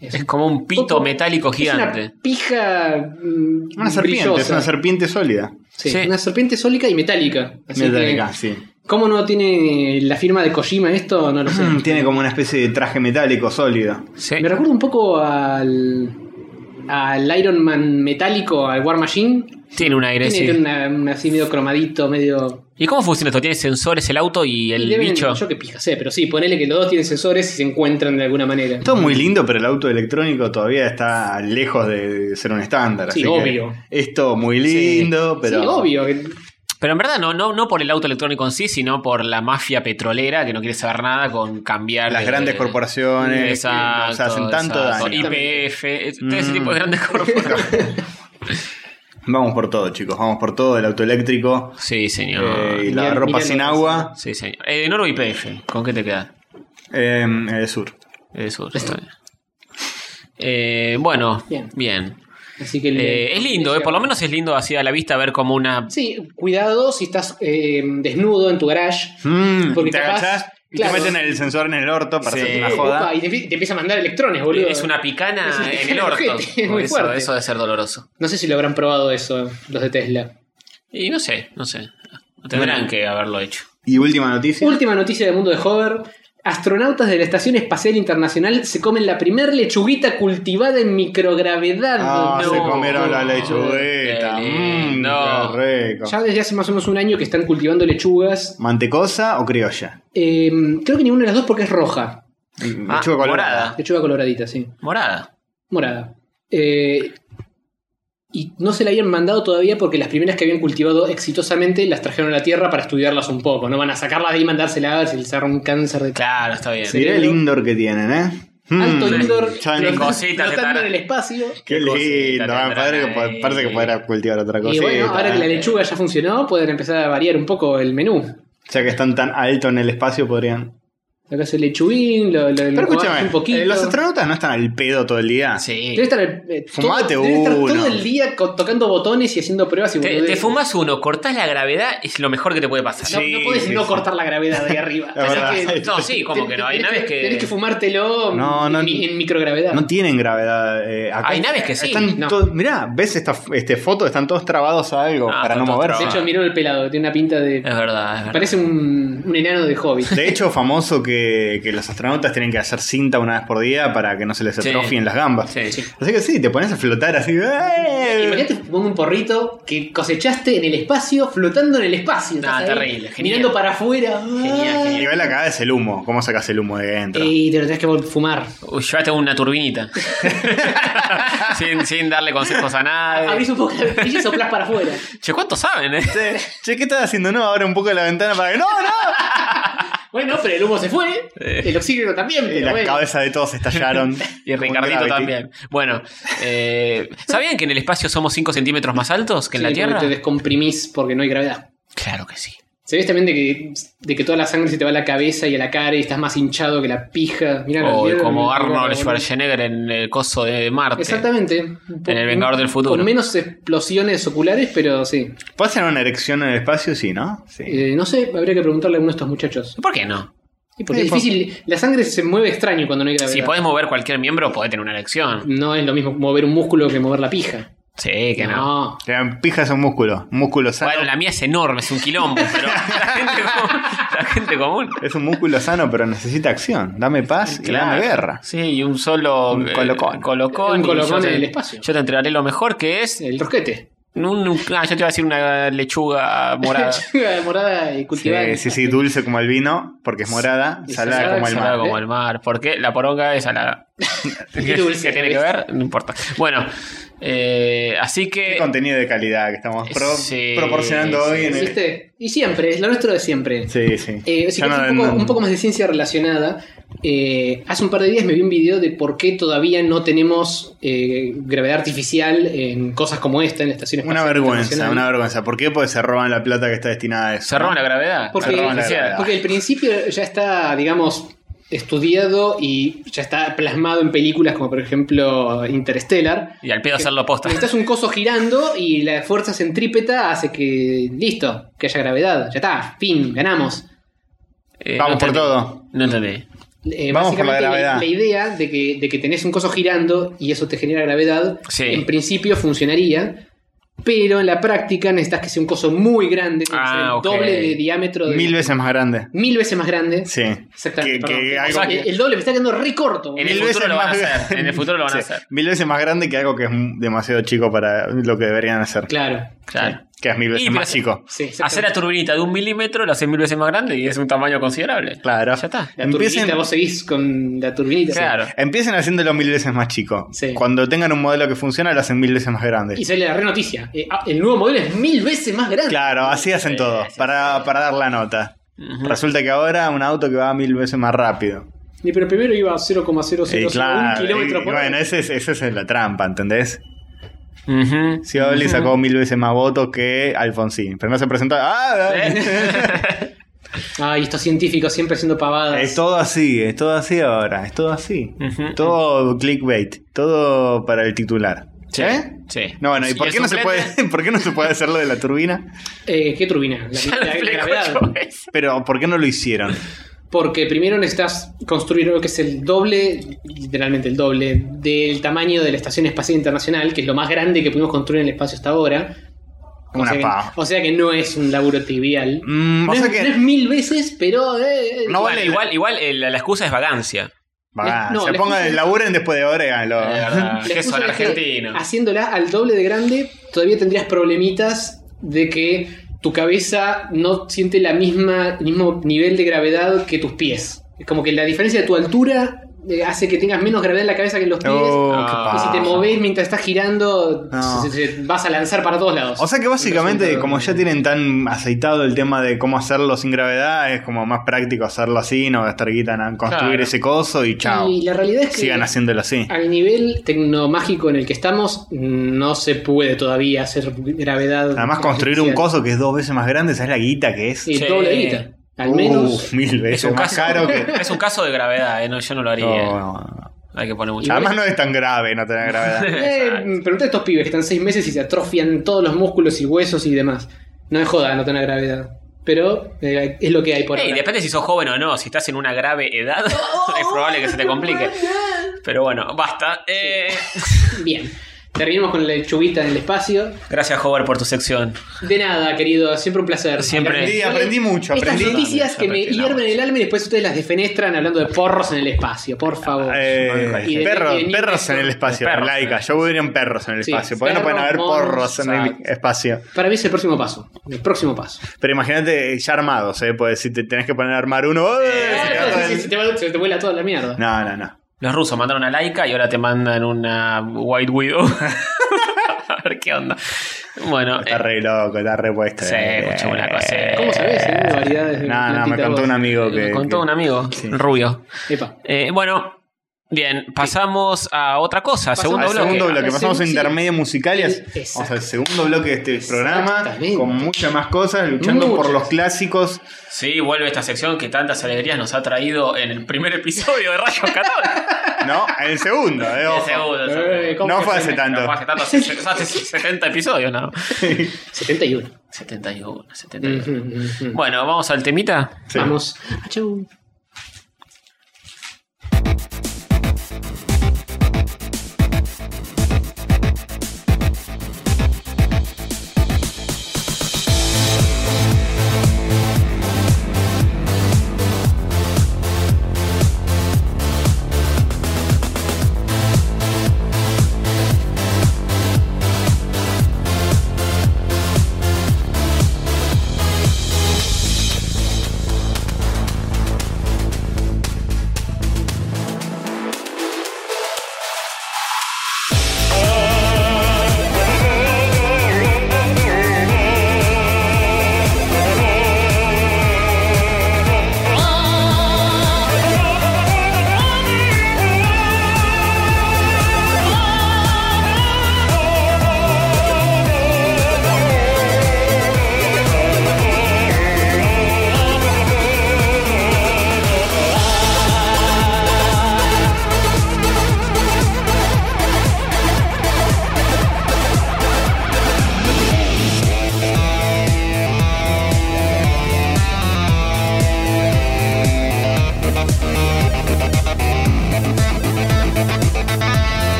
C: Es
B: Es como un pito
C: Poco-
B: metálico
C: es
B: gigante.
C: una pija mm,
D: Una serpiente, es
C: brillosa.
D: una serpiente sólida.
C: Sí,
B: Sí.
C: una serpiente sólica y metálica. Así
D: Metálica,
C: que,
D: sí.
C: ¿Cómo no tiene la firma de Kojima esto? No lo
D: [CLEARS THROAT]
C: sé.
B: Eh.
D: Tiene como una especie de traje metálico sólido.
B: Sí.
C: Me recuerda un poco al, al Iron Man metálico, al War Machine.
B: Tiene un aire,
C: Tiene
B: Eh, sí.
C: una- un así medio cromadito, medio...
B: ¿Y cómo funciona esto? ¿Tiene sensores el auto y el
C: Deben-
B: bicho?
C: Yo que pija sé, pero sí, ponele que los dos tienen sensores y se encuentran de alguna manera.
D: Todo muy lindo, pero el auto electrónico todavía está lejos de ser un estándar.
C: Sí,
D: así que
C: obvio.
D: Esto muy lindo, pero.
C: Sí, obvio. que-
B: Pero en verdad no, no, no por el auto electrónico en sí, sino por la mafia petrolera que no quiere saber nada con cambiar.
D: Las
B: de-
C: Eh,
D: grandes corporaciones.
B: Exacto,
D: o sea, hacen tanto
B: exacto.
D: daño. [LAUGHS]
B: YPF, es- eh, todo ese
D: Mm.
B: tipo de
D: [LAUGHS]
B: grandes corporaciones.
D: Vamos por todo, chicos. Vamos por todo. El auto eléctrico.
B: sí, señor.
D: eh, y la
C: Mirá-
D: ropa
C: mirá
D: sin
C: lo que
D: agua.
B: Sí, señor. Eh, Noro YPF, ¿con qué te queda?
D: Eh, el sur.
B: Eh, sur, está bien. Eh, bueno,
C: Bien.
B: bien.
C: Así que le-
B: Eh, es lindo, eh, por lo menos es lindo así a la vista ver como una.
C: Sí, cuidado si estás eh, desnudo en tu garage.
D: Mm,
C: Porque
D: te
C: capaz-
D: agachás y
C: claro.
D: te meten el sensor en el orto para
B: Sí.
D: hacerte una joda.
C: Opa, y te, empie- te empieza a mandar electrones, boludo.
B: Es una picana
C: Es una
B: en el
C: picana
B: orto.
C: ojete, es muy
B: eso,
C: fuerte.
B: eso debe ser doloroso.
C: No sé si lo habrán probado eso, los de Tesla.
B: Y no sé, no sé. Tendrán
D: Bueno.
B: que haberlo hecho.
D: Y última noticia.
C: Última noticia del mundo de Hover. Astronautas de la Estación Espacial Internacional se comen la primer lechuguita cultivada en microgravedad.
D: Ah,
B: No.
D: se comieron la
B: Qué
D: lechugueta. Mm,
B: lindo.
D: qué rico.
C: Ya desde hace más o menos un año que están cultivando lechugas.
D: ¿Mantecosa o criolla?
C: Eh, creo que ninguna de las dos porque es roja.
B: Ah,
D: Lechuga colorada.
B: morada.
C: Lechuga coloradita, sí.
B: Morada.
C: Morada. Eh, y no se la habían mandado todavía porque las primeras que habían cultivado exitosamente las trajeron a la Tierra para estudiarlas un poco. No van a sacarlas de ahí y mandársela a ver si les agarra un cáncer de
B: Claro, está bien.
C: Sí.
D: Mirá el indoor que tienen, ¿eh? Mm,
C: Alto indoor,
D: ya
B: Qué
D: no-
B: cosa. cositas que
C: flotando en
B: estarán.
C: el espacio.
D: Qué
B: cosita
D: lindo,
B: que
D: ah,
B: tendrán
D: padre que
B: ahí.
D: po- parece que podrá cultivar otra
C: Y
D: cosita.
C: bueno, ahora que la lechuga ya funcionó, pueden empezar a variar un poco el menú.
D: Ya que están tan alto en el espacio, podrían.
C: Acá el lechuguín, lo, lo,
D: Pero
C: lo cobijas
D: escúchame,
C: un poquito.
D: eh, los astronautas no están al pedo todo el día.
B: Sí.
C: Debe estar, eh, todo-
D: Fumate
C: debe estar todo
D: uno.
C: el día co- tocando botones y haciendo pruebas y
B: Te, te
C: boludeces.
B: fumas uno, cortás la gravedad, es lo mejor que te puede pasar.
C: No,
D: Sí,
C: no podés
D: sí,
C: no
D: sí.
C: cortar la gravedad de ahí arriba.
D: [LAUGHS] La verdad.
C: Tenés que-
B: No, sí, como que no. Hay
C: tenés
B: naves que.
C: Tenés que fumártelo
D: No, no,
C: en, en microgravedad.
D: No tienen gravedad. eh, acá-
B: Hay naves que sí.
D: Están
C: no.
D: to- mirá, ves esta este foto, están todos trabados a algo
B: Ah,
D: para no
B: están todos
D: moverse.
C: de hecho, miró el pelado, tiene una pinta de.
B: Es verdad, es verdad.
D: [LAUGHS]
C: Parece un, un enano de hobbit.
D: De hecho, famoso que que, que los astronautas tienen que hacer cinta una vez por día para que no se les
B: Sí.
D: atrofien las gambas.
B: Sí, sí.
D: Así que sí, te pones a flotar así. ¡eh!
B: [LAUGHS]
C: Imagínate fumando un porrito que cosechaste en el espacio, flotando en el espacio.
B: Nah,
C: Estás ahí
B: terrible, genial.
C: Mirando para afuera. Ah.
B: Genial,
D: Y
B: genial.
D: ve la cabeza el humo. ¿Cómo sacas el humo de adentro?
C: Y te lo tenés que fumar.
B: Uy, llévate una
C: [LAUGHS]
B: turbinita. sin, sin darle consejos a
C: Abrís
B: nadie.
C: un poco la ventilla y soplás
B: [LAUGHS]
C: para afuera.
B: Che, ¿cuántos saben, eh?
D: Che, che, ¿qué estás haciendo? No, abre un poco la ventana para que. ¡No,
B: [LAUGHS]
D: no!
C: Bueno, pero el humo se fue.
B: Eh.
C: El oxígeno también.
D: Y
C: Pero
D: las
C: bueno.
D: cabezas de todos estallaron.
B: [LAUGHS] Y Ricardito
D: Gravity.
B: también. Bueno, eh, ¿sabían que en el espacio somos 5 centímetros más altos que en
C: Sí,
B: la
C: porque
B: Tierra?
C: Te descomprimís porque no hay gravedad.
B: Claro que sí.
C: ¿Sabés también de que, de que toda la sangre se te va a la cabeza y a la cara y estás más hinchado que la pija? Mirá, la-
B: O
C: mirá la-
B: como
C: mirá la-
B: Arnold
C: boludo.
B: Schwarzenegger en el coso de Marte.
C: Exactamente.
B: En el Vengador del Futuro.
C: Con menos explosiones oculares, pero sí.
D: ¿Puedes tener una erección en el espacio? Sí, ¿no? Sí.
C: Eh, no sé, habría que preguntarle a uno de estos muchachos.
B: ¿Por qué no?
C: Sí, porque
D: Sí,
C: es difícil. La sangre se mueve extraño cuando no hay gravedad.
B: Si podés mover cualquier miembro, podés tener una elección.
C: No es lo mismo mover un músculo que mover la pija.
B: Sí, que no.
D: Te dan pijas a un músculo. Un músculo sano.
B: Bueno, la mía es enorme, es un quilombo, pero la gente, común- la gente común.
D: Es un músculo sano, pero necesita acción. Dame paz y dame guerra.
B: Sí, y un solo
D: Un
B: eh,
D: colocón.
B: colocón
C: Un
B: y
C: colocón
B: yo te-
C: en el espacio.
B: Yo te entregaré lo mejor que es eh,
C: El rosquete.
B: un, un- ah, yo te iba a decir una lechuga
C: [LAUGHS]
B: morada.
C: Llega morada y cultivada.
D: Sí, sí, sí, dulce como el vino, porque es morada,
C: Y
D: salada
C: salada
D: como el
B: Salada
D: mar.
B: como el mar. Porque la poronga es salada.
C: Y dulce,
B: ¿Qué tiene que ver? No importa. Bueno, eh, así
D: Qué
B: que.
D: contenido de calidad que estamos pro-
B: Sí,
D: proporcionando
B: sí,
D: hoy en el...
C: ¿Viste? Y siempre, es lo nuestro de siempre.
D: eh. Sí, sí.
C: Eh, si
D: Ya no-
C: querés un, poco,
D: no-
C: un poco más de ciencia relacionada, eh, hace un par de días me vi un video de por qué todavía no tenemos eh, gravedad artificial en cosas como esta, en la estación espacial.
D: Una vergüenza,
C: internacional.
D: una vergüenza. ¿Por qué? Porque se roban la plata que está destinada a eso.
B: Se roban la gravedad.
C: Porque,
B: Se roban la
D: artificial.
B: gravedad.
C: porque el principio ya está, digamos, estudiado y ya está plasmado en películas como por ejemplo Interstellar.
B: Y al pedo hacerlo posta.
C: Necesitas un coso girando y la fuerza centrípeta hace que, listo, que haya gravedad. Ya está, fin, ganamos.
B: Eh,
D: Vamos por
B: entendí.
D: todo.
B: No entendí.
C: Eh,
D: Vamos por la
C: básicamente la,
D: gravedad.
C: la idea de que, de que tenés un coso girando y eso te genera gravedad,
B: Sí.
C: en principio funcionaría, pero en la práctica necesitas que sea un coso muy grande, que
B: Ah,
C: sea el
B: ok.
C: doble de diámetro, de-
D: Mil veces más grande.
C: mil veces más grande.
D: Sí.
C: Exactamente.
D: Que- que
C: perdón.
D: algo-
C: O sea, el, el doble me está quedando re corto.
B: En el futuro lo van a hacer, en el futuro lo van a
D: Sí,
B: hacer.
D: Mil veces más grande que algo que es demasiado chico para lo que deberían hacer.
C: Claro.
B: Claro.
D: Sí, Que es mil veces
B: pero
D: más
B: se-
D: chico.
C: Sí, exactamente.
B: Hacer la turbinita de un milímetro, la haces mil veces más grande y es un tamaño considerable.
D: Claro.
B: Ya está.
C: La
D: Empiecen-
C: turbinita, vos seguís con la turbinita.
B: Claro.
D: Empiecen haciéndolo mil veces más chico.
C: Sí.
D: Cuando tengan un modelo que funciona, lo hacen mil veces más grande.
C: Y sale la re noticia. Eh, ah, el nuevo modelo es mil veces más grande.
D: Claro, así hacen todo, para, para dar la nota. Resulta que ahora un auto que va mil veces más rápido.
C: Y pero primero iba a 0,001
D: Y claro,
C: kilómetro
D: y
C: por
D: bueno,
C: hora.
D: esa es, esa es la trampa, ¿entendés?
B: Ujú.
C: [LAUGHS]
D: Si Oli sacó mil veces más votos que Alfonsín, pero no se presentó. ¡Ah!
C: Ay, estos científicos siempre haciendo
D: [LAUGHS]
C: pavadas.
D: Es todo así, es todo así ahora, es todo así.
B: Ujú.
D: Todo clickbait, todo para el titular.
B: Sí,
D: ¿Eh?
B: sí.
D: No, bueno, ¿y
B: Sí,
D: por
B: el
D: qué, no se
B: suplente-
D: puede, [LAUGHS] por qué no se puede hacer lo de la turbina?
C: Eh, ¿Qué turbina?
B: [LAUGHS]
C: La,
B: Ya lo
C: la- la
B: explico
C: gravedad.
B: yo eso.
D: Pero ¿por qué no lo hicieron?
C: Porque primero necesitas construir lo que es el doble, literalmente el doble, del tamaño de la Estación Espacial Internacional, que es lo más grande que pudimos construir en el espacio hasta ahora. O
D: Una
C: sea que-
D: paja.
C: o sea que no es un laburo trivial.
D: Mm,
C: no,
D: o sea
C: es,
D: que-
C: no es mil veces, pero. eh, eh,
D: No
B: Igual,
D: vale-
B: igual, igual, eh, la, la excusa es vagancia.
D: Va,
C: No,
D: se
C: les
D: pongan,
C: puse-
D: laburen después de ahora y háganlo.
B: Eh, La verdad,
C: la
B: que
C: excusa
B: son
C: es que
B: argentinos.
C: Haciéndola al doble de grande, todavía tendrías problemitas de que tu cabeza no siente la misma, el mismo nivel de gravedad que tus pies. Es como que la diferencia de tu altura eh, hace que tengas menos gravedad en la cabeza que en los pies.
D: Oh,
B: Ah.
D: qué
C: Y
D: paja.
C: si te movés mientras estás girando,
D: No.
C: se- se- se- vas a lanzar para todos lados.
D: O sea que básicamente,
C: Entonces,
D: como ya tienen tan aceitado el tema de cómo hacerlo sin gravedad, es como más práctico hacerlo así, no gastar guita en construir
B: Claro.
D: ese coso y chao.
C: Y la realidad es que
D: Sigan haciéndolo así.
C: al nivel tecnomágico en el que estamos, no se puede todavía hacer gravedad.
D: Además, construir un
C: artificial.
D: coso que es dos veces más grande, ¿sabes la guita que es?
C: Y
B: Sí.
C: el doble de guita. Al menos. eh,
D: Uf, mil
B: Es
D: veces
B: un,
D: más
B: caso,
D: caro que.
B: [LAUGHS] es un caso de gravedad, eh, no, yo no lo haría.
D: No, no, no.
B: Hay que poner mucho.
D: Además, no es tan grave no tener
C: [LAUGHS]
D: gravedad.
C: Eh, pregunta a estos pibes que están seis meses y se atrofian todos los músculos y huesos y demás. No es joda, no tener gravedad. Pero eh, es lo que hay por
B: Ey,
C: ahora.
B: depende si sos joven o no. Si estás en una grave edad,
C: Oh,
B: [LAUGHS] es probable que se te complique. Pero bueno, basta. Eh,
C: Bien. Terminamos con la lechuguita en el espacio.
B: Gracias, Howard, por tu sección.
C: De nada, querido, siempre un placer.
B: Siempre.
D: Aprendí,
C: Son
D: aprendí mucho.
C: Estas
D: Aprendí.
C: noticias que me
D: Aprendí, no.
C: hierven el alma y después ustedes las defenestran hablando de porros en el espacio, por favor.
D: Eh,
C: Y de-
D: perros,
C: y de-
D: perros en el espacio,
B: Perros.
D: laica. Yo voy a ir en perros en el
C: Sí,
D: espacio. ¿Por qué no pueden haber
C: perros,
D: porros en el
C: monstruos.
D: espacio?
C: Para mí es el próximo paso. El próximo paso.
D: Pero imagínate eh, ya armados, ¿eh? Pues si te tenés que poner a armar uno. ¡eh! Se te va todo
C: [LAUGHS] Sí, sí,
D: el-
C: se, te va- se te vuela toda la mierda.
D: No, no, no.
B: Los rusos mandaron a Laika y ahora te mandan una White Widow. [LAUGHS] a ver qué onda. Bueno,
D: Está
B: eh,
D: re loco, está re puesto.
B: Sí,
D: eh.
B: escuchame una cosa, eh.
C: ¿Cómo sabés, eh? de variedades de
D: No, no, me
C: plantita
D: contó
C: vos.
D: un amigo que.
B: contó
D: que-
B: un amigo,
D: Sí.
B: rubio.
C: Epa.
B: Eh, bueno, bien, pasamos a otra cosa,
C: Pasamos
B: segundo
D: Al
B: bloque.
D: segundo bloque, pasamos a
C: Sí. Eh,
D: intermedio musical y as-
C: Exacto.
D: vamos al segundo bloque de este programa
C: Exactamente.
D: con muchas más cosas, luchando por
C: Muchas.
D: los clásicos.
B: Sí, vuelve esta sección que tantas alegrías nos ha traído en el primer episodio de Rayos Católicos.
D: No, el segundo,
B: [LAUGHS]
D: eh,
B: De
D: ojo.
B: seguro,
C: Eh,
B: seguro.
C: ¿cómo
D: No
C: que
D: fue
C: se
D: hace
C: me-
D: tanto.
B: No, fue hace tanto, hace, hace 70 episodios, ¿no?
C: 71.
B: 71, 71.
C: Ujú, ujú, ujú.
B: Bueno, vamos al temita.
D: Sí.
C: Vamos.
B: Ah,
C: Achau.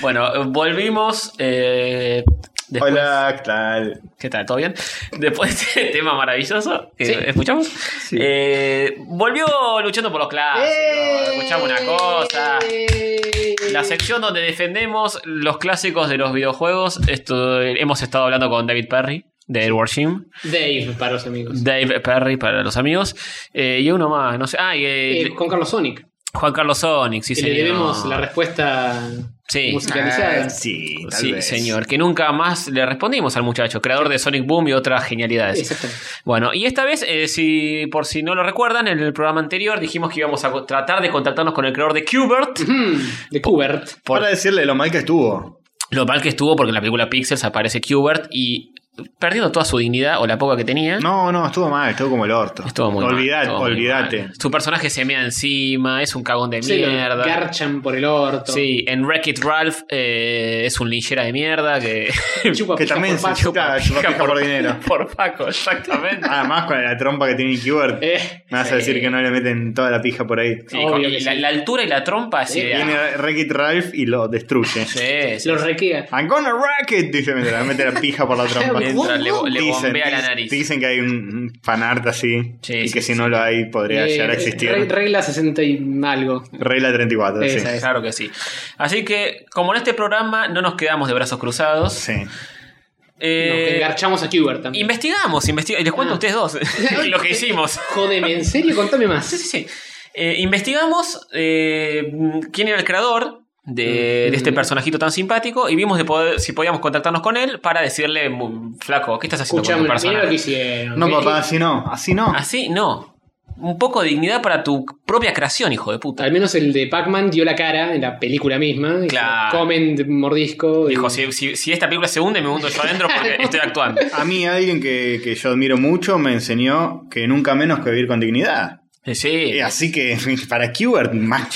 B: Bueno, eh, volvimos. eh, después-
D: Hola, ¿qué tal?
B: ¿Qué tal? ¿Todo bien? [LAUGHS] Después de este tema maravilloso que
C: Sí.
B: escuchamos, eh, volvió luchando por los
C: Ah,
B: clásicos.
C: ¡Eh!
B: Escuchamos una cosa. La sección donde defendemos los clásicos de los videojuegos. Esto, hemos estado hablando con David Perry de Edward Jim.
C: Dave para los amigos.
B: Dave Perry para los amigos. Eh, y uno más, no sé. Ah, y, eh,
C: Eh, con Carlos Sonic.
B: Juan Carlos Sonic, sí,
C: que le
B: señor.
C: debemos la respuesta
B: Sí.
C: musicalizada.
D: Ah, sí, tal
B: Sí,
D: vez.
B: señor. Que nunca más le respondimos al muchacho, creador de Sonic Boom y otras genialidades.
C: Exactamente.
B: Bueno, y esta vez, eh, si por si no lo recuerdan, en el programa anterior dijimos que íbamos a co- tratar de contactarnos con el creador de Qbert.
C: Hmm, de Kubert.
D: Para decirle lo mal que estuvo.
B: Lo mal que estuvo porque en la película Pixels aparece Qbert y perdiendo toda su dignidad o la poca que tenía.
D: No, no, estuvo mal, estuvo como el orto.
B: Estuvo muy mal,
D: Olvidate,
B: estuvo muy
D: olvidate.
B: mal. Su personaje se mea encima, es un cagón de
C: Sí, lo
B: mierda.
C: garchan por el orto.
B: Sí, en Wreck It Ralph eh, es un linchera de mierda que.
C: [LAUGHS]
D: [LAUGHS]
C: Chupa
D: que
C: pija
D: también
C: por
D: se
C: Paco.
D: chupa, chupa pija por dinero.
B: [LAUGHS] por Paco, exactamente.
C: [LAUGHS]
D: Además, con la trompa que tiene Qbert,
C: Eh,
D: me vas a decir que no le meten toda la pija por ahí.
B: Sí,
C: Obvio
B: con-
C: que
B: y la,
C: sí.
B: la altura y la trompa es ideal.
D: Viene Wreck-It Ralph y lo destruye.
B: Sí, sí.
C: lo requea.
D: I'm gonna wreck it, dice mientras le mete la pija por la trompa.
B: [LAUGHS] Mientras le, le bombea la
D: dicen-
B: nariz.
D: dicen que hay un un fanart así
B: Sí,
D: y
B: sí,
D: que si
B: sí.
D: no lo hay podría
C: Eh,
D: llegar a
C: re-
D: existir.
C: regla 60 y algo.
D: Regla 34, sí.
C: Esa es.
B: Claro que sí. Así que, como en este programa no nos quedamos de brazos cruzados,
D: Sí.
C: Nos
B: eh,
C: engarchamos a Cuber también.
B: investigamos, investigamos. Y les cuento a ustedes dos [LAUGHS] lo que hicimos.
C: Jodeme, ¿en serio? Contame
B: Sí,
C: más.
B: sí, sí. Eh, investigamos eh, quién era el creador de,
C: Mm.
B: de este personajito tan simpático y vimos de poder- si podíamos contactarnos con él para decirle, "Mu- flaco, ¿qué estás haciendo
C: Escuchame,
B: con tu
C: mira lo que
B: personaje?
C: hicieron.
D: No,
C: ¿Qué-
D: papá, así no, así no.
B: Así, no. Un poco de dignidad para tu propia creación, hijo de puta.
C: Al menos el de Pac-Man dio la cara en la película misma. y
B: Claro.
C: Comen de mordisco. y-
B: Dijo, si, si- si esta película se hunde, me hundo yo adentro porque estoy
C: [LAUGHS]
B: actuando.
D: A mí alguien que, que yo admiro mucho me enseñó que nunca menos que vivir con dignidad.
B: Sí,
D: Eh, Así que [LAUGHS] para
B: [LAUGHS]
D: Qbert, más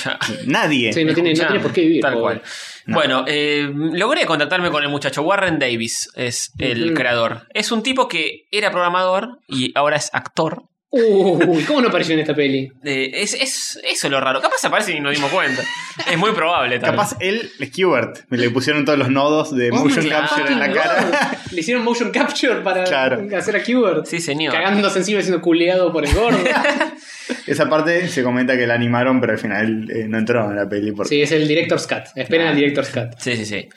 D: nadie.
C: Sí, no tiene, no
B: Escuchá,
C: tiene por qué vivir.
B: Tal
C: pobre.
B: cual. Bueno, eh, logré contactarme con el muchacho. Warren Davis es el
C: Ujú.
B: creador. Es un tipo que era programador y ahora es actor.
C: Uy, ¿cómo no apareció en esta peli?
B: Eh, es, es- eso es lo raro. Capaz aparece y nos dimos
C: [LAUGHS]
B: cuenta. es muy probable. tal vez.
D: Capaz él, Qbert, le pusieron todos los nodos de
B: Oh my
D: motion
B: God.
D: capture en la cara.
C: Le hicieron motion capture para
D: Claro.
C: hacer a Cuber.
B: Sí, señor.
C: Cagándose encima y siendo culeado por el gordo.
B: [LAUGHS]
D: Esa parte se comenta que la animaron, pero al final eh, no entró en la peli. Porque...
C: sí, es el director's cut. Esperen al director's cut.
B: Sí, sí, sí.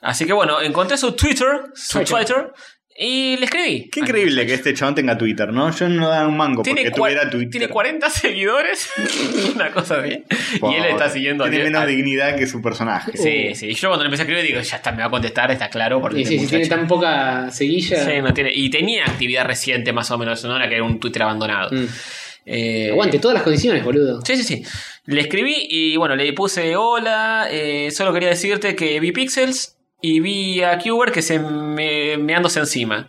B: Así que bueno, encontré su Twitter, su
C: Twitter.
B: Twitter, y le escribí.
D: Qué
B: Ay,
D: increíble que este chabón tenga Twitter, ¿no? Yo no daba un mango
B: Tiene,
D: porque
B: cua-
D: tuviera Twitter.
B: tiene 40 seguidores. [LAUGHS] Una cosa así.
D: Pobre.
B: Y él está siguiendo a
D: Tiene
B: diez-
D: menos
B: a-
D: dignidad que su personaje.
B: Sí, sí. Yo cuando le empecé a escribir digo, ya está, me va a contestar, está claro. Porque
C: Y
B: este
C: sí, si tiene
B: muchacho-
C: tan poca seguilla.
B: Sí, no tiene- Y tenía actividad reciente más o menos, no era que era un Twitter abandonado.
C: Mm.
B: Eh,
C: Aguante todas las condiciones, boludo.
B: Sí, sí, sí. Le escribí y bueno, le puse hola, eh, solo quería decirte que vi Pixels y vi a Cuber que se me, meándose encima.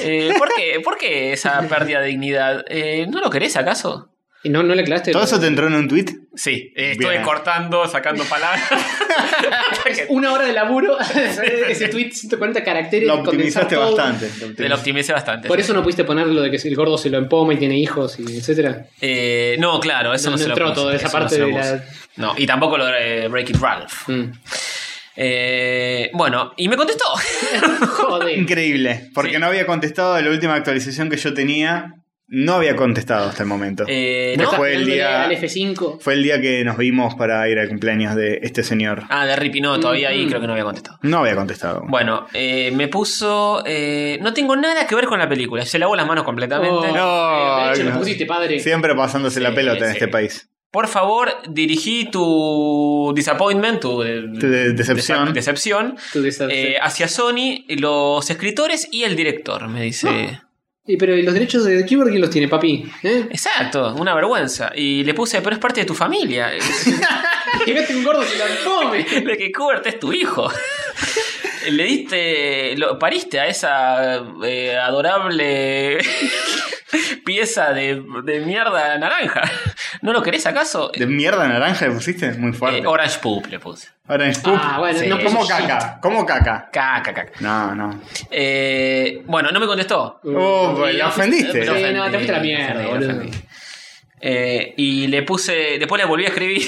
B: Eh, ¿por,
C: [LAUGHS]
B: qué? ¿Por qué esa pérdida de dignidad? Eh, ¿No lo querés acaso?
C: Y No, no le aclaraste.
D: ¿Todo
C: lo- [LAUGHS]
D: eso te entró en un tweet?
B: Sí, eh, estuve
D: Bien.
B: cortando, sacando palabras.
C: Una hora de laburo. [LAUGHS] ese tweet 140 caracteres.
D: Lo
C: condensar
D: optimizaste
C: todo.
D: bastante. Lo
B: Te lo optimicé bastante.
C: Por
B: sí.
C: eso no pudiste poner lo de que el gordo se lo empoma y tiene hijos y etcétera.
B: Eh, no, claro, eso
C: No,
B: no,
C: no
B: se
C: entró
B: lo puse,
C: toda esa
B: eso no
C: parte
B: se lo
C: de la-
B: puse. No, y tampoco lo de Break It Ralph. [LAUGHS]
C: Mm.
B: Eh, bueno, y me contestó. [LAUGHS]
C: Joder.
D: Increíble. Porque
B: Sí.
D: no había contestado a la última actualización que yo tenía. No había contestado hasta el momento.
B: Eh,
D: No
B: no.
D: fue el
C: Dándole
D: día-
C: Al F5.
D: Fue el día que nos vimos para ir al cumpleaños de este señor.
B: Ah, de Rippy, no, todavía ahí
C: Mm.
B: creo que no había contestado.
D: No había contestado.
B: Bueno, eh, me puso. eh, no tengo nada que ver con la película. Se lavó las manos completamente.
C: Oh,
D: No,
C: eh, de hecho,
D: no.
C: lo pusiste, padre.
D: Siempre pasándose la
B: Sí,
D: pelota en
B: sí.
D: este país.
B: Por favor, dirigí tu disappointment, tu, eh,
D: Tu de- decepción.
B: desa- decepción,
C: Tú de esas-
B: eh, hacia Sony, los escritores y el director, me dice.
C: Y pero ¿y los derechos de Cuber quién los tiene, papi?
B: [LAUGHS]
C: ¿Eh?
B: Exacto, una vergüenza. Y le puse, pero es parte de tu familia. [LAUGHS]
C: Llegaste un gordo se lo come.
B: Lo que cuberte es tu hijo. [LAUGHS] Le diste. Lo, pariste a esa eh, adorable [LAUGHS] pieza de, de mierda naranja. ¿No lo querés acaso?
D: ¿De mierda naranja le pusiste? Muy fuerte.
B: Eh, Orange Poop le puse.
D: Ahora en Scoop.
C: Ah, bueno,
B: Sí.
C: no
D: ¿Cómo
C: puso shit.
D: caca? ¿Cómo caca?
B: Caca, caca.
D: No, no.
B: Eh, bueno, no me contestó.
D: Oh,
C: Uh,
D: pues, la ofendiste.
B: Me
C: Sí,
B: ofendí,
C: no, te fuiste a la
B: me
C: mierda,
B: ofendí, me
C: boludo.
B: ofendí. Eh, y le puse. Después le volví a
C: [LAUGHS]
B: escribir.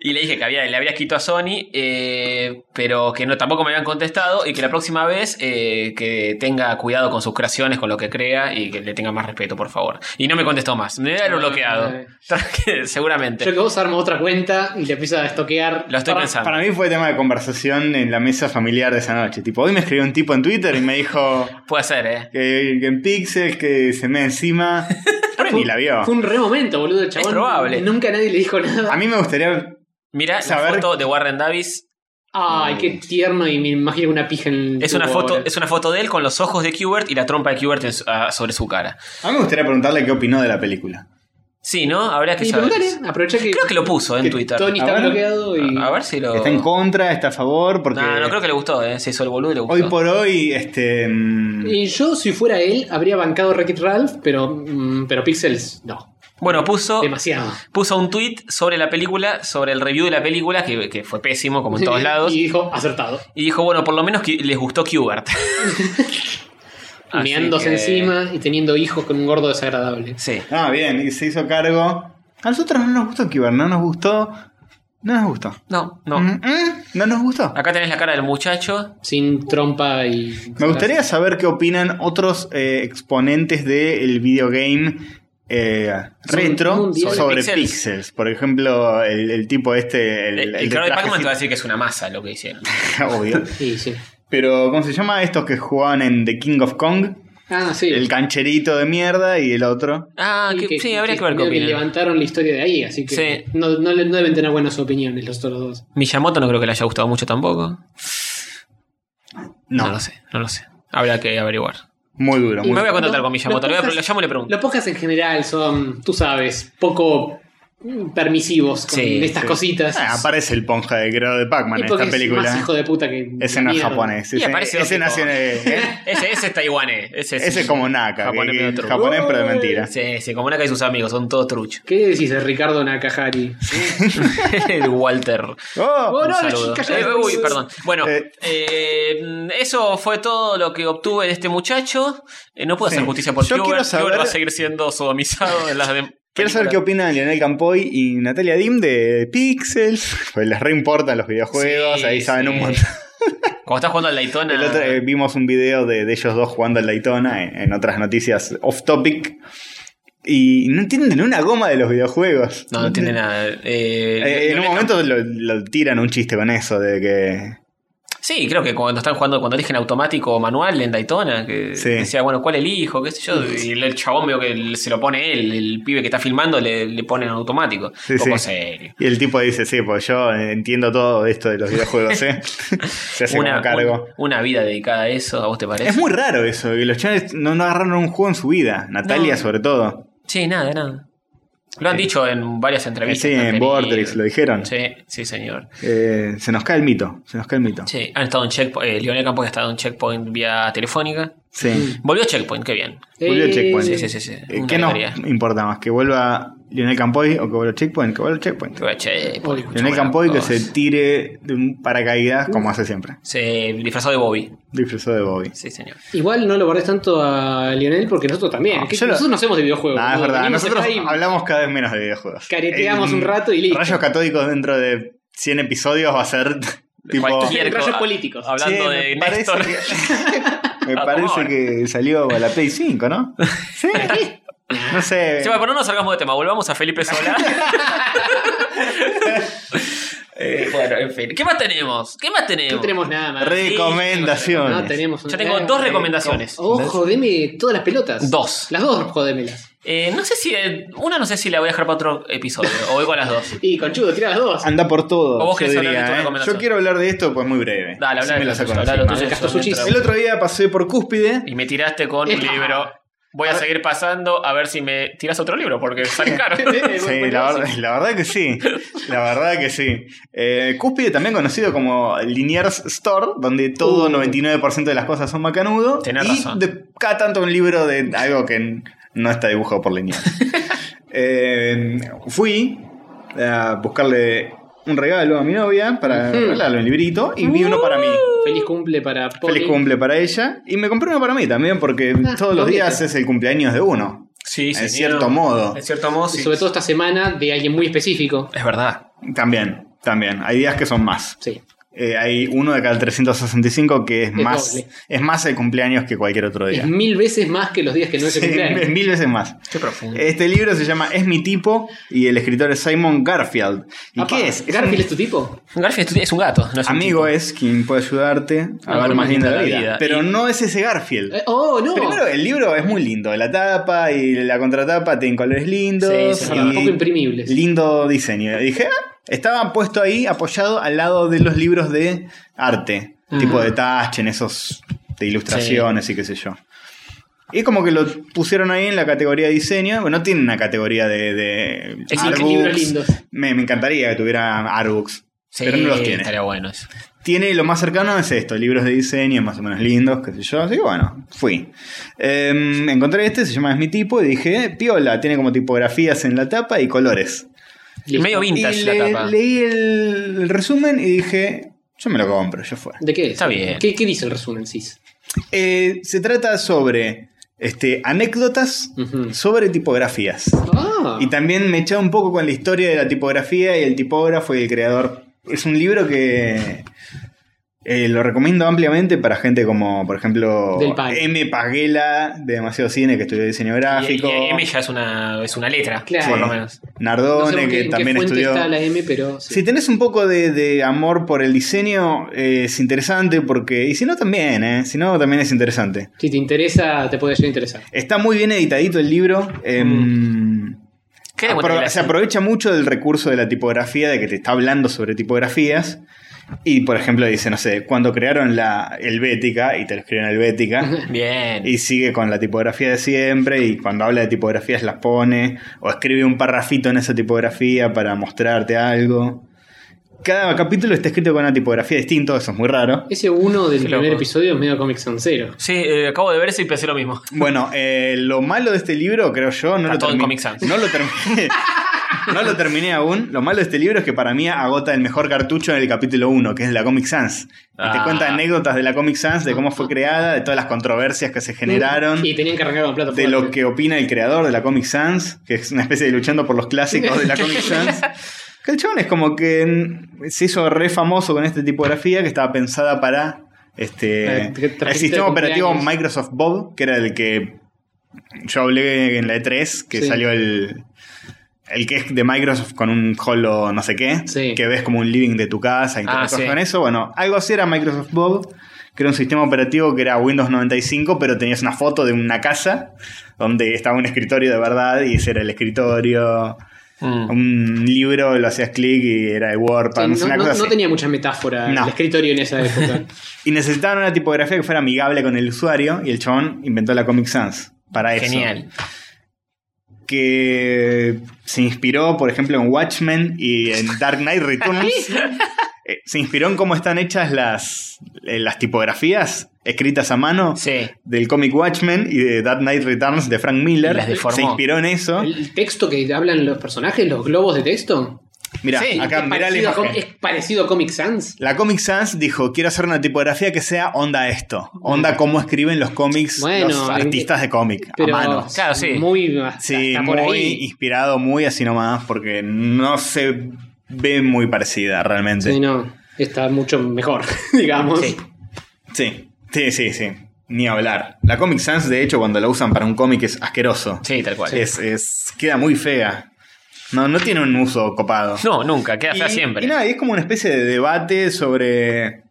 B: y le dije que había, le había escrito a Sony. eh, pero que no, tampoco me habían contestado. Y que la próxima vez eh, que tenga cuidado con sus creaciones, con lo que crea. Y que le tenga más respeto, por favor. Y no me contestó más. Me había [LAUGHS] bloqueado.
C: eh. Yo
B: Seguramente.
C: que vos armo otra cuenta y le empiezo a estoquear.
B: Lo estoy pensando.
D: Para mí fue tema de conversación en la mesa familiar de esa noche. Tipo, hoy me escribió un tipo en Twitter y me dijo
B: Puede ser, ¿eh?
D: que, que en Pixel, que se me
B: [LAUGHS]
D: encima. Pero ni la vio.
C: Fue un re momento, boludo, el chabón.
B: probable.
C: Nunca nadie le dijo nada.
D: A mí me gustaría.
B: Mira la
D: Saber-
B: foto de Warren Davis.
C: Ay, qué tierno y me imagino una pija en el
B: Es una,
C: tubo
B: foto,
C: ahora.
B: es una foto de él con los ojos de Qbert y la trompa de Qbert en su- ah, sobre su cara.
D: A mí me gustaría preguntarle qué opinó de la película.
B: Sí, ¿no? Habría que
C: Y
B: saber.
C: preguntale, aprovecha que,
B: Creo que lo puso en
C: que
B: Twitter.
C: Tony
D: A
C: está
D: ver.
C: bloqueado y.
B: A ver si lo.
D: Está en contra, está a favor, porque
B: No, no creo que le gustó, ¿eh? Se hizo el boludo y le gustó.
D: hoy por hoy, este. mm,
C: Y yo, si fuera él, habría bancado Wreck-It Ralph, pero, mm, pero Pixels no.
B: Bueno, puso,
C: Demasiado.
B: puso un tweet sobre la película, sobre el review de la película, que, que fue pésimo, como en todos lados.
C: Y
B: Y,
C: dijo, acertado.
B: dijo, bueno, por lo menos que les gustó Qbert. Así
C: Meándose
B: que-
C: encima y teniendo hijos con un gordo desagradable.
B: Sí.
D: Ah, bien, y se hizo cargo. A nosotros no nos gustó Kibar, no nos gustó. No nos gustó.
B: No, no.
D: Mm, mm, No nos gustó.
B: Acá tenés la cara del muchacho.
C: Sin trompa y.
D: Me gustaría saber qué opinan otros eh, exponentes del videogame eh, retro
C: mundial.
D: sobre
B: Sobre
D: pixels. Por ejemplo, el, el tipo este,
B: El,
D: el,
B: Eh, el,
D: el de
B: creador de
D: traje
B: Pac-Man te va a decir que es una masa lo que hicieron.
D: [LAUGHS] obvio.
C: Sí, sí.
D: Pero, ¿cómo se llama? Estos que jugaban en The King of Kong.
C: Ah, sí.
D: El cancherito de mierda y el otro.
B: Ah,
C: Y
B: que, sí, habría que, ver qué
C: medio
B: opinan.
C: levantaron la historia de ahí, así que
B: Sí.
C: no, no le- no deben tener buenas opiniones los otros dos.
B: Miyamoto no creo que le haya gustado mucho tampoco.
D: No,
B: no lo sé, no lo sé. Habrá que averiguar.
D: muy duro. Muy
B: Me voy a
D: duro.
B: contratar con Miyamoto. Le, voy a,
C: Los
B: le llamo y le pregunto.
C: Los podcasts en general son, tú sabes, poco mm, permisivos con
B: Sí,
C: estas
D: sí.
C: cositas.
D: Ah, aparece el ponja de creador de Pac-Man
C: y
D: en
C: porque
D: esta
C: es
D: película.
C: más hijo de puta que.
D: Ese
C: la
D: no es
C: mierda.
D: japonés.
B: Y
D: Ese,
B: aparece
D: ese
B: otro
D: nació
B: [LAUGHS]
D: en el-
B: Ese, ese es taiwanés. Ese,
D: Ese es como Naka. que-
B: Japonés
D: que-
B: medio
D: Japonés,
B: truco.
D: pero de
C: Oh,
D: mentira.
B: Sí, sí, como Naka y sus amigos, son todos truchos.
D: [LAUGHS]
C: ¿Qué decís de Ricardo Nakahari?
B: El Walter.
D: Oh,
C: Oh, no,
B: Un saludo.
C: chica, ya-
B: Eh, uy, perdón. Bueno,
D: Eh.
B: eh, eso fue todo lo que obtuve de este muchacho. Eh, no puedo
D: Sí.
B: hacer justicia por
D: Yo
B: Hubert.
D: quiero saber-
B: Hubert va a seguir siendo sodomizado en las de...
D: Quiero saber qué
B: películas.
D: opinan Leonel Campoy y Natalia Dim de Pixels. [LAUGHS] Pues les reimportan los videojuegos,
B: Sí,
D: ahí saben
B: sí.
D: un montón.
B: Cuando estás jugando al Daytona...
D: El otro, eh, vimos un video de, de ellos dos jugando al Daytona en, en otras noticias off topic. Y no entienden una goma de los videojuegos.
B: No, no entiende nada. Eh,
D: Eh, en
B: Leonel
D: un momento lo, lo tiran un chiste con eso de que.
B: Sí, creo que cuando están jugando, cuando eligen automático o manual en Daytona, que
D: Sí.
B: decía, bueno, ¿cuál elijo? ¿Qué sé yo? Y el, el chabón veo que se lo pone él, el pibe que está filmando le, le pone en automático.
D: Sí,
B: Poco
D: sí.
B: serio.
D: Y el tipo dice, sí, pues yo entiendo todo esto de los
B: [LAUGHS]
D: videojuegos, ¿eh? Se hace
B: Una,
D: como cargo.
B: un- una vida dedicada a eso, ¿a vos te parece?
D: Es muy raro eso, que los chavales no, no agarraron un juego en su vida. Natalia,
B: No.
D: sobre todo.
B: Sí, nada, nada. Lo han dicho en varias entrevistas.
D: Sí,
B: que han
D: en
B: tenido.
D: Vortex lo dijeron.
B: Sí, sí, señor.
D: Eh, se nos cae el mito, se nos cae el mito.
B: Sí, han estado en Checkpoint. Eh, Lionel Campos ha estado en Checkpoint vía telefónica.
D: Sí.
C: Mm.
B: Volvió a Checkpoint, qué bien.
D: Volvió
C: Eh,
D: Checkpoint.
B: Sí, sí, sí. sí.
D: Eh,
B: Una
D: ¿Qué nos
B: alegría.
D: importa más? ¿Que vuelva Lionel Campoy o que vuelva Checkpoint? Que vuelva Checkpoint.
B: Volvió a Checkpoint,
C: Obvio.
B: escuchá
D: Lionel
B: buena
D: Campoy que
B: cosa.
D: se tire de un paracaídas como hace siempre.
B: Se disfrazó de Bobby.
D: Disfrazado de Bobby.
B: Sí, señor.
C: Igual no lo guardes tanto a Lionel porque nosotros también.
D: No,
C: ¿Qué-
D: yo lo-
C: Nosotros no hacemos de videojuegos.
D: Nah, es
C: boludo.
D: verdad,
C: Venimos
D: nosotros
C: acá y-
D: hablamos cada vez menos de videojuegos.
C: Careteamos un rato y listo.
D: Rayos catódicos dentro de 100 episodios va a ser tipo...
B: Cualquier
C: Rayos
B: cosa-
C: políticos.
B: Hablando
D: Che,
B: de
D: me parece
B: Néstor. [LAUGHS]
D: que- [LAUGHS] me
B: Ah,
D: parece
B: bueno.
D: que salió a la Play
B: [LAUGHS]
D: 5, ¿no? Sí. No sé.
B: Che, pero no nos salgamos de tema, volvamos a Felipe
D: [LAUGHS]
B: Sola. Eh, bueno, en fin. ¿Qué más tenemos? ¿Qué más tenemos?
C: No tenemos Eh, nada más.
D: Recomendaciones.
C: No tenemos
B: Yo tengo dos recomendaciones.
C: Ojo, jodeme todas las pelotas.
B: Dos.
C: Las dos, jodemelas.
B: Eh, no sé si. eh, Una no sé si la voy a dejar para otro episodio. o voy con las dos.
C: Y conchudo, tira las dos.
D: Anda por todo.
B: ¿O vos
D: yo,
B: querés hablar de
D: diría,
B: tu
D: ¿eh?
B: recomendación?
D: yo quiero hablar de esto, pues muy breve.
B: Dale,
D: Así
B: habla
D: me
B: de
D: la
B: lo
D: saco
B: tuyo, habla de lo
D: encima,
B: tuyo,
D: ¿eh?
B: yo
C: Castuchis.
B: mientras-
D: El otro día pasé por Cúspide.
B: Y me tiraste con un
C: Epa.
B: libro. Voy a seguir pasando a ver si me tiras otro libro,
D: [LAUGHS]
B: porque sale caro.
C: Eh,
D: Sí,
C: [LAUGHS] bueno,
D: la verdad, la verdad que sí. La verdad que sí. Eh, Cúspide, también conocido como Liniers Store, donde todo
C: Uh.
D: 99% de las cosas son macanudo.
B: Tenés
D: y
B: razón.
D: de cada tanto un libro de algo que no está dibujado por
C: [LAUGHS]
D: Liniers. Eh, fui a buscarle un regalo a mi novia para
C: Ujú. Uh.
D: regalarle un librito y vi uno para mí.
C: Feliz cumple para Pony.
D: Feliz cumple para ella. Y me compré uno para mí también, porque
C: Ah,
D: todos los
C: bonito.
D: días es el cumpleaños de uno.
B: Sí,
D: en cierto modo.
B: En cierto modo,
C: Y
B: sí.
C: sobre todo esta semana de alguien muy específico.
B: Es verdad.
D: También, también. Hay días que son más.
C: Sí.
D: Eh, hay uno de cada 365 que es,
C: Es
D: más
C: doble.
D: es más el cumpleaños que cualquier otro
C: Es
D: día.
C: mil veces más que los días que no es
D: [LAUGHS]
C: el
D: Sí, es
C: cumpleaños.
D: mil veces más.
B: Qué profundo.
D: Este libro se llama Es mi tipo y el escritor es Simon Garfield. ¿Y
C: Apa,
D: qué es? Es
C: ¿Garfield es
D: un
C: tu tipo?
B: Garfield es tu- es un gato, no es un
D: amigo
B: tipo.
D: es quien puede ayudarte a ver más linda la vida. Pero
B: Y-
D: no es ese Garfield.
C: Eh, oh, no.
D: Primero, el libro es muy lindo. La tapa y la contratapa tienen colores lindos.
B: Sí, eso es
D: y
B: verdad.
C: Poco imprimibles.
D: Lindo diseño. Y dije, ah, estaba puesto ahí apoyado al lado de los libros de arte. Tipo de Taschen, esos de ilustraciones y qué sé yo. Y es como que lo pusieron ahí en la categoría de diseño. Bueno, no tiene una categoría de. de
C: Es un libro lindo.
D: Me, me encantaría que tuviera Arbooks.
B: Sí,
D: pero no los tiene.
B: Estaría bueno eso.
D: Tiene lo más cercano es esto: libros de diseño más o menos lindos, qué sé yo. Así que bueno, fui. Em, encontré este, se llama Es mi tipo. Y dije, "Eh, piola, tiene como tipografías en la tapa y colores.
C: Listo.
B: Medio vintage
D: y
B: la
D: le-
B: tapa.
D: leí el, el resumen y dije, yo me lo compro, yo fuera.
C: ¿De qué es?
B: Está bien.
C: ¿Qué, qué dice el resumen, Cis?
D: Eh, se trata sobre este, anécdotas
C: Ujú.
D: sobre tipografías.
C: Ah,
D: Y también me echaba un poco con la historia de la tipografía y el tipógrafo y el creador. Es un libro que eh, lo recomiendo ampliamente para gente como, por ejemplo,
C: Del Pan.
D: M. Paguela, de Demasiado Cine, que estudió diseño gráfico.
B: Y, y M ya es una, es una letra,
C: Claro.
B: por lo
D: Sí.
B: menos.
D: Nardone,
C: no sé en qué-
D: que
C: en qué
D: también
C: fuente
D: estudió.
C: está la M, pero. sí.
D: Si tenés un poco de, de amor por el diseño, eh, es interesante porque. Y si no, también, ¿eh? Si no, también es interesante.
C: Si te interesa, te puede llegar a interesar.
D: Está muy bien editadito el libro. em,
B: ¿Qué era
D: apro-
B: bueno que la-
D: se aprovecha mucho del recurso de la tipografía, de que te está hablando sobre tipografías. Y por ejemplo, dice, no sé, cuando crearon la helvética, y te lo escriben helvética,
B: Bien.
D: y sigue con la tipografía de siempre, y cuando habla de tipografías las pone, o escribe un parrafito en esa tipografía para mostrarte algo. Cada capítulo está escrito con una tipografía distinta, eso es muy raro.
C: Ese uno del
B: Qué
C: primer
B: loco.
C: episodio es medio cómic sansero.
B: Sí, eh, acabo de ver eso y pensé lo mismo.
D: Bueno, eh, lo malo de este libro, creo yo, no
B: Está
D: lo,
B: todo en
D: termi-
B: Comic Sans.
D: no lo terminé. no lo terminé aún. Lo malo de este libro es que para mí agota el mejor cartucho en el capítulo 1, que es la Comic Sans. Y te
B: Ah.
D: cuenta anécdotas de la Comic Sans, de cómo fue creada, de todas las controversias que se generaron.
C: Y tenían que arrancar con plata.
D: De
C: fuerte.
D: lo que opina el creador de la Comic Sans, que es una especie de luchando por los clásicos de la
C: [LAUGHS]
D: Comic Sans. Que el chabón es como que mm, se hizo re famoso con este esta tipografía que estaba pensada para este,
C: Eh, que te
D: el sistema
C: de
D: operativo
C: cumpleaños.
D: Microsoft Bob, que era el que yo hablé en la E3, que
C: Sí.
D: salió el, el que es de Microsoft con un holo no sé qué,
C: Sí.
D: que ves como un living de tu casa, interactúas
B: sí.
D: con eso. Bueno, algo así era Microsoft Bob, que era un sistema operativo que era Windows 95, pero tenías una foto de una casa donde estaba un escritorio de verdad y ese era el escritorio.
B: Mm.
D: Un libro, lo hacías clic y era de
C: Sí,
D: WordPad, no, sé,
C: no,
D: una
C: no-
D: cosa
C: no
D: así.
C: tenía mucha metáfora
D: No.
C: el escritorio en esa
D: [LAUGHS]
C: época.
D: Y necesitaban una tipografía que fuera amigable con el usuario y el chabón inventó la Comic Sans para eso.
B: Genial.
D: que se inspiró, por ejemplo, en Watchmen y
C: [LAUGHS]
D: en Dark Knight Returns. Eh, se inspiró en cómo están hechas las, eh, las tipografías escritas a mano
B: Sí.
D: del cómic Watchmen y de Dark Knight Returns de Frank
B: Y
D: Miller.
B: las deformó.
D: Se inspiró en eso.
C: el texto que hablan los personajes, los globos de texto.
D: Mirá,
B: Sí,
D: acá
C: es,
D: mirá la
C: parecido a, com-
D: imagen.
C: es parecido a Comic Sans.
D: La Comic Sans dijo, quiero hacer una tipografía que sea onda esto. Onda cómo escriben los cómics
C: Bueno,
D: los
C: en-
D: artistas de cómic a mano.
C: Pero
B: Claro, sí.
C: muy hasta-
D: Sí,
C: hasta
D: muy
C: por ahí.
D: inspirado, muy así nomás, porque no se ve muy parecida realmente.
C: Sí, no, está mucho mejor, [LAUGHS] digamos.
B: Sí.
D: Sí, sí, sí, sí. Ni hablar. La Comic Sans, de hecho, cuando la usan para un cómic es asqueroso.
B: Sí, tal cual.
D: Es, es- queda muy fea. No, no tiene un uso copado.
B: No, nunca, queda fea
D: y,
B: siempre.
D: y nada, y es como una especie de debate sobre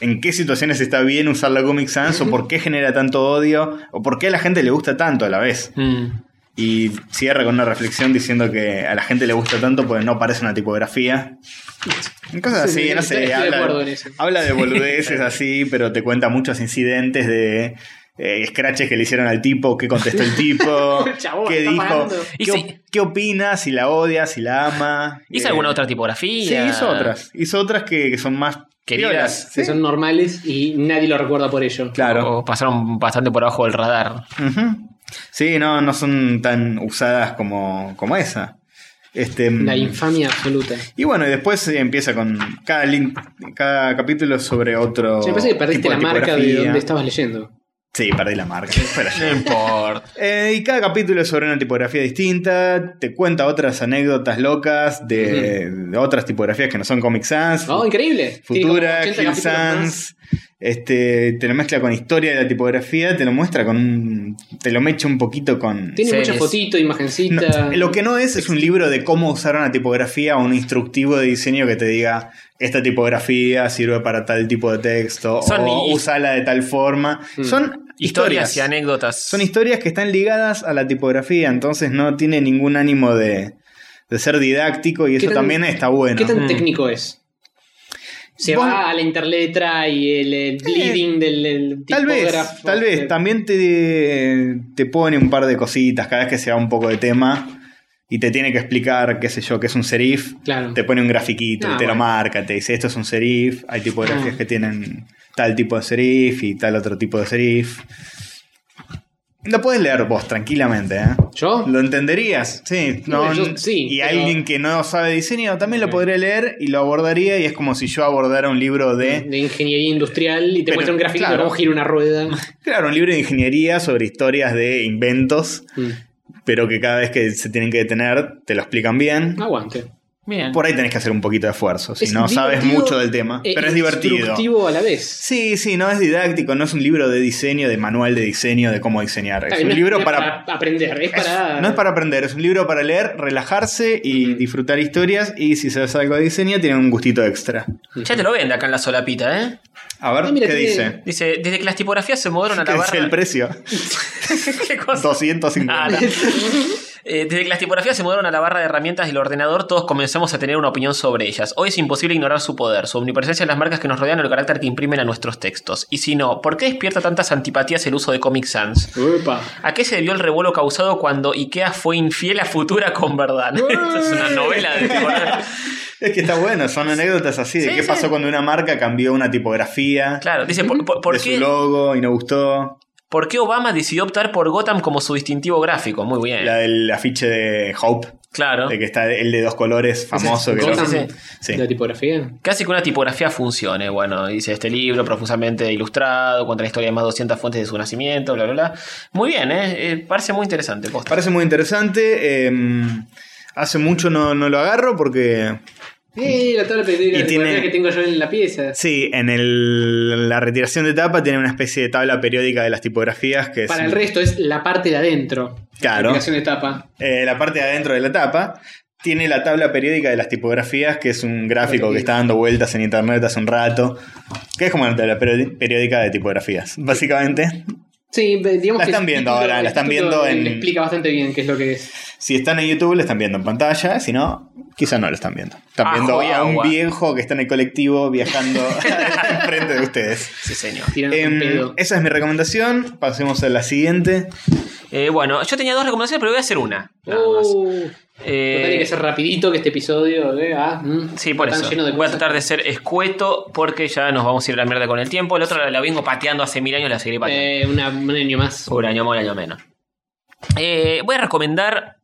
D: en qué situaciones está bien usar la Comic Sans o por qué genera tanto odio o por qué a la gente le gusta tanto a la vez.
B: Mm.
D: Y cierra con una reflexión diciendo que a la gente le gusta tanto porque no parece una tipografía. Cosas
C: Sí,
D: así, no
C: estoy
D: sé.
C: de
D: Habla,
C: acuerdo en eso.
D: habla de boludeces así, pero te cuenta muchos incidentes de eh, scratches que le hicieron al tipo, qué contestó el tipo,
C: [LAUGHS] El chabón
D: qué
C: está
D: dijo,
C: pagando.
D: qué,
B: Y
D: op-
B: si-
D: qué opina, si la odia, si la ama.
B: ¿Hizo
D: Eh,
B: alguna otra
D: Sí,
B: tipografía?
D: hizo otras. Hizo otras que, que son más
B: Queridas.
D: piolas,
C: Que
D: sí.
C: son normales y nadie lo recuerda por ello.
D: Claro.
B: O pasaron bastante por abajo del radar.
D: Oh. Ujú. Sí, no, no son tan usadas como, como esa. Este,
C: La
D: mm,
C: infamia absoluta.
D: Y bueno, y después eh, empieza con cada, lin- cada capítulo sobre otro.
C: Che, me parece que perdiste
D: Oh, tipo
C: la
D: de
C: marca de
D: tipografía.
C: donde estabas leyendo.
D: Sí, perdí la marca. [LAUGHS] Fuera yo.
B: No importa.
D: Eh, y cada capítulo es sobre una tipografía distinta. Te cuenta otras anécdotas locas de, de otras tipografías que no son Comic Sans.
C: Oh, increíble. Tiene como
D: Futura,
C: 80
D: Hill
C: capítulos más.
D: Sans. Este, te lo mezcla con historia de la tipografía, te lo muestra con un. Te lo mecha un poquito con.
C: Tiene
B: Series.
C: mucha fotito,
D: No,
C: imagencita.
D: lo que no es es un libro de cómo usar una tipografía o un instructivo de diseño que te diga esta tipografía sirve para tal tipo de texto
B: Son
D: o
B: hi-
D: usala de tal forma.
C: Mm.
D: Son
B: [LAUGHS]
D: historias.
B: Historias y anécdotas.
D: Son historias que están ligadas a la tipografía, entonces no tiene ningún ánimo de, de ser didáctico y
C: ¿Qué
D: eso
C: tan-
D: también está bueno.
C: ¿Qué tan
B: Mm.
C: técnico es? Se
D: Vos-
C: va a la interletra y el, el bleeding del, del
D: Eh, Tal vez,
C: tipógrafo.
D: tal vez. También te, te pone un par de cositas cada vez que se va un poco de tema y te tiene que explicar, qué sé yo, que es un serif.
C: Claro.
D: Te pone un grafiquito
C: Ah,
D: y te lo
C: bueno. Ah.
D: marca, te dice esto es un serif, hay tipografías que tienen tal tipo de serif y tal otro tipo de serif. Lo puedes leer vos tranquilamente, ¿eh?
C: ¿Yo?
D: ¿Lo entenderías? Sí. No,
C: yo sí,
D: y
C: pero-
D: alguien que no sabe diseño también lo podría leer y lo abordaría y es como si yo abordara un libro de...
C: De ingeniería industrial y te
D: Pero,
C: muestra un gráfico de
D: claro.
C: cómo gira una
D: [LAUGHS]
C: rueda.
D: Claro, un libro de ingeniería sobre historias de inventos,
C: Mm.
D: pero que cada vez que se tienen que detener te lo explican bien.
C: Aguante.
B: Bien.
D: Por ahí tenés que hacer un poquito de esfuerzo, si
C: Es
D: no sabes
C: divertido,
D: mucho del tema,
C: eh,
D: pero es divertido.
C: instructivo a la vez.
D: Sí, sí, no es didáctico, no es un libro de diseño, de manual de diseño, de cómo diseñar. Es
C: Está bien,
D: un
C: no es- no
D: libro
C: es
D: para...
C: aprender, es
D: es-
C: para.
D: no es para aprender, es un libro para leer, relajarse y disfrutar historias. Y si sabes algo de diseño, tiene un gustito extra.
B: Ya te lo vende acá en la solapita, ¿eh?
D: A ver,
C: Ah, mira,
D: ¿qué
C: tiene-
D: dice?
B: Dice, desde que las tipografías se mudaron a
D: ¿Qué
B: la
D: dice
B: barra.
D: el
C: [LAUGHS]
D: precio? [LAUGHS]
B: [LAUGHS] ¿Qué cosa?
D: 250.
B: Ah, la- Eh, desde que las tipografías se mudaron a la barra de herramientas del ordenador, todos comenzamos a tener una opinión sobre ellas. Hoy es imposible ignorar su poder, su omnipresencia en las marcas que nos rodean o el carácter que imprimen a nuestros textos. Y si no, ¿por qué despierta tantas antipatías el uso de Comic Sans?
C: Uepa.
B: ¿A qué se debió el revuelo causado cuando Ikea fue infiel a Futura con verdad? [LAUGHS] Esto es una novela de tipografía.
D: Es que está bueno, son anécdotas así de
B: [LAUGHS] Sí,
D: qué
B: sí.
D: pasó cuando una marca cambió una tipografía
B: Claro, dice, ¿por, por- por
D: de su
B: qué,
D: logo y no gustó.
B: por qué Obama decidió optar por Gotham como su distintivo gráfico? Muy bien.
D: La del afiche de Hope,
B: Claro.
D: de que está el de dos colores famoso. que lo-
C: Gotham.
B: sí,
D: Sí.
C: La tipografía.
B: Casi que una tipografía funcione. Bueno, dice este libro profusamente ilustrado, cuenta la historia de más de 200 fuentes de su nacimiento, bla, bla, bla. Muy bien, ¿eh? Eh, parece muy interesante. posta.
D: Parece muy interesante. eh, hace mucho no, no lo agarro porque.
C: Eh, la tabla periódica
D: Y
C: de
D: tiene-
C: tipografía que tengo yo en la pieza.
D: Sí, en el- la retiración de tapa tiene una especie de tabla periódica de las tipografías que es-
C: Para el resto es la parte de adentro.
D: Claro.
C: La aplicación de tapa.
D: eh, la parte de adentro de la tapa. Tiene la tabla periódica de las tipografías, que es un gráfico que está dando vueltas en internet hace un rato. Que es como una tabla peri- periódica de tipografías, básicamente.
C: Sí, ve- digamos
D: La
C: que
D: están
C: el
D: viendo ahora,
C: el
D: la están
C: título
D: viendo en-
C: le explica bastante bien qué es lo que es.
D: Si están en YouTube, lo están viendo en pantalla. Si no, quizá no lo están viendo. Están
B: Ajo
D: viendo
B: y
D: a un
B: agua.
D: viejo que está en el colectivo viajando enfrente de ustedes.
B: Sí, señor.
C: Tirando un
D: Em,
C: pedo.
D: esa es mi recomendación. Pasemos a la siguiente.
B: Eh, bueno, yo tenía dos recomendaciones, pero voy a hacer una. nada más.
C: Uh,
B: Eh,
C: total, hay que ser rapidito que este episodio. eh, ah, mm,
B: Sí, por
C: tan
B: eso.
C: lleno de
B: Voy a
C: cosas.
B: tratar de ser escueto porque ya nos vamos a ir a la mierda con el tiempo. El otro la vengo pateando hace mil años, la seguiré pateando.
C: Eh, una- un año más.
B: Un año más, un año menos. Eh, voy a recomendar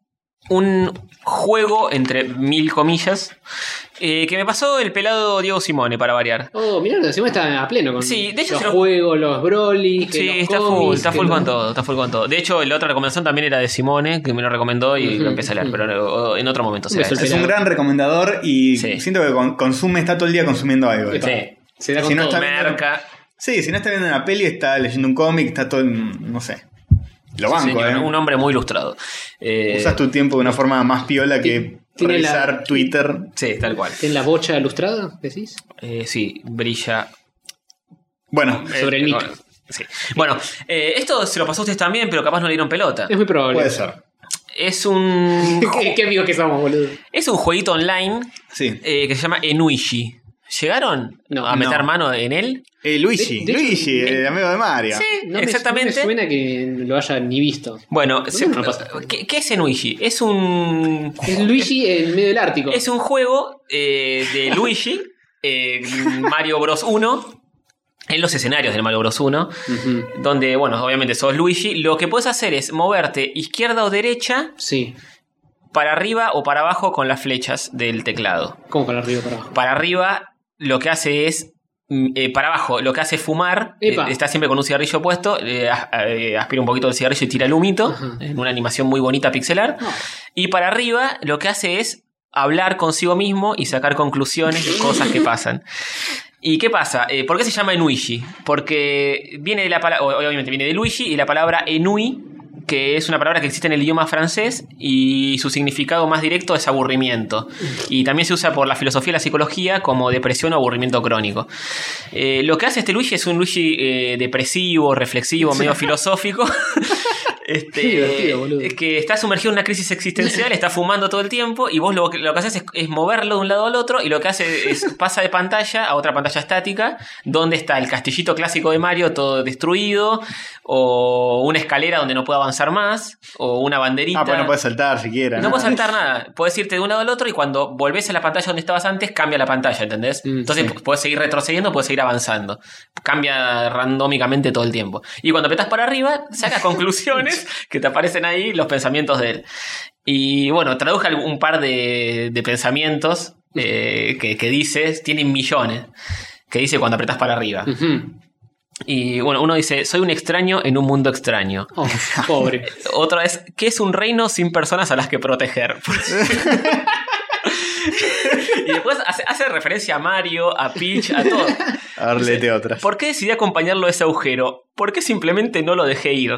B: un juego, entre mil comillas, eh, que me pasó el pelado Diego Simone, para variar.
C: Oh, mirá, encima está a pleno con
B: Sí, de hecho
C: los
B: se lo-
C: juegos, los Broly. que
B: Sí,
C: los
B: está
C: cómics,
B: full, está
C: que
B: full
C: los-
B: con todo, está full con todo. De hecho, la otra recomendación también era de Simone, que me lo recomendó y
C: Ujú,
B: lo empecé a leer,
C: ujú.
B: pero eh, en otro momento. será
C: beso
B: ese.
D: Es un gran recomendador y
B: Sí.
D: siento que con- consume, está todo el día consumiendo algo.
C: Epa,
B: Sí.
C: Se da
D: Si
C: con
D: no
C: todo.
D: está-
B: Merca.
D: Sí, si no está viendo una peli, está leyendo un cómic, está todo. en- No sé. Lo
B: Sí,
D: banco,
B: señor,
D: ¿eh?
B: Un hombre muy ilustrado. Eh,
D: Usas tu tiempo de una forma más piola que
C: Tiene la-
D: revisar Twitter.
B: Sí, tal cual.
C: ¿Tiene la bocha ilustrada? ¿Decís?
B: Eh, sí, brilla eh,
D: Bueno,
C: Sobre el mito.
B: Sí. Bueno, eh, esto se lo pasó a ustedes también, pero capaz no le dieron pelota.
C: Es muy probable.
D: puede ser.
B: Es un.
C: [LAUGHS] ¿Qué, qué amigos que somos, boludo.
B: es un jueguito online
D: Sí.
B: eh, que se llama Enuishi. ¿Llegaron
C: No.
B: a meter
D: No.
B: mano en él?
D: Eh, Luigi,
C: De- de hecho,
D: Luigi,
C: me-
D: el amigo de Mario.
B: Sí,
C: No me-
B: exactamente.
C: no me suena que lo haya ni visto.
B: Bueno, se-
C: no pasa.
B: ¿qué, qué es Enuishi? Es un.
C: Es [LAUGHS] Luigi en medio del Ártico.
B: Es un juego eh, de Luigi, eh, Mario Bros. 1, en los escenarios del Mario Bros. 1.
C: Ujú.
B: Donde, bueno, obviamente sos Luigi. Lo que puedes hacer es moverte izquierda o derecha,
C: Sí.
B: para arriba o para abajo con las flechas del teclado.
C: ¿Cómo para arriba para abajo?
B: Para arriba lo que hace es. mm, eh, para abajo lo que hace es fumar. Eh,
C: Epa.
B: está siempre con un cigarrillo puesto. eh, as- eh, aspira un poquito del cigarrillo y tira el humito.
C: Ajá.
B: En una animación muy bonita pixelar.
C: No.
B: Y para arriba lo que hace es hablar consigo mismo y sacar conclusiones de cosas que pasan. ¿Y qué pasa? Eh, ¿Por qué se llama Enuishi? Porque viene de la palabra, obviamente viene de Luigi y la palabra Enui, que es una palabra que existe en el idioma francés y su significado más directo es aburrimiento. Y también se usa por la filosofía y la psicología como depresión o aburrimiento crónico.
C: [LAUGHS]
B: Eh, lo que hace este Luigi es un Luigi eh, depresivo, reflexivo, medio filosófico. [LAUGHS] Este,
C: Qué divertido, boludo.
B: Es que está sumergido en una crisis existencial, está fumando todo el tiempo y vos lo, que- lo que haces es, es moverlo de un lado al otro y lo que hace
D: [LAUGHS]
B: es pasa de pantalla a otra pantalla estática donde está el castillito clásico de Mario todo destruido o una escalera donde no puede avanzar más o una banderita.
D: Ah, pues no puedes saltar siquiera.
B: No puedes saltar nada. Puedes irte de un lado al otro y cuando volvés a la pantalla donde estabas antes, cambia la pantalla, ¿entendés?
C: Mm,
B: Entonces puedes seguir retrocediendo, puedes seguir avanzando. Cambia randómicamente todo el tiempo. Y cuando apretas para arriba, saca conclusiones que te aparecen ahí los pensamientos de él. Y bueno, traduje algún- un par de, de pensamientos eh, que, que dices, tienen millones, que dice cuando apretas para arriba.
C: Mm. Ujú.
B: Y bueno, uno dice, soy un extraño en un mundo extraño.
D: [LAUGHS]
C: Oh,
B: [LAUGHS]
C: pobre.
B: Otra es, ¿qué es un reino sin personas a las que proteger? y después hace, hace referencia a Mario, a Peach, a todo.
D: A ver, léete otras.
B: ¿Por qué decidí acompañarlo a ese agujero? ¿Por qué simplemente no lo dejé ir?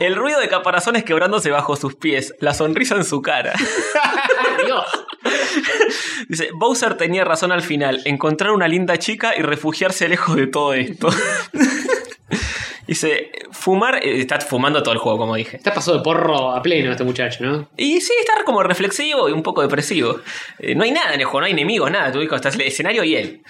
B: El ruido de caparazones quebrándose bajo sus pies, la sonrisa en su cara.
C: Dios.
B: Dice, Bowser tenía razón al final, encontrar una linda chica y refugiarse lejos de todo esto. [LAUGHS] Dice, fumar, eh, está fumando todo el juego, como dije.
C: Está pasado de porro a pleno este muchacho, ¿no?
B: Y sí, estar como reflexivo y un poco depresivo. Eh, no hay nada en el juego, no hay enemigos, nada. Tú dices, estás el escenario y él.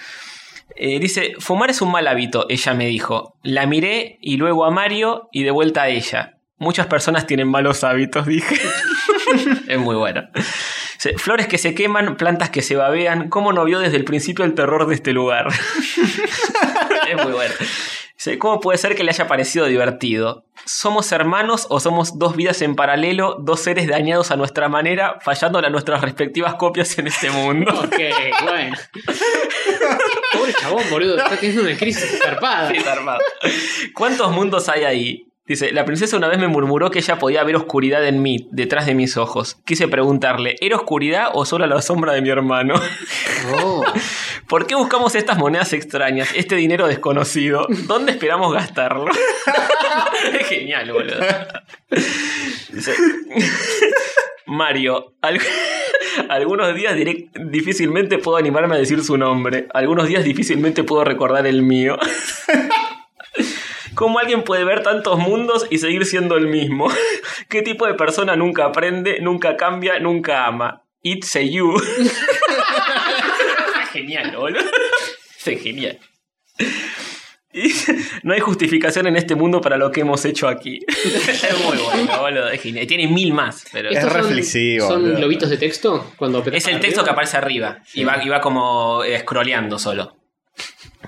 B: Eh, dice, fumar es un mal hábito, ella me dijo. La miré y luego a Mario y de vuelta a ella. Muchas personas tienen malos hábitos, dije. [LAUGHS] es muy bueno. Dice, Flores que se queman, plantas que se babean. ¿Cómo no vio desde el principio el terror de este lugar? [LAUGHS] es muy bueno. Dice, ¿Cómo puede ser que le haya parecido divertido? ¿Somos hermanos o somos dos vidas en paralelo, dos seres dañados a nuestra manera, fallando a nuestras respectivas copias en este mundo?
C: Ok,
D: [LAUGHS]
C: bueno. Pobre chabón, boludo. Está teniendo una crisis zarpada.
B: [LAUGHS] Desarmado. ¿Cuántos mundos hay ahí? Dice, la princesa una vez me murmuró que ella podía ver oscuridad en mí, detrás de mis ojos. Quise preguntarle, ¿era oscuridad o solo la sombra de mi hermano? [LAUGHS]
C: Oh.
B: ¿Por qué buscamos estas monedas extrañas, este dinero desconocido? ¿Dónde esperamos gastarlo? [LAUGHS] es genial, boludo. Dice, Mario, al- [LAUGHS] algunos días direc- difícilmente puedo animarme a decir su nombre. Algunos días difícilmente puedo recordar el mío. [LAUGHS] ¿Cómo alguien puede ver tantos mundos y seguir siendo el mismo? [LAUGHS] ¿Qué tipo de persona nunca aprende, nunca cambia, nunca ama? It's a you. [LAUGHS] Está genial, boludo. Está genial. [LAUGHS] Y no hay justificación en este mundo para lo que hemos hecho aquí. [LAUGHS] es muy bueno, boludo. Es genial. Tiene mil más, pero.
D: Es
C: ¿Estos son-
D: reflexivo,
C: ¿Son
D: boludo.
C: globitos de texto? Cuando apretás
B: Es el
C: para
B: texto que
C: arriba.
B: aparece arriba y va, y va como eh, scrolleando solo.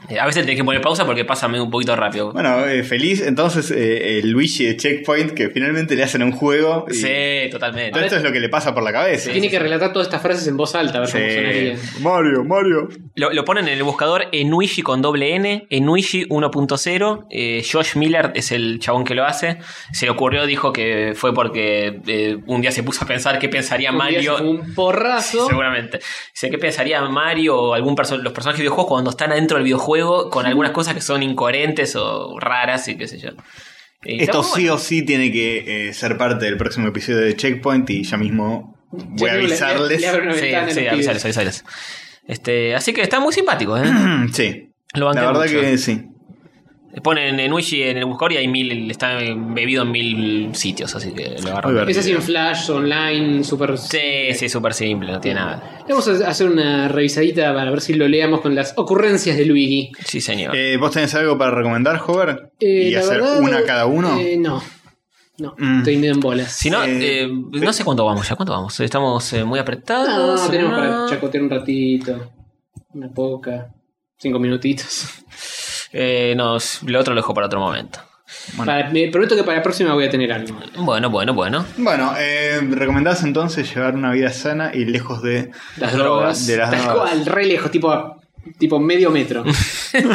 B: Eh, A veces tenés que poner pausa porque pasa medio un poquito rápido.
D: Bueno, eh, feliz entonces eh, el Luigi de Checkpoint que finalmente le hacen un juego. y
B: sí,
D: todo
B: totalmente.
D: esto es lo que le pasa por la cabeza.
C: Tiene que relatar todas estas frases en voz alta, a ver cómo sonaría.
D: Sí. Mario, Mario.
B: Lo, lo ponen en el buscador Enuigi con doble N, Enuigi 1.0. eh, Josh Miller es el chabón que lo hace. Se le ocurrió, dijo que fue porque eh, un día se puso a pensar qué pensaría
C: Un día
B: Mario.
C: se fumó un porrazo.
B: Seguramente. Dice, ¿qué pensaría Mario o algún perso- los personajes de videojuegos cuando están adentro del videojuego con algunas cosas que son incoherentes o raras y qué sé yo? Y está
D: Esto
B: muy
D: sí o sí tiene que eh, ser parte del próximo episodio de Checkpoint y ya mismo voy a
C: Yo digo, le- le-
D: avisarles.
C: le abro una
B: bueno. Sí,
C: ventana a
B: sí,
C: los
B: avisales,
C: pibes.
B: avisales. Este, así que está muy simpático, ¿eh?
D: [CLEARS THROAT] sí.
B: Lo
D: La
B: banqué
D: verdad
B: mucho.
D: que sí.
B: Ponen en Uchi en el buscador y hay mil, está bebido en mil sitios, así que lo agarran.
D: Muy
C: Ese es en flash, online, súper...
B: Sí, sí, súper simple, no tiene nada.
C: Le Vamos a hacer una revisadita para ver si lo leamos con las ocurrencias de Luigi.
B: Sí, señor.
D: Eh, ¿Vos tenés algo para recomendar, Hover?
C: Eh,
D: ¿Y
C: la
D: hacer
C: verdad,
D: una cada uno?
C: eh, no. No,
D: Mm.
C: estoy medio en bolas.
B: si no,
D: eh,
B: eh, no sé cuánto vamos ya, cuánto vamos. Estamos eh, muy
C: No,
B: apretados.
C: tenemos
B: ¿no?
C: para chacotear un ratito. Una poca.
D: [LAUGHS]
C: Cinco minutitos.
B: Eh, no, lo otro lo dejo para otro momento.
C: Para- me prometo que para la próxima voy a tener algo.
B: Bueno, bueno, bueno.
D: Bueno, eh, ¿recomendás entonces llevar una vida sana y lejos de
C: Las drogas.
D: De las
C: Tal
D: drogas.
C: cual, re lejos, tipo, tipo
D: [LAUGHS]
C: medio metro.
D: [LAUGHS]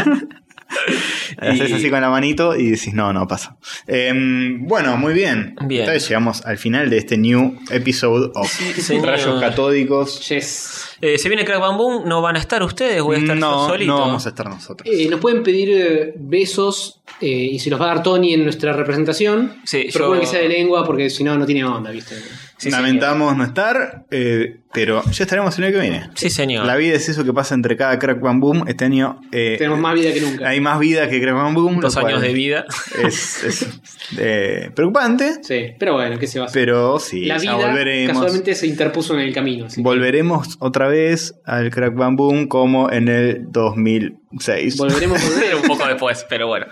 D: Haces
B: Y-
D: así con la manito y decís, no, no pasa. Em, bueno, muy bien.
B: Bien.
D: Entonces llegamos al final de este new episode of
B: señor.
D: Rayos Catódicos.
C: yes.
B: Eh, se viene Crack Bam Boom, no van a estar ustedes, voy a estar yo
D: no,
B: solito.
D: no vamos a estar nosotros.
C: Eh, nos pueden pedir eh, besos eh, y se los va a dar Tony en nuestra representación.
B: Sí,
C: Pero
B: yo-
D: Eh,
C: que sea de lengua porque si no, no tiene onda, ¿viste?
B: Sí,
D: Lamentamos no estar, eh, pero ya estaremos el año que viene.
B: Sí, señor.
D: La vida es eso que pasa entre cada Crack Bam Boom. Este año eh,
C: Tenemos más vida que nunca.
D: hay más vida que Crack Bam Boom.
B: Dos
D: lo cual
B: años de vida.
D: Es, es, eh, preocupante,
C: Sí, pero bueno, ¿qué se va a hacer?
D: pero sí,
C: la
D: ya
C: vida
D: volveremos.
C: casualmente se interpuso en el camino. así que
D: Volveremos otra vez al Crack Bam Boom como en el 2006.
C: Volveremos a
D: [LAUGHS]
C: volver.
B: un poco después, pero bueno.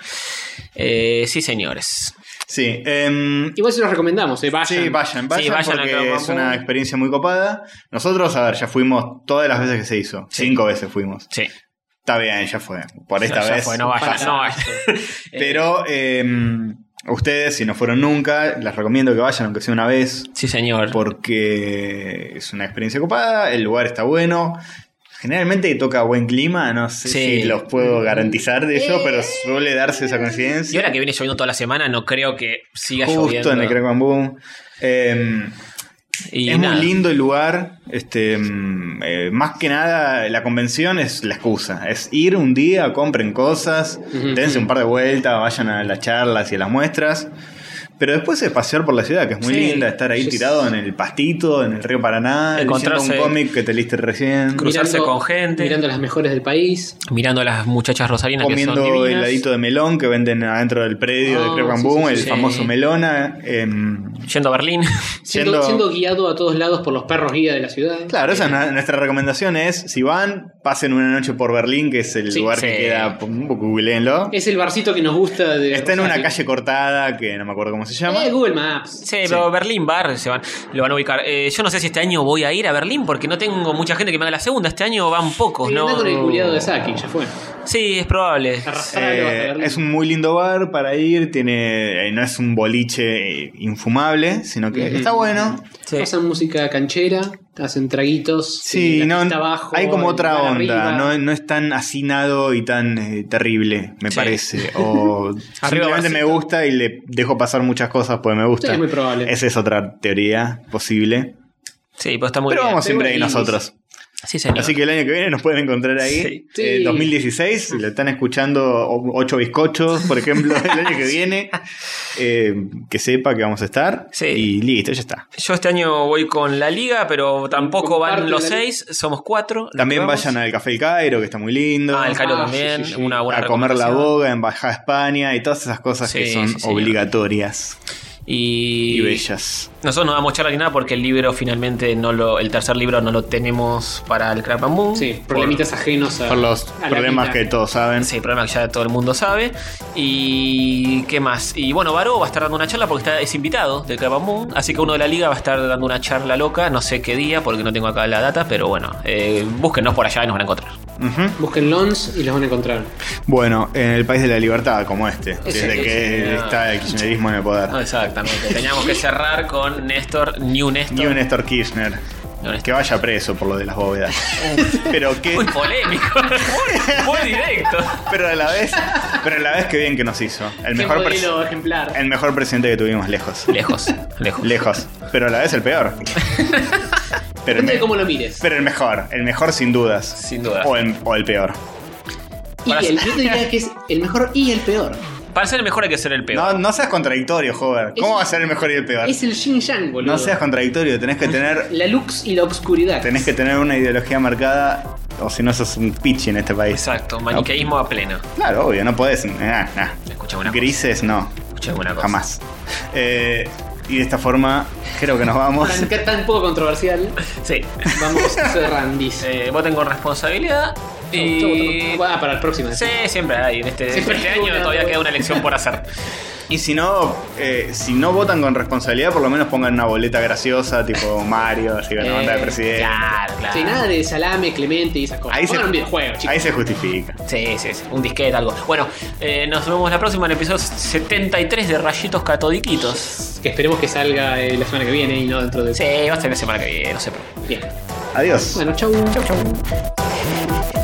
B: Eh, sí, señores.
D: sí, em,
C: Igual se los recomendamos, eh, vayan.
D: Sí, vayan, vayan,
B: Sí, vayan a Crack
D: porque
B: Bam
D: es una
B: Boom.
D: experiencia muy copada. Nosotros, a ver, ya fuimos todas las veces que se hizo. Cinco veces fuimos.
B: Sí.
D: Está bien, eh, ya fue. Por esta
B: Ya- ya
D: vez.
B: fue, no vayan,
C: Para-
B: no vayan.
D: este. Pero eh, ustedes, si no fueron nunca, les recomiendo que vayan, aunque sea una vez,
B: Sí, señor.
D: porque es una experiencia copada, el lugar está bueno. Generalmente toca buen clima, no sé
B: Sí. Mm. Eh,
D: si los puedo garantizar de ello, pero suele darse esa
B: Y
D: coincidencia.
B: ahora que viene lloviendo toda la semana, no creo que siga lloviendo.
D: Justo en el Crack Bam Boom. Eh,
B: y
D: es
B: nada.
D: muy lindo el lugar. Este, mm, eh, más que nada, la convención es la excusa. Es ir un día, compren cosas,
C: Ujú.
D: dense un par de vueltas, vayan a las charlas y a las muestras. Pero después es pasear por la ciudad, que es muy
B: Sí.
D: linda, estar ahí
C: Sí, sí.
D: tirado en el pastito, en el río Paraná, leyendo un
B: Encontrarse-
D: cómic que te leíste recién,
B: Cru- cruzarse con gente.
C: Mirando las mejores del país.
B: Mirando a las muchachas rosarinas que son
D: comiendo
B: divinas.
D: heladito de melón que venden adentro del predio
C: Ah,
D: de Creo
C: sí,
D: Boom,
C: sí,
D: el
C: sí,
B: sí.
D: famoso melona. em,
B: Yendo a Berlín. [LAUGHS]
C: Siendo,
D: Yendo-
C: siendo guiado a todos lados por los perros guía de la ciudad.
D: Claro, esa es na- nuestra recomendación es, si van, pasen una noche por Berlín, que es el
C: Sí,
D: lugar que
B: sí.
D: queda, pum, googleenlo.
C: Es el barcito que nos gusta de.
D: Está en una
C: Rosario.
D: calle cortada, que no me acuerdo cómo se llama.
C: Eh, Google Maps.
B: Sí, pero Berlín Bar se van, lo van a ubicar. Eh, yo no sé si este año voy a ir a Berlín porque no tengo mucha gente que me haga la segunda. Este año van pocos,
C: Y
B: ¿no?
C: Andá con el culiado de Saki, ya fue.
B: Sí, es probable.
C: Arrastralo hasta
D: Eh,
C: Berlín.
D: es un muy lindo bar para ir, tiene eh, no es un boliche eh, infumable, sino que
C: Ujú.
D: está bueno.
B: Sí.
C: Pasan música canchera, hacen traguitos.
D: Sí,
C: la
D: no,
C: pista abajo,
D: hay como
C: el
D: otra
C: bar
D: onda,
C: arriba.
D: no, no es tan hacinado y tan eh, terrible, me
B: Sí.
C: [LAUGHS]
D: parece. O simplemente me
B: barcito.
D: gusta y le dejo pasar muchas cosas porque me
C: Sí,
D: gusta.
C: es muy probable.
D: Esa es otra teoría posible.
B: Sí, pues está muy
D: Pero
B: bien.
D: vamos
C: Pero
D: siempre ahí
C: bueno,
D: nosotros.
B: Sí, señor.
D: Así que el año que viene nos pueden encontrar ahí.
B: Sí.
D: Eh,
C: Sí.
D: 2016, si le están escuchando o- ocho bizcochos, por ejemplo, el año que
B: [LAUGHS]
D: viene, eh, que sepa que vamos a estar.
B: Sí.
D: Y listo, ya está.
B: Yo este año voy con la liga, pero tampoco
C: Con parte
B: van los
C: de la liga.
B: seis, somos cuatro. los
D: También
B: que vamos.
D: vayan al Café El Cairo, que está muy lindo.
B: Ah, el Cairo
C: Ah,
B: también,
C: sí, sí, sí.
B: una buena
D: a comer la
B: recomendación.
D: boga en Baja España y todas esas cosas que
B: Sí,
D: son
B: sí, señor.
D: obligatorias
B: Y,
D: y, bellas.
B: Nosotros no damos charla ni nada porque el libro finalmente no lo, el tercer libro no lo tenemos para el Crap and Boom.
C: Sí, problemitas ajenos a.
D: Por los
C: a la
D: problemas
C: vida.
D: que todos saben.
B: Sí, problema que ya todo el mundo sabe. Y qué más. Y bueno, Varo va a estar dando una charla porque está, es invitado del Crap and Boom. Así que uno de la liga va a estar dando una charla loca, no sé qué día porque no tengo acá la data, pero bueno, eh, búsquennos por allá y nos van a encontrar.
D: Ujú.
C: Busquen Lons y los van a encontrar.
D: Bueno, en el país de la libertad, como este, desde
B: sí,
D: que
B: sí.
D: está el kirchnerismo en el poder.
B: No, Ah, exactamente. Teníamos que cerrar con Néstor, New Néstor.
D: Ni un Néstor Kirchner.
B: New Néstor.
D: Que vaya preso por lo de las bóvedas. pero que.
B: Muy polémico. [LAUGHS] muy, muy directo.
D: Pero a la vez. Pero a la vez que bien que nos hizo. El
C: Qué
D: mejor, pres-
C: modelo ejemplar.
D: el mejor presidente que tuvimos lejos.
B: Lejos, lejos.
D: Lejos. Pero a la vez el
C: [LAUGHS]
D: peor. Pero el,
C: Depende de
D: me-
C: cómo lo mires.
D: pero el mejor. El mejor sin dudas.
B: Sin duda.
D: O el, o el peor.
C: Y
B: Para-
C: el, yo te diría que es el mejor y el peor.
B: Para ser el mejor hay que ser el peor.
D: No, no seas contradictorio, joven. ¿Cómo
C: Es-
D: va a ser el mejor y el peor?
C: Es el Xing Yang, boludo.
D: No seas contradictorio. Tenés que tener.
C: La lux y la oscuridad.
D: Tenés que tener una ideología marcada. O si no sos un pichi en este país.
B: Exacto, maniqueísmo a pleno.
D: Claro, obvio, no podés. eh, nah, nah.
B: Escuchame una
D: Grises no,
B: cosa. Escuchame una cosa.
D: jamás. Eh, y de esta forma creo que nos vamos.
C: Tan, que- tan poco controversial.
B: Sí.
C: Vamos cerrando. dice.
B: Eh, voten con responsabilidad. Y.
C: Ah, para el próximo.
B: Sí, siempre hay. En este,
C: Siempre
B: este
C: hay
B: año
C: una-
B: todavía queda una elección por
D: [LAUGHS]
B: hacer.
D: [LAUGHS] Y si no, eh, si no votan con responsabilidad, por lo menos pongan una boleta graciosa, tipo Mario, así que la banda de
C: Eh,
D: presidente.
B: Claro, claro.
C: Sí, nada de salame, clemente y esas cosas.
D: Ahí se,
C: Pongan un videojuego, chicos.
D: ahí se justifica.
B: Sí, sí, sí, un disquete, algo. Bueno, eh, nos vemos la próxima en el episodio 73 de Rayitos Catodiquitos.
C: Que esperemos que salga eh, la semana que viene y no dentro de.
B: Sí, va a ser la semana que viene, no se preocupen.
C: Bien.
D: Adiós.
C: Bueno, chau. Chau, chau.
G: Thank